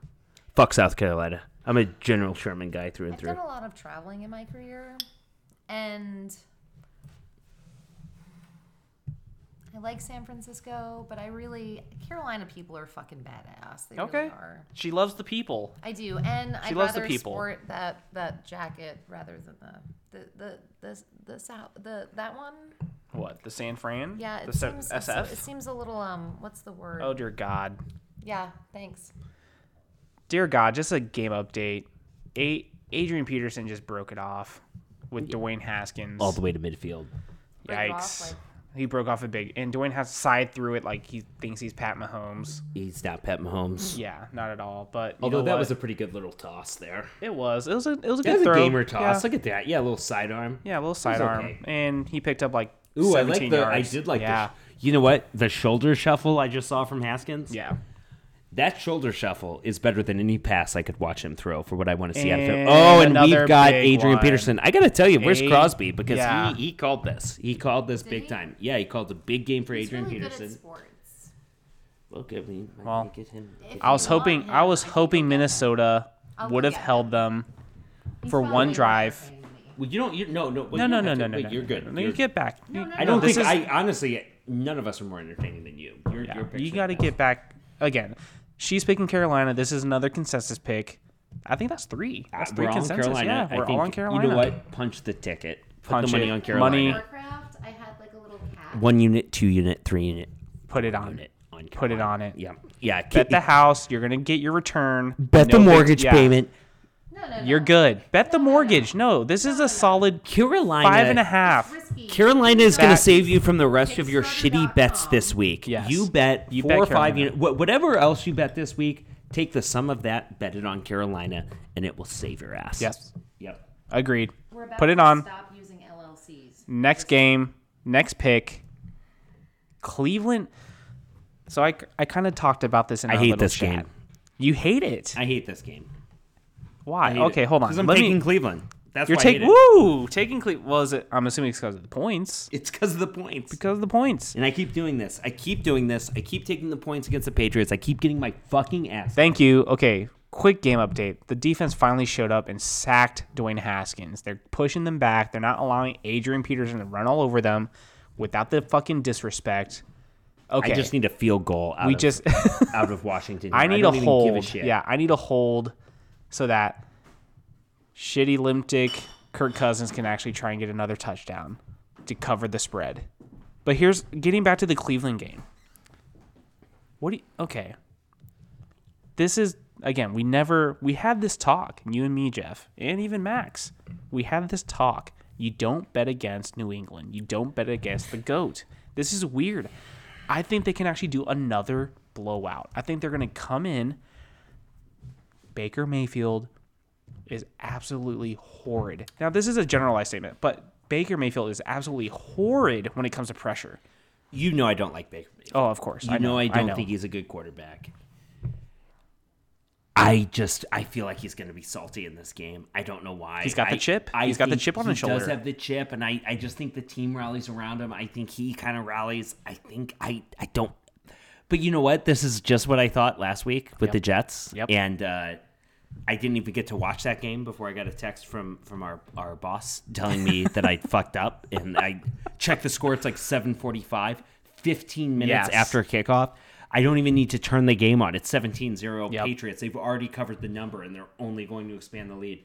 B: Fuck South Carolina. I'm a General Sherman guy through and
C: I've
B: through.
C: done a lot of traveling in my career, and I like San Francisco, but I really Carolina people are fucking badass. They
A: Okay.
C: really are.
A: She loves the people.
C: I do, and I'd
A: loves the
C: rather
A: people.
C: sport that that jacket rather than the the the the the, south the that one.
A: What the San Fran?
C: Yeah,
A: The
C: it
A: se-
C: seems it's-
A: SF.
C: It seems a little um. What's the word?
A: oh dear God.
C: Yeah, thanks.
A: dear God, just a game update. A- Adrian Peterson just broke it off with Dwayne Haskins.
B: all the way to midfield.
C: Break it off,
A: Yikes.
C: like-
A: he broke off a big, and Dwayne has side through it like he thinks he's Pat Mahomes.
B: He's not Pat Mahomes.
A: Yeah, not at all. But you
B: Although
A: know
B: that
A: what?
B: was a pretty good little toss there.
A: it was, it was a, it was a
B: That
A: good
B: was a
A: throw.
B: gamer toss.
A: Yeah,
B: Look at that. Yeah, a little sidearm.
A: yeah a little sidearm,
B: okay.
A: and he picked up like
B: Ooh, I like
A: 17
B: the.
A: yards.
B: I did like
A: yeah,
B: the. sh- You know what? The shoulder shuffle I just saw from Haskins.
A: yeah.
B: That shoulder shuffle is better than any pass I could watch him throw for what I want to see out of him.
A: And
B: Oh, and
A: another
B: we've got
A: big
B: Adrian
A: one.
B: Peterson. I got to tell you, where's
A: Eight.
B: Crosby? Because
A: Yeah.
B: he, he called this. He called this big
C: he?
B: time. Yeah, he called a big game for
C: He's
B: Adrian
C: really good at
B: Peterson.
C: sports.
B: Look, I mean, I
A: Well,
B: can get him.
C: If
A: I was
C: you want
A: hoping,
C: him,
A: I was
C: think
A: hoping
C: you'll get him.
A: Minnesota
C: I'll
A: would have
C: get him.
A: held them
C: He's
A: for one
C: probably not
A: drive.
C: saying me.
B: Well, you don't. You, no,
A: No,
B: no, well,
A: no,
B: you
A: no,
B: have
A: no,
B: to-
A: no,
B: wait,
A: no.
B: You're good.
A: No, you
B: You're-
A: get back.
C: No, no,
B: I don't
A: this
B: think
A: is-
B: I honestly none of us are more entertaining than you. You're,
A: Yeah,
B: you're
A: you
B: picturing
A: got to
B: this.
A: get back again. She's picking Carolina. This is another consensus pick. I think that's three. That's
B: Uh,
A: three consensus. Yeah,
B: I
A: we're all
B: think-
A: on Carolina.
B: You know what? Punch the ticket. Put
A: Punch
B: the money
A: it.
B: on Carolina.
A: Money.
C: Warcraft, I had like a little cat.
B: One unit, two unit, three unit.
A: Put it on
B: Unit
A: it.
B: on
A: Put it
B: Carolina.
A: on it.
B: Yeah, yeah.
A: Bet
B: ki-
A: the house. You're gonna get your return.
B: bet the
A: No big-
B: mortgage
A: yeah.
B: payment.
C: No, no, no.
A: You're good. Bet the mortgage. No, this is a solid
B: Carolina.
A: five and a half.
C: Risky.
B: Carolina is going to
A: Back-
B: save you from the rest of your shitty
C: Kickstarter.com.
B: bets this week.
A: Yes.
B: You bet
A: You
B: four
A: bet
B: or five
A: Carolina.
B: unit, wha- whatever else you bet this week. Take the sum of that, bet it on Carolina, and it will save your ass.
A: Yes,
B: Yep.
A: agreed.
C: We're about
A: Put it
C: to
A: on.
C: Stop using LLCs.
A: Next game, next pick. Cleveland. So I, I kind of talked about this in
B: I
A: our
B: hate
A: little
B: this
A: chat.
B: game.
A: You hate it.
B: I hate this game.
A: Why?
B: Hate
A: Okay,
B: it.
A: hold on.
B: 'Cause I'm
A: Let me-
B: taking Cleveland. That's
A: You're
B: why I hate
A: taking
B: it.
A: woo taking Cle. Well, is it? I'm assuming it's because of the points.
B: It's because of the points.
A: Because of the points.
B: And I keep doing this. I keep doing this. I keep taking the points against the Patriots. I keep getting my fucking ass.
A: Thank you. Okay, quick game update. The defense finally showed up and sacked Dwayne Haskins. They're pushing them back. They're not allowing Adrian Peterson to run all over them without the fucking disrespect. Okay.
B: I just need a field goal out,
A: we
B: of,
A: just *laughs*
B: out of Washington.
A: I
B: here.
A: need
B: don't
A: a
B: even
A: hold.
B: Give a shit.
A: Yeah, I need a hold so that shitty limp dick Kirk Cousins can actually try and get another touchdown to cover the spread. But here's getting back to the Cleveland game. What do you, okay. This is again, we never we had this talk, you and me, Jeff, and even Max. We had this talk. You don't bet against New England. You don't bet against the GOAT. This is weird. I think they can actually do another blowout. I think they're going to come in. Baker Mayfield is absolutely horrid. Now, this is a generalized statement, but Baker Mayfield is absolutely horrid when it comes to pressure.
B: You know I don't like Baker. Mayfield.
A: Oh, of course.
B: You know, I don't think he's a good quarterback. I just I feel like he's going to be salty in this game. I don't know why.
A: He's got the
B: I-
A: chip.
B: I
A: He's got the
B: think
A: chip on
B: he
A: his
B: Does
A: shoulder.
B: have the chip, and I I just think the team rallies around him. I think he kind of rallies. I think I I don't. But you know what? This is just what I thought last week with the Jets.
A: Yep.
B: And uh, I didn't even get to watch that game before I got a text from from our our boss telling me that I *laughs* fucked up, and I checked the score. It's like seven forty five. 15 minutes
A: Yes.
B: after kickoff. I don't even need to turn the game on. It's 17-0
A: Yep.
B: Patriots. They've already covered the number and they're only going to expand the lead.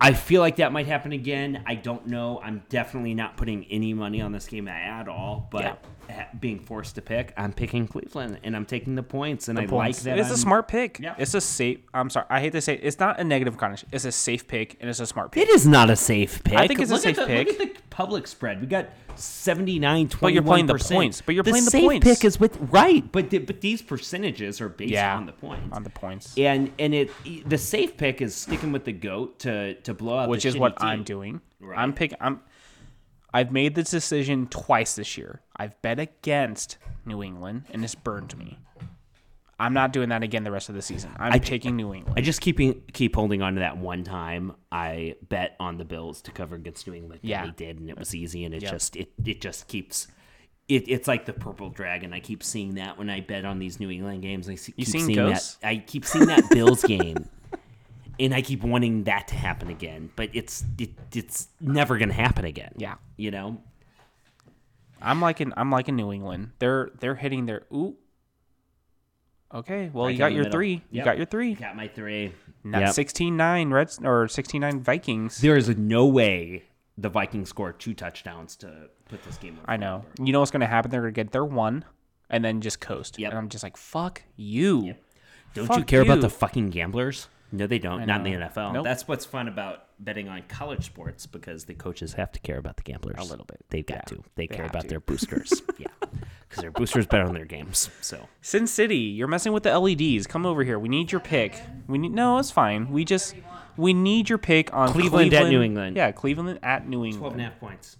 B: I feel like that might happen again. I don't know. I'm definitely not putting any money on this game at all, but eh, being forced to pick, I'm picking Cleveland and I'm taking the points and I like that.
A: It's a
B: I'm-
A: smart pick.
B: Yeah.
A: It's a safe. I'm sorry. I hate to say it. It's not a negative connotation. It's a safe pick and it's a smart pick.
B: It is not a safe pick.
A: I think it's a
B: Look at
A: safe
B: the-
A: pick.
B: Look at the public spread. We got 79 21
A: But you're playing the points. But you're playing the
B: safe
A: points.
B: pick is with right, but the, but these percentages are based
A: Yeah.
B: on the points.
A: On the points,
B: and and it the safe pick is sticking with the goat to to blow out
A: which
B: the
A: is
B: shitty
A: what
B: team.
A: I'm doing.
B: Right.
A: I'm pick. I'm. I've made this decision twice this year. I've bet against New England, and it's burned me. I'm not doing that again the rest of the season. I'm taking New England.
B: I just keep keep holding on to that one time I bet on the Bills to cover against New England. and
A: Yeah.
B: they did, and it was easy, and it just it it just keeps. It, it's like the purple dragon. I keep seeing that when I bet on these New England games. I see, keep
A: seen
B: seeing
A: ghosts?
B: that. I keep seeing that
A: *laughs*
B: Bills game, and I keep wanting that to happen again. But it's it, it's never gonna happen again.
A: Yeah.
B: you know.
A: I'm liking I'm liking New England. They're they're hitting their ooh. Okay, well
B: Right
A: you
B: down
A: got
B: the
A: your
B: middle.
A: three. You
B: Yep.
A: got your three.
B: Got my three.
A: Not
B: Yep.
A: sixteen nine Reds or sixteen nine Vikings.
B: There is no way the Vikings score two touchdowns to put this game. over
A: I
B: the
A: know.
B: number.
A: You know what's gonna happen? They're gonna get their one and then just coast.
B: Yep.
A: And I'm just like, fuck you.
B: Don't you
A: Fuck
B: care about
A: you.
B: the fucking gamblers? No, they don't. Not in the NFL.
A: Nope.
B: That's what's fun about betting on college sports because the coaches have to care about the gamblers a little bit. They've got
A: Yeah.
B: to. They, care
A: have
B: about
A: to. *laughs*
B: their boosters. yeah, because their boosters bet on their games. So
A: Sin City, you're messing with the LEDs. Come over here. We need your pick. We need no, it's fine. We just we need your pick on
B: Cleveland at New England.
A: Yeah, Cleveland at New England.
B: twelve and a half points.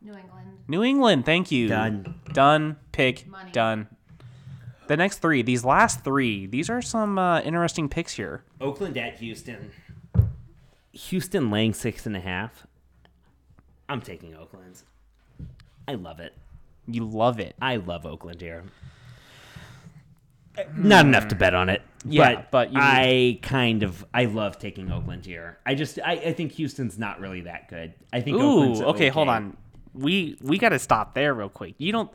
C: New England.
A: New England, thank you.
B: Done.
A: Done. Pick.
C: Money.
A: Done. The next three, these last three, these are some uh, interesting picks here.
B: Oakland at Houston. Houston laying six and a half. I'm taking Oakland. I love it.
A: You love it.
B: I love Oakland here. Not enough to bet on it.
A: Yeah,
B: but,
A: but you-
B: I kind of I love taking Oakland here. I just I, I think Houston's not really that good. I think
A: Ooh,
B: Oakland's
A: okay, hold on. We we got to stop there real quick. You don't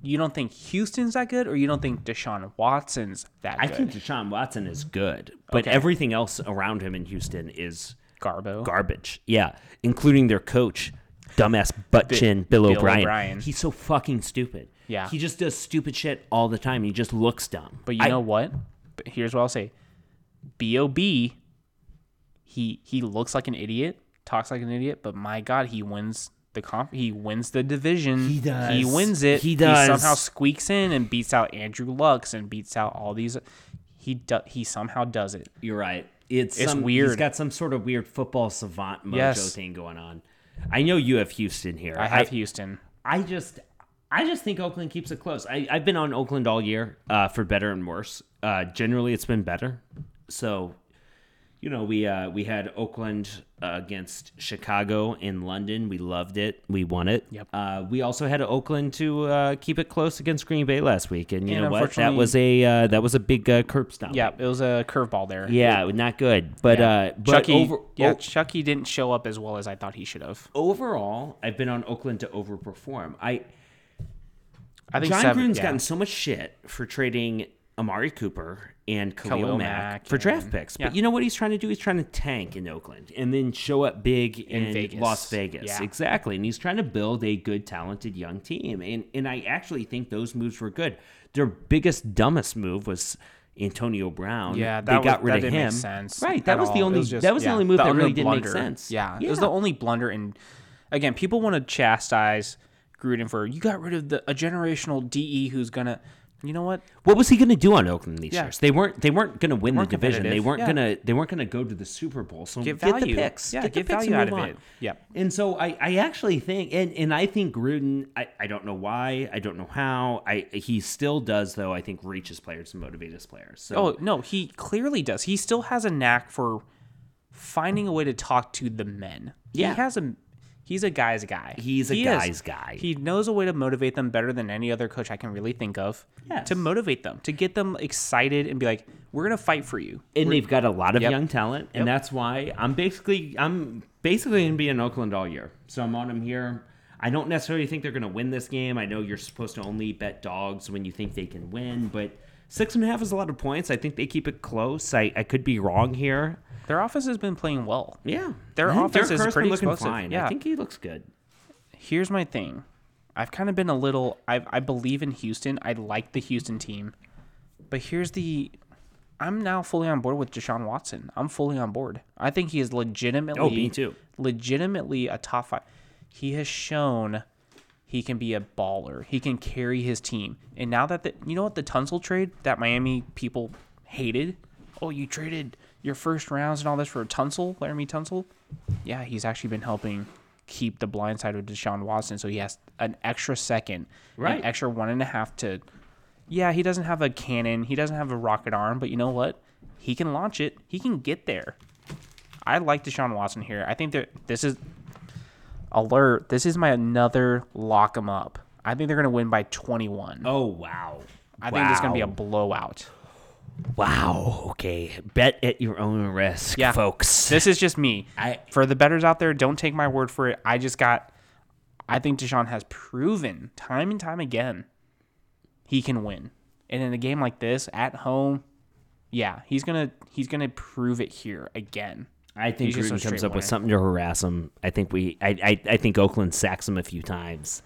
A: you don't think Houston's that good, or you don't think Deshaun Watson's that
B: I
A: good?
B: think Deshaun Watson is good, but everything else around him in Houston is
A: Garbo.
B: garbage. Yeah, including their coach, dumbass butt chin Bill,
A: Bill
B: O'Brien.
A: O'Brien.
B: He's so fucking stupid.
A: Yeah.
B: he just does stupid shit all the time. He just looks dumb.
A: but you
B: I-
A: know what? But here's what I'll say. Bob, he he looks like an idiot, talks like an idiot, but my God, he wins the comp. He wins the division.
B: He does.
A: He wins it.
B: He does.
A: somehow squeaks in and beats out Andrew Lux and beats out all these. He do, he somehow does it.
B: You're right. It's,
A: It's
B: some, He's
A: weird.
B: got some sort of weird football savant mojo
A: Yes.
B: thing going on. I know you have Houston here.
A: I have Houston.
B: I, just I just think Oakland keeps it close. I, I've been on Oakland all year, uh, for better and worse. Uh, generally, it's been better. So, you know, we uh, we had Oakland uh, against Chicago in London. We loved it. We won it.
A: Yep.
B: Uh, we also had Oakland to uh, keep it close against Green Bay last week, and you
A: And
B: know what? That
A: unfortunately-
B: was a uh, that was a big uh, curb stop.
A: Yeah, it was a curveball there.
B: Yeah, not good. But
A: Yeah.
B: uh, but
A: Chucky,
B: over,
A: yeah,
B: o-
A: Chucky didn't show up as well as I thought he should have.
B: overall, I've been on Oakland to overperform. I
A: I think
B: John
A: seven,
B: Gruden's
A: yeah.
B: gotten so much shit for trading Amari Cooper and Khalil,
A: Khalil
B: Mack,
A: Mack
B: for draft
A: and-
B: picks.
A: yeah.
B: But you know what he's trying to do? He's trying to tank in Oakland and then show up big in,
A: Vegas.
B: Las Vegas.
A: Yeah.
B: Exactly. And he's trying to build a good, talented young team. And and I actually think those moves were good. Their biggest, dumbest move was Antonio Brown.
A: Yeah,
B: they
A: that was-
B: got rid
A: that
B: of
A: didn't
B: him.
A: Make sense
B: Right. That
A: at
B: was the
A: all. It
B: only
A: just-
B: that was
A: yeah,
B: the only move that
A: only
B: really didn't make
A: blunder.
B: sense.
A: Yeah, it was the only blunder. And again, people want to chastise Gruden for you got rid of the a generational DE who's gonna. You know what?
B: what was he going to do on Oakland these
A: Yeah.
B: years? They weren't they weren't going to win
A: Weren't
B: the division. They
A: competitive,
B: weren't
A: yeah.
B: gonna they weren't going to go to the Super Bowl. So
A: Get
B: get,
A: value.
B: the picks.
A: Yeah,
B: get, the
A: get
B: picks and
A: value out
B: move
A: of
B: on.
A: it. Yep.
B: And so I, I actually think and, and I think Gruden I, I don't know why I don't know how I he still does though I think reach his players and motivate his players. So
A: Oh no, he clearly does. He still has a knack for finding a way to talk to the men.
B: Yeah.
A: he has a. He's a guy's guy.
B: He's a
A: He is.
B: guy's guy.
A: He knows a way to motivate them better than any other coach I can really think of.
B: Yes.
A: To motivate them, to get them excited and be like, "We're gonna fight for you."
B: and they've got a lot of
A: Yep.
B: young talent, and that's why I'm basically I'm basically gonna be in Oakland all year. So I'm on them here. I don't necessarily think they're gonna win this game. I know you're supposed to only bet dogs when you think they can win, but six and a half is a lot of points. I think they keep it close. I, I could be wrong here.
A: Their office has been playing well.
B: Yeah,
A: Their
B: I think
A: offense
B: Derek
A: is
B: Carr's
A: pretty
B: been looking
A: explosive.
B: fine.
A: Yeah.
B: I think he looks good.
A: here's my thing. I've kind of been a little. I I believe in Houston. I like the Houston team, but here's the. I'm now fully on board with Deshaun Watson. I'm fully on board. I think he is legitimately.
B: Oh, me too.
A: Legitimately a top five. He has shown he can be a baller. He can carry his team. And now that the you know what the Tunsil trade that Miami people hated. Oh, you traded your first rounds and all this for a Tunsil, Laramie Tunsil yeah, he's actually been helping keep the blind side of Deshaun Watson, so he has an extra second,
B: Right.
A: an extra one and a half to. Yeah, he doesn't have a cannon, he doesn't have a rocket arm, but you know what? He can launch it. He can get there. I like Deshaun Watson here. I think that this is alert. This is my another lock 'em up. I think they're gonna win by 21.
B: Oh wow.
A: I think it's gonna be a
B: Wow.
A: blowout.
B: wow. Okay, bet at your own risk,
A: Yeah.
B: folks.
A: This is just me.
B: I-
A: For the betters out there, don't take my word for it. I just got. I think Deshaun has proven time and time again he can win, and in a game like this at home, yeah, he's gonna he's gonna prove it here again.
B: I think
A: He's just a
B: Gruden comes
A: straight
B: up with
A: winner.
B: something to harass him. I think we, I, I, I think Oakland sacks him a few times.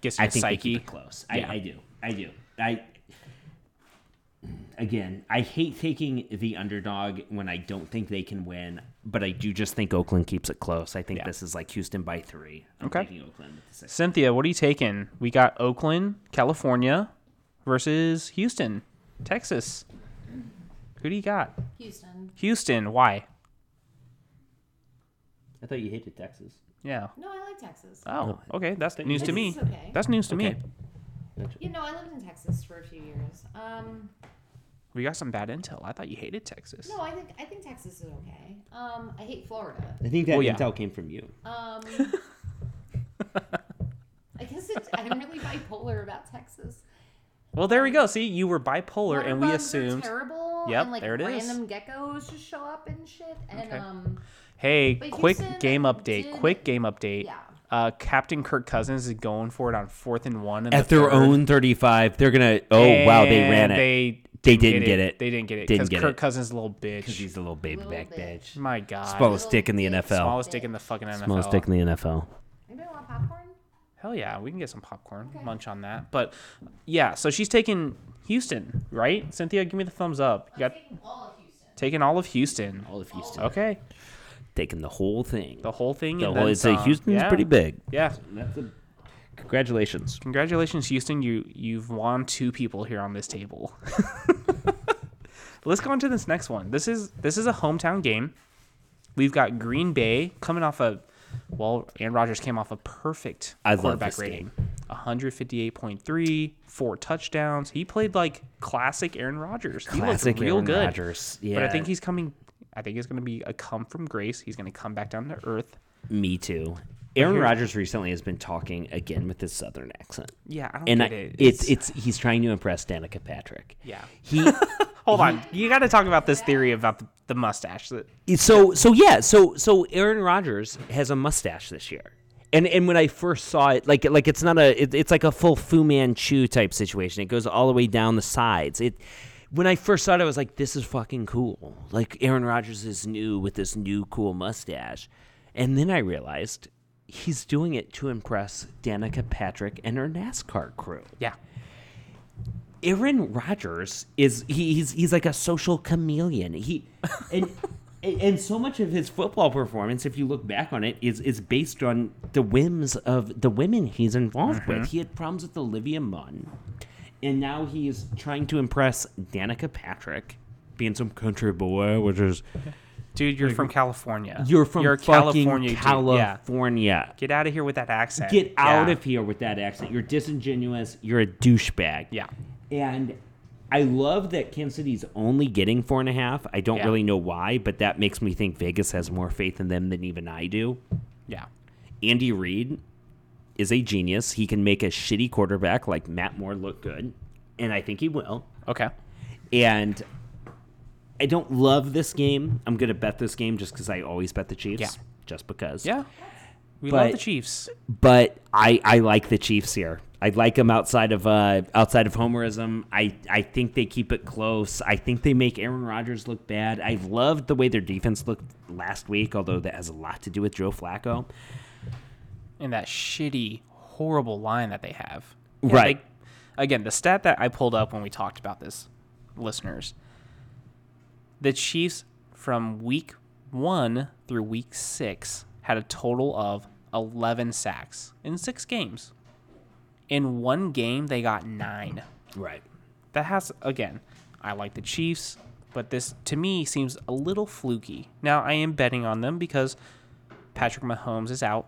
A: Gets
B: I
A: his
B: think we
A: psyche.
B: keep it close.
A: Yeah.
B: I, I do. I do. I. Again, I hate taking the underdog when I don't think they can win, but I do just think Oakland keeps it close. I think
A: Yeah.
B: this is like Houston by three. I'm
A: Okay.
B: taking Oakland with the six.
A: Cynthia, what are you taking? We got Oakland, California, versus Houston, Texas. Who do you got?
C: Houston.
A: Houston. Why?
B: I thought you hated Texas.
A: Yeah.
C: No, I like Texas.
A: Oh, okay. That's news to
C: This
A: me.
C: is okay.
A: That's news to me.
B: Okay.
C: You know, I lived in Texas for a few years. Um,
A: We got some bad intel. I thought you hated Texas.
C: no, I think I think Texas is okay. Um, I hate Florida.
B: I think that
A: Well, yeah.
B: intel came from you.
A: *laughs*
C: Um, I guess it, I'm really bipolar
A: *laughs*
C: about Texas.
A: Well, there we go. See, you were bipolar,
C: Water
A: and we
C: bugs are
A: assumed.
C: terrible.
A: Yep,
C: and, like,
A: there it is.
C: Random geckos just show up and shit. And
A: Okay.
C: um,
A: Hey,
C: But
A: quick
C: Houston
A: game update.
C: did-
A: Quick game update.
C: Yeah.
A: Uh, Captain Kirk Cousins is going for it on fourth and one. in
B: At
A: the
B: their
A: third.
B: own 35, they're going to, oh, wow, they ran
A: And
B: it.
A: They
B: They didn't get it.
A: They didn't get it
B: Didn't
A: because
B: get
A: Kirk
B: it.
A: Cousins is a little bitch.
B: Because he's a little baby
C: Little
B: back
C: bitch.
B: bitch.
A: My God,
B: Smallest dick in the
C: Little
B: NFL.
A: smallest dick in the fucking NFL.
B: Smallest dick in the NFL.
C: anybody want popcorn?
A: Hell yeah, we can get some popcorn, munch on that. But yeah, so she's taking Houston, right? Cynthia, give me the thumbs up. You got
C: Taking all of Houston.
A: taking all of Houston.
B: All of Houston.
A: Okay,
B: Taking the whole thing.
A: the whole thing.
B: The
A: and
B: whole,
A: then
B: it's a-
A: some.
B: Houston's
A: Yeah.
B: pretty big.
A: Yeah.
B: That's a, congratulations.
A: Congratulations, Houston. You you've won two people here on this table. Let's go on to this next one. This is this is a hometown game. We've got Green Bay coming off a well, Aaron Rodgers came off a perfect
B: I love
A: quarterback
B: this
A: rating.
B: game.
A: 158.3, four touchdowns. He played like classic Aaron Rodgers. He
B: Classic
A: looked real
B: Aaron
A: good.
B: Rodgers,
A: But I
B: yeah.
A: think he's coming. I think he's going to be a come from grace. He's going to come back down to earth.
B: Me too. Aaron Rodgers recently has been talking again with his southern accent.
A: Yeah, I don't
B: And I,
A: get it.
B: it's it's he's trying to impress Danica Patrick.
A: Yeah.
B: He
A: *laughs* Hold on. You got to talk about this theory about the, the mustache. That,
B: so so yeah so so Aaron Rodgers has a mustache this year, and and when I first saw it, like like it's not a it, it's like a full Fu Manchu type situation. It goes all the way down the sides. It when I first saw it, I was like, this is fucking cool. Like Aaron Rodgers is new with this new cool mustache, and then I realized he's doing it to impress Danica Patrick and her NASCAR crew.
A: yeah.
B: Aaron Rodgers is he, he's he's like a social chameleon.
A: *laughs*
B: He and and so much of his football performance, if you look back on it, is is based on the whims of the women he's involved
A: Mm-hmm.
B: with. He had problems with Olivia Munn, and now he's trying to impress Danica Patrick, being some country boy, which is
A: Dude, you're from California.
B: you're from
A: a
B: fucking
A: dude. Yeah.
B: California.
A: Get out of here with that accent.
B: Get out
A: Yeah.
B: of here with that accent. You're disingenuous. You're a douchebag.
A: Yeah.
B: And I love that Kansas City's only getting four and a half. I don't
A: Yeah.
B: really know why, but that makes me think Vegas has more faith in them than even I do.
A: Yeah.
B: Andy Reid is a genius. He can make a shitty quarterback like Matt Moore look good, and I think he will.
A: Okay.
B: And I don't love this game. I'm going to bet this game just because I always bet the Chiefs.
A: Yeah.
B: Just because.
A: Yeah. We
B: But-
A: love the Chiefs.
B: but I, I like the Chiefs here. I like them outside of uh, outside of homerism. I, I think they keep it close. I think they make Aaron Rodgers look bad. I loved the way their defense looked last week, although that has a lot to do with Joe Flacco.
A: and that shitty, horrible line that they have. And
B: Right.
A: they- again, the stat that I pulled up when we talked about this, listeners, the Chiefs from week one through week six had a total of 11 sacks in six games. In one game, they got nine.
B: Right.
A: That has, again, I like the Chiefs, but this to me seems a little fluky. Now, I am betting on them because Patrick Mahomes is out.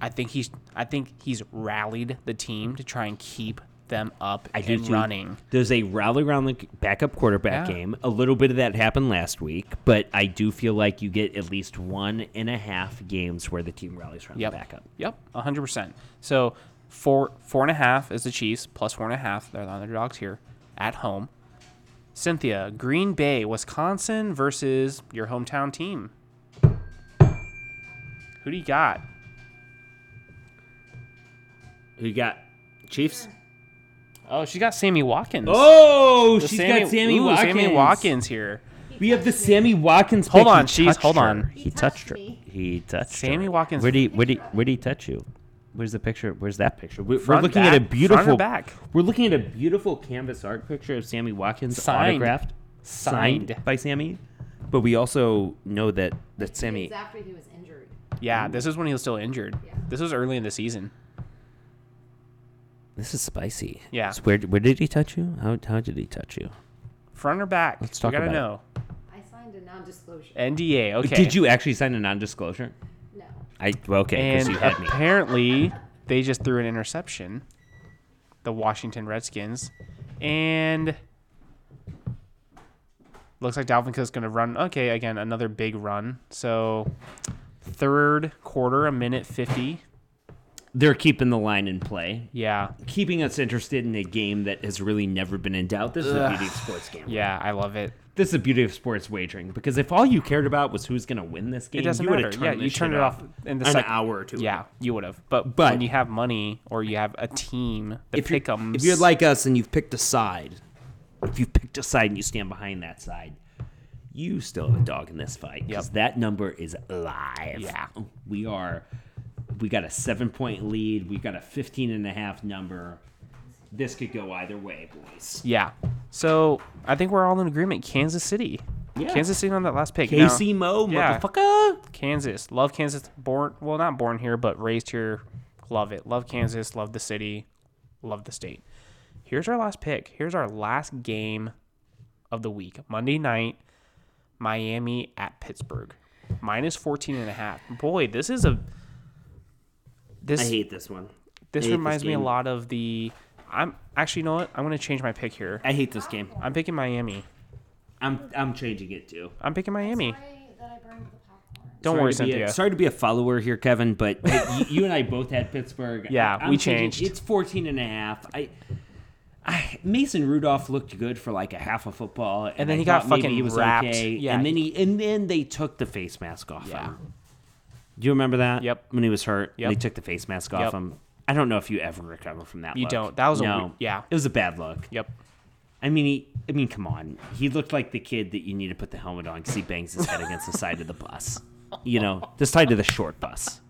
A: I think he's I think he's rallied the team to try and keep them up
B: I do
A: and
B: too.
A: running.
B: There's a rally around the backup quarterback
A: Yeah.
B: game. A little bit of that happened last week, but I do feel like you get at least one and a half games where the team rallies around
A: Yep.
B: the backup.
A: Yep. hundred percent. So four four and a half is the Chiefs, plus four and a half. They're the underdogs here at home. Cynthia, Green Bay, Wisconsin versus your hometown team. Who do you got?
B: Who you got? Chiefs.
A: Oh, she got Sammy Watkins.
B: Oh,
A: The
B: she's got Sammy
A: ooh,
B: Watkins.
A: Sammy Watkins here.
B: We have the Sammy Watkins.
A: Hold
B: pick.
A: on,
B: He
A: she's-
B: touched
A: hold
B: her.
A: on.
C: He touched me.
B: He touched
A: Sammy
B: her.
A: Watkins-
B: Where did he? Where did? Where did he touch you? Where's the picture? Where's that picture? We're, we're
A: Front,
B: looking
A: back,
B: at a
A: front or
B: beautiful
A: back?
B: We're looking at a beautiful canvas art picture of Sammy Watkins
A: Signed.
B: autographed,
A: Signed.
B: by Sammy. But we also know that that Sammy.
C: It's after he was injured.
A: Yeah, this is when he was still injured. This was early in the season.
B: This is spicy.
A: Yeah.
B: So where where did he touch you? How how did he touch you?
A: Front or back?
B: Let's talk
A: we gotta know.
B: about
C: I signed a non-disclosure.
A: Eh, NDA. Okay.
B: Did you actually sign a non-disclosure?
C: No.
B: I well, okay because
A: And
B: you had me.
A: apparently, they just threw an interception. The Washington Redskins, and looks like Dalvin Cook's going to run. Okay, again another big run. So third quarter, a minute fifty.
B: They're keeping the line in play.
A: Yeah,
B: keeping us interested in a game that has really never been in doubt. This is the beauty of sports gambling.
A: yeah, I love it.
B: This is the beauty of sports wagering because if all you cared about was who's going to win this game,
A: It doesn't
B: you would
A: matter.
B: have
A: Yeah,
B: turned
A: you
B: this
A: turned
B: shit
A: it off
B: off
A: in the
B: an
A: second
B: hour or two.
A: Yeah, you would have. But,
B: But-
A: when you have money or you have a team, the
B: if you're,
A: pick'ems.
B: if you're like us and you've picked a side, if you've picked a side and you stand behind that side, you still have a dog in this fight because
A: Yep.
B: that number is live.
A: Yeah.
B: we are. We got a seven point lead. We got a 15 and a half number. This could go either way, boys.
A: yeah, so I think we're all in agreement. Kansas City,
B: Yeah.
A: Kansas City on that last pick. Now-
B: KC Mo,
A: Yeah.
B: motherfucker.
A: Kansas. Love Kansas. Born well, not born here, but raised here. Love it. Love Kansas. Love the city. Love the state. Here's our last pick. Here's our last game of the week. Monday night, Miami at Pittsburgh. Minus 14 and a half. Boy, this is a This
B: I hate this one. I
A: this
B: hate
A: reminds me a
B: game.
A: lot of the. I'm actually, you know what? I'm gonna change my pick here.
B: I hate this game.
A: I'm picking Miami.
B: I'm I'm changing it too.
A: I'm picking Miami.
C: Sorry that I burned the popcorn.
A: Don't
B: Sorry
A: worry,
B: to be a-
A: Cynthia.
B: sorry to be a follower here, Kevin, but
A: *laughs*
B: you, you and I both had Pittsburgh.
A: Yeah,
B: I-
A: we
B: changing-
A: changed.
B: It's 14 and a half. I, I Mason Rudolph looked good for like a half a football, and,
A: then
B: I
A: he got
B: thought maybe
A: fucking
B: he was
A: wrapped.
B: okay.
A: Yeah.
B: and then he and then they took the face mask off
A: Yeah.
B: him. Do you remember that?
A: Yep.
B: When he was hurt,
A: Yep.
B: they took the face mask off
A: Yep.
B: him. I don't know if you ever recover from that.
A: You
B: look.
A: don't. That was a
B: no.
A: weird- yeah.
B: It was a bad look.
A: Yep.
B: I mean, he, I mean, come on. He looked like the kid that you need to put the helmet on because he bangs his head against the side of the bus. You know, the side of the short bus.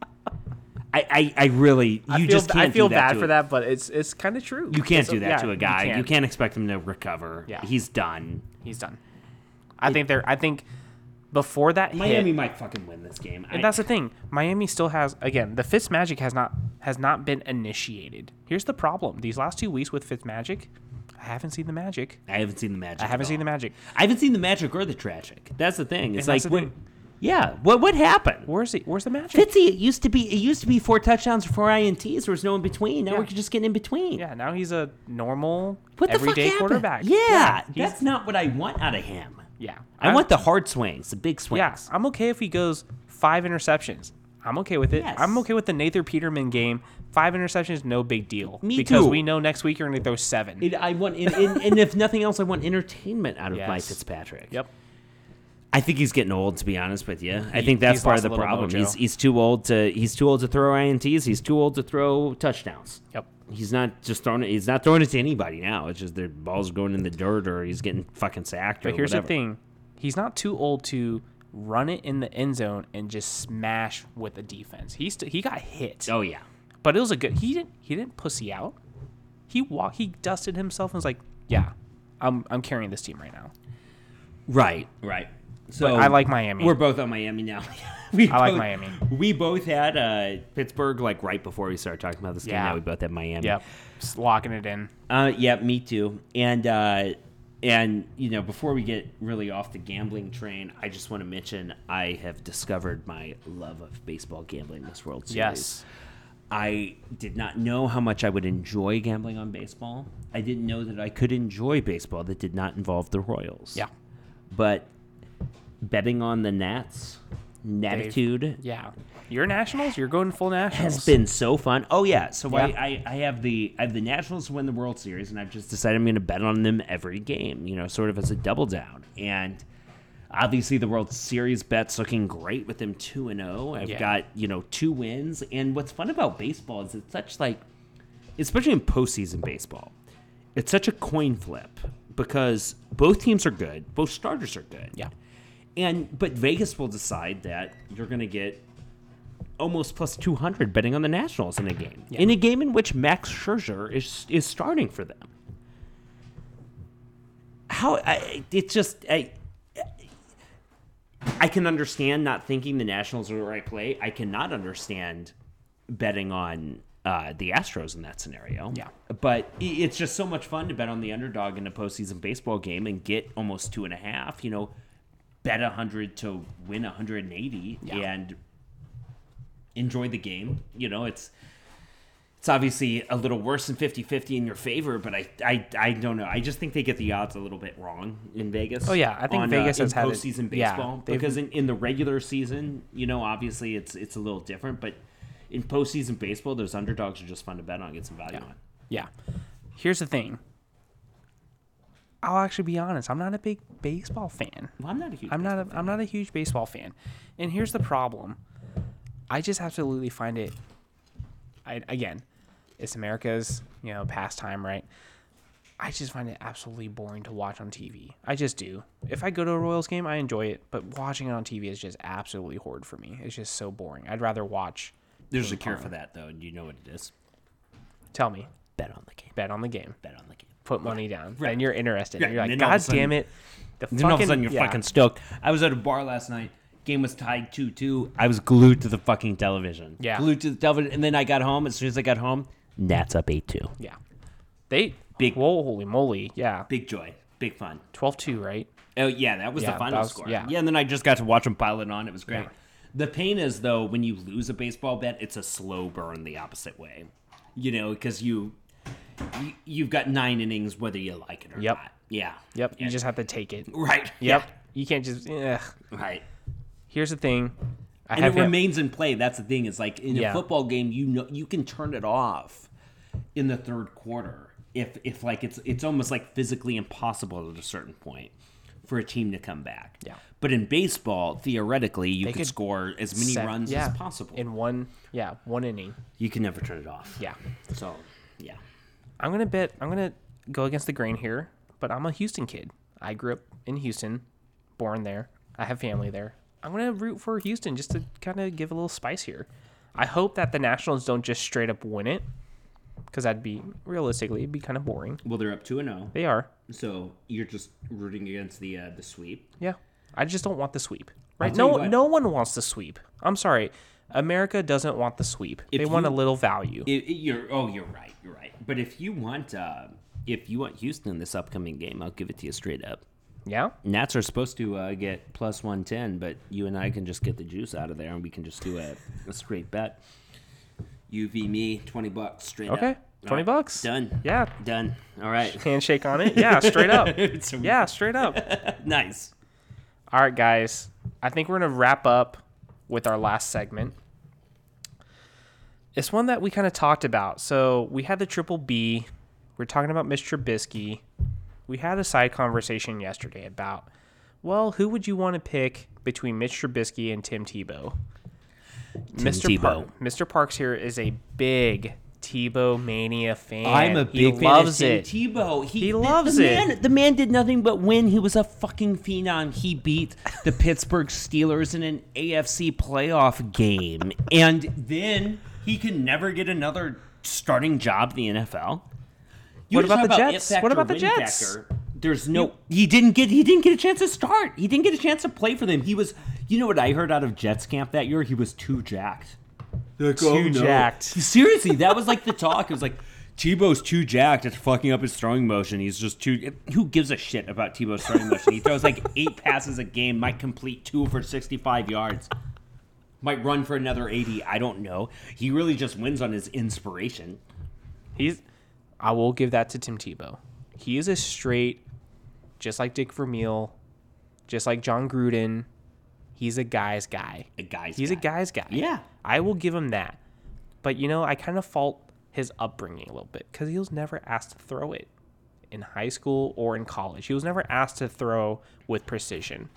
B: I, I, I really, you
A: I feel,
B: just can't
A: I feel
B: do that
A: bad
B: to
A: for
B: a-
A: that, but it's it's kind of true.
B: You can't
A: It's
B: do that
A: yeah,
B: to a guy. You can't. expect him to recover.
A: Yeah.
B: He's done.
A: He's done. I think they're. I think before that hit,
B: Miami might fucking win this game. I,
A: and that's the thing. Miami still has again the Fitz magic has not has not been initiated. Here's the problem: these last two weeks with Fitz magic, I haven't seen the magic.
B: I haven't seen the magic.
A: I
B: at
A: haven't seen
B: all.
A: the magic.
B: I haven't seen the magic or the tragic. That's the thing. It's
A: And
B: like,
A: that's the
B: what-
A: thing.
B: yeah, what what happened?
A: Where's the Where's the magic?
B: Fitzy, it used to be it used to be four touchdowns or four ints. There was no in between. Now
A: Yeah.
B: we're just getting in between.
A: Yeah, now he's a normal
B: What the fuck
A: everyday
B: happened?
A: quarterback.
B: Yeah,
A: he's-
B: that's not what I want out of him.
A: yeah.
B: I want the hard swings, the big swings.
A: Yeah, I'm okay if he goes five interceptions. I'm okay with it.
B: Yes.
A: I'm okay with the Nathan Peterman game. Five interceptions, no big deal.
B: Me
A: because
B: too.
A: we know next week you're going to throw seven.
B: It, I want, and, and, and if nothing else, I want entertainment out of Mike
A: Yes.
B: Fitzpatrick.
A: yep.
B: I think he's getting old, to be honest with you. I
A: He-
B: think that's
A: he's
B: part of
A: lost a
B: the
A: little
B: problem.
A: mojo.
B: He's he's too old to he's too old to throw ints. He's too old to throw touchdowns.
A: Yep.
B: He's not just throwing it. He's not throwing it to anybody now. It's just their balls going in the dirt, or he's getting fucking sacked.
A: But
B: or
A: here's
B: whatever.
A: the thing he's not too old to run it in the end zone and just smash with the defense. He, st- he got hit.
B: Oh yeah.
A: But it was a good. He didn't. He didn't pussy out. He walked. He dusted himself and was like, "Yeah, I'm. I'm carrying this team right now."
B: Right, right. So
A: I like Miami.
B: We're both on Miami now. *laughs* we
A: I like Miami.
B: We both had uh, Pittsburgh like right before we started talking about this game.
A: Yeah.
B: Now we both had Miami.
A: Yep. Just locking it in.
B: Uh, yeah, me too. And uh, and you know, before we get really off the gambling train, I just want to mention I have discovered my love of baseball gambling this World Series.
A: Yes.
B: I did not know how much I would enjoy gambling on baseball. I didn't know that I could enjoy baseball that did not involve the Royals.
A: Yeah.
B: But betting on the Nats, Natitude
A: Yeah. Your Nationals. You're going full Nationals.
B: has been so fun. Oh yeah, so
A: Yeah.
B: I, I I have the I have the Nationals win the World Series, and I've just decided I'm going to bet on them every game. You know, sort of as a double down. And obviously, the World Series bets looking great with them two and zero. I've
A: Yeah.
B: got you know two wins, and what's fun about baseball is it's such like, especially in postseason baseball, it's such a coin flip because both teams are good, both starters are good.
A: Yeah.
B: And but Vegas will decide that you're going to get almost plus 200 betting on the Nationals in a game. In a game in which Max Scherzer is is starting for them. How I, it's just I I can understand not thinking the Nationals are the right play. I cannot understand betting on uh, the Astros in that scenario.
A: Yeah.
B: But i- it's just so much fun to bet on the underdog in a postseason baseball game and get almost two and a half, you know, bet 100 to win 180
A: Yeah.
B: and enjoy the game. You know, it's. It's obviously a little worse than 50-50 in your favor, but I, I I don't know. I just think they get the odds a little bit wrong in Vegas.
A: Oh, yeah. I think
B: on, uh,
A: Vegas
B: in
A: has had it-
B: postseason
A: yeah,
B: baseball
A: they've-
B: because in, in the regular season, you know, obviously it's it's a little different, but in postseason baseball, those underdogs are just fun to bet on, get some value on.
A: Yeah. Here's the thing. I'll actually be honest. I'm not a big baseball fan.
B: Well, I'm not a huge.
A: I'm not. A, I'm not a huge baseball fan. And here's the problem. I just absolutely find it. I again, it's America's you know pastime, right? I just find it absolutely boring to watch on TV. I just do. If I go to a Royals game, I enjoy it, but watching it on TV is just absolutely horrid for me. It's just so boring. I'd rather watch.
B: There's a cure for that though, and you know what it is.
A: Tell me,
B: Bet on the game.
A: bet on the game.
B: Bet on the game.
A: put money down.
B: Right.
A: And you're interested.
B: Yeah,
A: You're
B: and
A: like,
B: then all of a
A: God damn
B: sudden-
A: it. The
B: Then all of a sudden you're
A: yeah.
B: fucking stoked. I was at a bar last night. Game was tied two two. I was glued to the fucking television.
A: Yeah.
B: Glued to the television, and then I got home. As soon as I got home, Nats up eight two.
A: Yeah. They.
B: Big-
A: Big. Whoa, holy moly. Yeah.
B: Big joy. Big fun.
A: 12 2, right?
B: Oh yeah, that was
A: Yeah,
B: the
A: that
B: final
A: was-
B: score. Yeah.
A: yeah.
B: and then I just got to watch him pile it on. It was great. The pain is though when you lose a baseball bet, it's a slow burn the opposite way. You know, because you, you you've got nine innings whether you like it or
A: Yep.
B: not. Yeah.
A: Yep. You just have to take it. Yep.
B: Right.
A: You can't just. Ugh.
B: Yeah. *laughs* Right.
A: Here's the thing. I
B: and it
A: have
B: remains in play. That's the thing. Is like in
A: Yeah.
B: a football game, you know, you can turn it off in the third quarter if if like it's it's almost like physically impossible at a certain point for a team to come back.
A: Yeah.
B: But in baseball, theoretically, you can
A: could
B: score as many
A: sev-
B: runs
A: yeah,
B: as possible.
A: in one. Yeah, one inning.
B: you can never turn it off.
A: Yeah.
B: So, yeah.
A: I'm gonna bet. I'm gonna go against the grain here, but I'm a Houston kid. I grew up in Houston, born there. I have family there. I'm gonna root for Houston just to kind of give a little spice here. I hope that the Nationals don't just straight up win it, because that'd be realistically it'd be kind of boring.
B: Well, they're up two and zero,
A: They are.
B: so you're just rooting against the uh, the sweep.
A: Yeah. I just don't want the sweep. Right?
B: tell you
A: No
B: what.
A: no one wants the sweep. I'm sorry. America doesn't want the sweep. they
B: If
A: want a
B: you-
A: little value.
B: It, it- you're oh, you're right, you're right. But if you want uh, if you want Houston this upcoming game, I'll give it to you straight up.
A: yeah?
B: Nats are supposed to uh, get plus one ten, but you and I can just get the juice out of there, and we can just do a, a straight bet. You v me, twenty bucks straight up.
A: Okay.
B: All
A: 20
B: right,
A: bucks.
B: Done.
A: Yeah.
B: Done. All right.
A: Handshake on it. Yeah, straight
B: *laughs*
A: up.
B: So-
A: Yeah, straight up.
B: Nice.
A: All right, guys. I think we're going to wrap up with our last segment. It's one that we kind of talked about. So we had the triple B. We're talking about Mr. Trubisky. We had a side conversation yesterday about, well, who would you want to pick between Mitch Trubisky and Tim Tebow? Mr. Par-
B: Tebow.
A: Mr. Parks here is a big Tebow mania fan.
B: I'm a
A: he
B: big fan
A: loves
B: of
A: it.
B: Tim Tebow. He, the-
A: loves
B: the
A: it.
B: Man, the man did nothing but win. He was a fucking phenom. He beat
A: *laughs*
B: the Pittsburgh Steelers in an AFC playoff game, and then he can never get another starting job in the NFL. You
A: What
B: were
A: about
B: talking
A: the
B: it
A: Jets? What
B: factor,
A: about the
B: win
A: Jets?
B: factor. There's no. He didn't get. He didn't get a chance to start. He didn't get a chance to play for them. He was. You know what I heard out of Jets camp that year? He was too jacked.
A: Too jacked.
B: oh, *laughs* Seriously, that was like the talk. It was like Tebow's too jacked. It's fucking up his throwing motion. He's just too. Who gives a shit about Tebow's throwing motion? He
A: *laughs*
B: throws like eight passes a game. Might complete two for sixty-five yards. Might run for another eighty. I don't know. He really just wins on his inspiration.
A: He's. I will give that to Tim Tebow. He is a straight, just like Dick Vermeil, just like John Gruden. He's a guy's guy.
B: A guy's.
A: He's a
B: guy.
A: guy's guy.
B: Yeah.
A: I will give him that. But you know, I kind of fault his upbringing a little bit because he was never asked to throw it in high school or in college. He was never asked to throw with precision.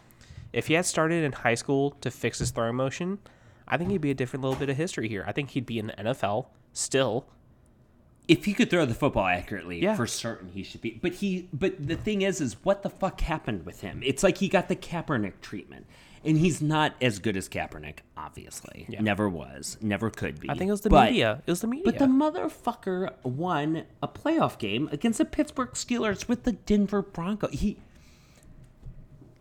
A: If he had started in high school to fix his throwing motion, I think he'd be a different little bit of history here. I think he'd be in the NFL still.
B: if he could throw the football accurately,
A: Yeah.
B: for certain he should be. But he, but the thing is, is what the fuck happened with him? It's like he got the Kaepernick treatment, and he's not as good as Kaepernick. Obviously, never was, never could be.
A: I think it was the
B: But-
A: media. It was the media.
B: But the motherfucker won a playoff game against the Pittsburgh Steelers with the Denver Broncos. He,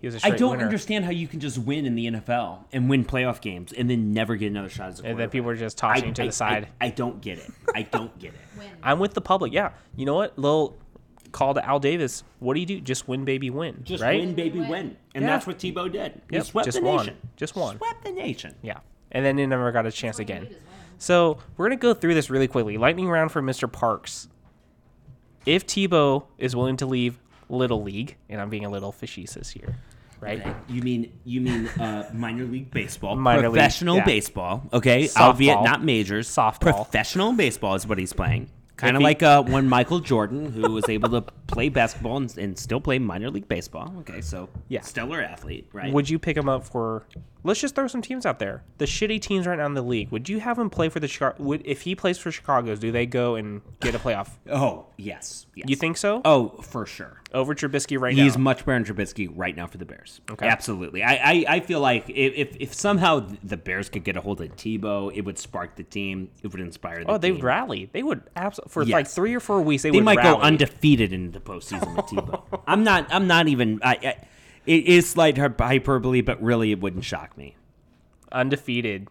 A: He was a
B: I
A: straight
B: don't
A: winner.
B: understand how you can just win in the NFL and win playoff games and then never get another shot as a
A: And then
B: quarterback.
A: people are just
B: I,
A: tossing him to
B: I-
A: the side.
B: I, I don't get it. I don't get it.
C: Win.
A: I, am with the public. Yeah. You know what? Little call to Al Davis. What do you do? Just win, baby, win.
B: Just
A: right?
B: win, baby,
C: Win.
B: win. And
A: Yeah.
B: that's what Tebow did. He
A: Yep,
B: swept
A: just
B: the
A: won.
B: nation.
A: Just won.
B: Swept the nation.
A: Yeah. And then he never got a chance
C: What you
A: again.
C: need is win.
A: So we're going to go through this really quickly. Lightning round for Mr. Parks. If Tebow is willing to leave Little League, and I'm being a little facetious here, right?
B: You mean you mean uh, minor league baseball,
A: Minor league,
B: professional
A: yeah.
B: baseball, okay?
A: Softball.
B: Albeit not majors,
A: Softball.
B: Professional baseball is what he's playing. Kind
A: If
B: of
A: he-
B: like uh, when Michael Jordan, who was able to play basketball and, and still play minor league baseball. Okay, so
A: Yeah.
B: stellar athlete, right?
A: Would you pick him up for? Let's just throw some teams out there. The shitty teams right now in the league. Would you have him play for the Chicago? Would if he plays for Chicago's, do they go and get a playoff?
B: oh yes, yes.
A: You think so?
B: Oh, for sure.
A: Over Trubisky right
B: He's
A: now.
B: much better than Trubisky right now for the Bears.
A: Okay.
B: Absolutely. I, I, I feel like if, if, if somehow the Bears could get a hold of Tebow, it would spark the team. It would inspire the
A: Oh, they
B: team.
A: would rally. They would absolutely for
B: Yes.
A: like three or four weeks. They,
B: They
A: would
B: might go
A: rally.
B: undefeated in the postseason
A: *laughs*
B: with Tebow. I'm not I'm not even I, I it is slight hyper- hyperbole, but really it wouldn't shock me.
A: undefeated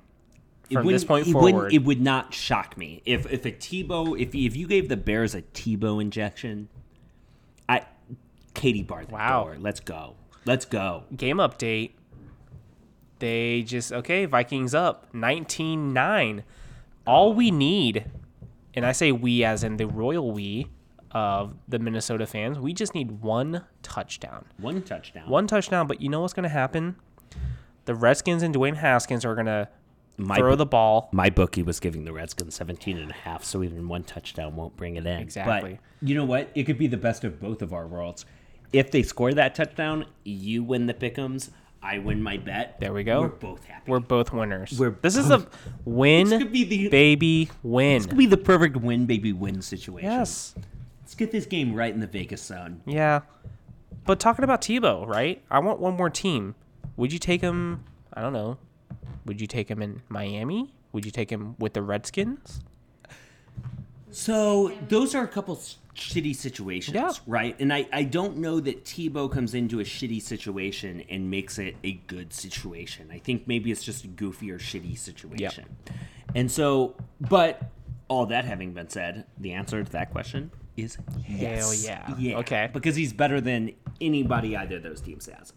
B: It
A: from this
B: wouldn't-
A: point
B: it wouldn't-
A: forward.
B: it would not shock me if if a Tebow if if you gave the Bears a Tebow injection, I Katie barred the
A: Wow.
B: door. Let's go. Let's go.
A: Game update. They just okay, Vikings up 19-9. All we need, and I say we as in the royal we of the Minnesota fans, we just need one touchdown.
B: One touchdown.
A: One touchdown, but you know what's going to happen? The Redskins and Dwayne Haskins are going to
B: My
A: throw
B: bo-
A: the ball.
B: My bookie was giving the Redskins 17 and a half, so even one touchdown won't bring it in.
A: Exactly.
B: But you know what? It could be the best of both of our worlds. If they score that touchdown, you win the pickums, I win my bet.
A: There we go.
B: We're both happy.
A: We're both winners.
B: We're
A: this is a win,
B: This could be the-
A: baby win.
B: It'd be the perfect win, baby, win situation.
A: yes.
B: Let's get this game right in the Vegas zone.
A: Yeah. But talking about Tebow, right? I want one more team. Would you take him? I don't know. Would you take him in Miami? Would you take him with the Redskins?
B: So those are a couple s- shitty situations,
A: Yeah.
B: right? And I, I don't know that Tebow comes into a shitty situation and makes it a good situation. I think maybe it's just a goofy or shitty situation. And so, but all that having been said, the answer to that question is yes.
A: yeah. Okay.
B: Because he's better than anybody either of those teams has.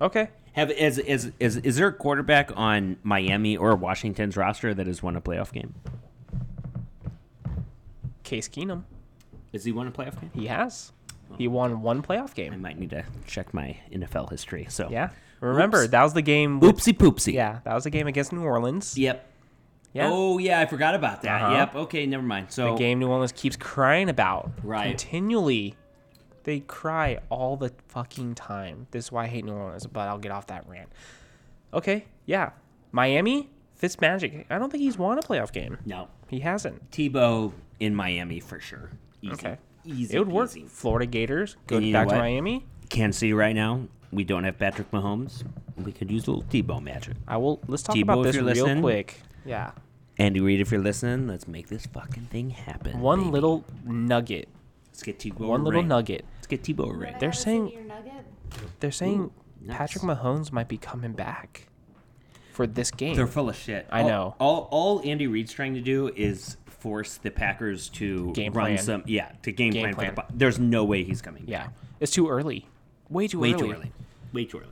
A: Okay.
B: Have is is is is there a quarterback on Miami or Washington's roster that has won a playoff game?
A: Case Keenum.
B: Has he won a playoff game?
A: He has. He won one playoff
B: I
A: game.
B: might need to check my NFL history. So
A: Yeah. Remember,
B: Oops.
A: that was the game. with-
B: Oopsie poopsie.
A: Yeah, that was the game against New Orleans.
B: Yep.
A: Yeah.
B: Oh yeah, I forgot about that.
A: Uh-huh.
B: Yep. Okay, never mind. So
A: The game New Orleans keeps crying about.
B: Right.
A: Continually. They cry all the fucking time. This is why I hate New Orleans, but I'll get off that rant. Okay, yeah. Miami, Fitzmagic. I don't think he's won a playoff game.
B: no
A: He hasn't.
B: Tebow in Miami for sure. Easy.
A: Okay.
B: Easy.
A: it would work.
B: peasy.
A: Florida Gators, go
B: And you know
A: back to
B: what?
A: Miami.
B: Kansas City right now. We don't have Patrick Mahomes. We could use a little Tebow magic.
A: I will let's talk
B: Tebow,
A: about
B: if
A: this
B: you're
A: real
B: listening.
A: quick. Yeah.
B: Andy Reid, if you're listening, let's make this fucking thing happen.
A: One
B: baby.
A: little nugget.
B: Let's get Tebow.
A: One
B: a
A: little
B: ring.
A: nugget.
B: Let's get Tebow a ring.
A: They're
C: That was in
A: saying-
C: your nugget?
A: They're saying
B: nice.
A: Patrick Mahomes might be coming back for this game.
B: They're full of shit.
A: Hmm. I
B: All-
A: know.
B: All, all Andy Reid's trying to do is force the Packers to
A: Game
B: run
A: plan.
B: some. Yeah, to game,
A: Game
B: plan. for the
A: plan.
B: po- There's no way he's coming.
A: yeah. It's too early. Way too
B: way
A: early.
B: too early. Way too early.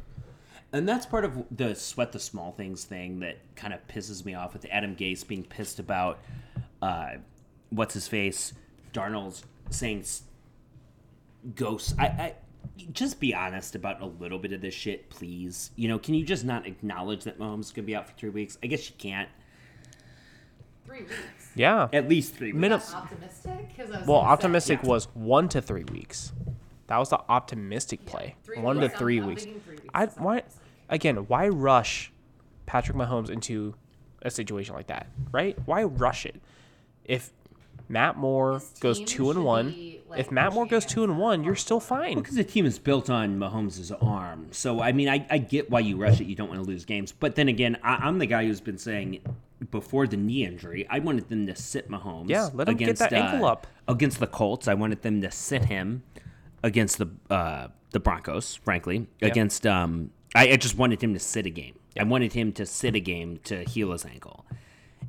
B: And that's part of the sweat the small things thing that kind of pisses me off with Adam Gase being pissed about uh, what's his face, Darnold's saying s- ghosts. I, I just be honest about a little bit of this shit, please. You know, can you just not acknowledge that Mahomes is gonna be out for three weeks? I guess you can't.
C: Three weeks.
A: Yeah.
B: At least three weeks.
A: Minim-
C: That's optimistic? 'Cause I was
A: well,
C: gonna say,
A: optimistic
B: yeah.
A: was one to three weeks. That was the optimistic play.
C: three
A: one
C: weeks.
A: to
C: I'm-
A: 3
C: I'm
A: weeks.
C: thinking three weeks
A: I
C: is
A: why again? Why rush Patrick Mahomes into a situation like that? Right? Why rush it? If Matt Moore
C: His
A: goes
C: team
A: two and
C: should
A: one,
C: be, like,
A: if Matt Moore goes
C: pushing
A: two and one, you're still fine.
B: Because the team is built on Mahomes' arm. So, I mean, I, I get why you rush it. You don't want to lose games. But then again, I, I'm the guy who's been saying before the knee injury, I wanted them to sit Mahomes. uh,
A: Yeah, let him get that ankle up.
B: Against the Colts, I wanted them to sit him against the uh, the Broncos, frankly. Against, um, I, I just wanted him to sit a game. I wanted him to sit a game to heal his ankle.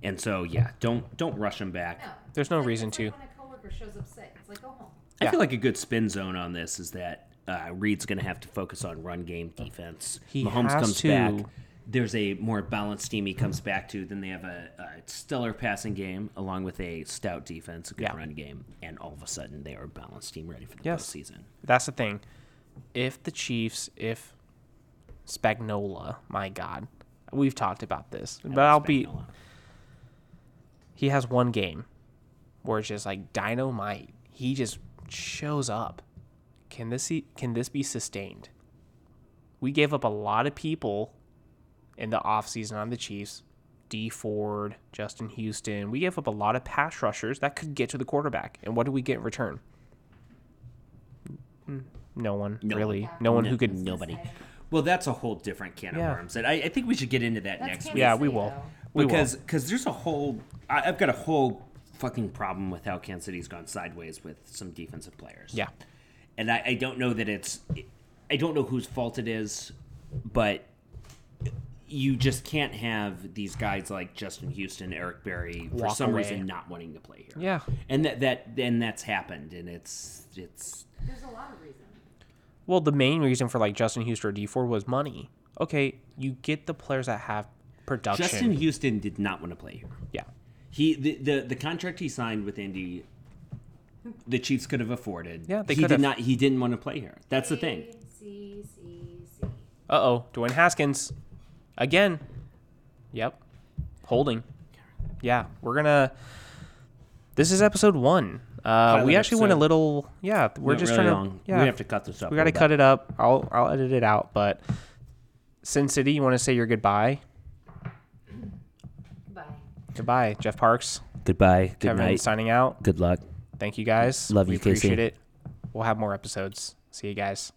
B: And so, yeah, don't don't rush him back.
C: No.
A: There's no
C: It's like-
A: reason
C: it's
A: to.
C: Like when a coworker shows up sick, it's like go home.
B: I feel like a good spin zone on this is that uh, Reed's going to have to focus on run game defense.
A: He
B: Mahomes
A: has
B: comes
A: to.
B: back. There's a more balanced team he comes back to. Then they have a, a stellar passing game along with a stout defense, a good
A: Yeah.
B: run game, and all of a sudden they are a balanced team ready for the
A: Yes.
B: postseason.
A: That's the thing. If the Chiefs, if Spagnola, my God, we've talked about this, but I'll be.
B: Spagnuolo.
A: he has one game where it's just like dynamite. He just shows up. Can this see, can this be sustained? We gave up a lot of people in the offseason on the Chiefs. D Ford, Justin Houston. We gave up a lot of pass rushers that could get to the quarterback. And what do we get in return? Mm, No one,
B: No one.
A: really. No one who could.
B: nobody. Well, that's a whole different can
A: Yeah.
B: of worms. That I, I think we should get into that
C: That's
B: next
C: Kansas
B: week.
A: Yeah, we
C: City,
A: will.
C: though.
A: We
B: because
A: will.
B: because there's a whole I, I've got a whole fucking problem with how Kansas City's gone sideways with some defensive players.
A: Yeah.
B: and I, I don't know that it's I don't know whose fault it is, but you just can't have these guys like Justin Houston, Eric Berry for
A: Walk
B: some
A: away.
B: reason not wanting to play here.
A: Yeah.
B: and that that and that's happened, and it's it's
C: There's a lot of reasons.
A: Well, the main reason for like Justin Houston or D Ford was money. Okay, you get the players that have production.
B: Justin Houston did not want to play here.
A: yeah.
B: He the, the the contract he signed with Indy, the Chiefs could have afforded.
A: Yeah, they
B: he
A: could
B: did
A: have.
B: not. He didn't want to play here. That's the thing.
G: C, C, C.
A: Uh oh, Dwayne Haskins, again. Yep, holding. Yeah, we're gonna. This is episode one. Uh, we
B: Pilot
A: actually went a
B: episode.
A: little. Yeah, we're
B: Went
A: just
B: really
A: trying
B: long.
A: to. Yeah,
B: We have to cut this up.
A: We gotta
B: a little
A: cut
B: bit.
A: it up. I'll I'll edit it out. But Sin City, you want to say your goodbye?
G: Goodbye.
A: Goodbye, Jeff Parks.
E: Goodbye. Good
A: Kevin
E: night.
A: signing out.
E: Good luck.
A: Thank you guys.
E: Love
A: we
E: you, Casey.
A: Appreciate it. We'll have more episodes. See you guys.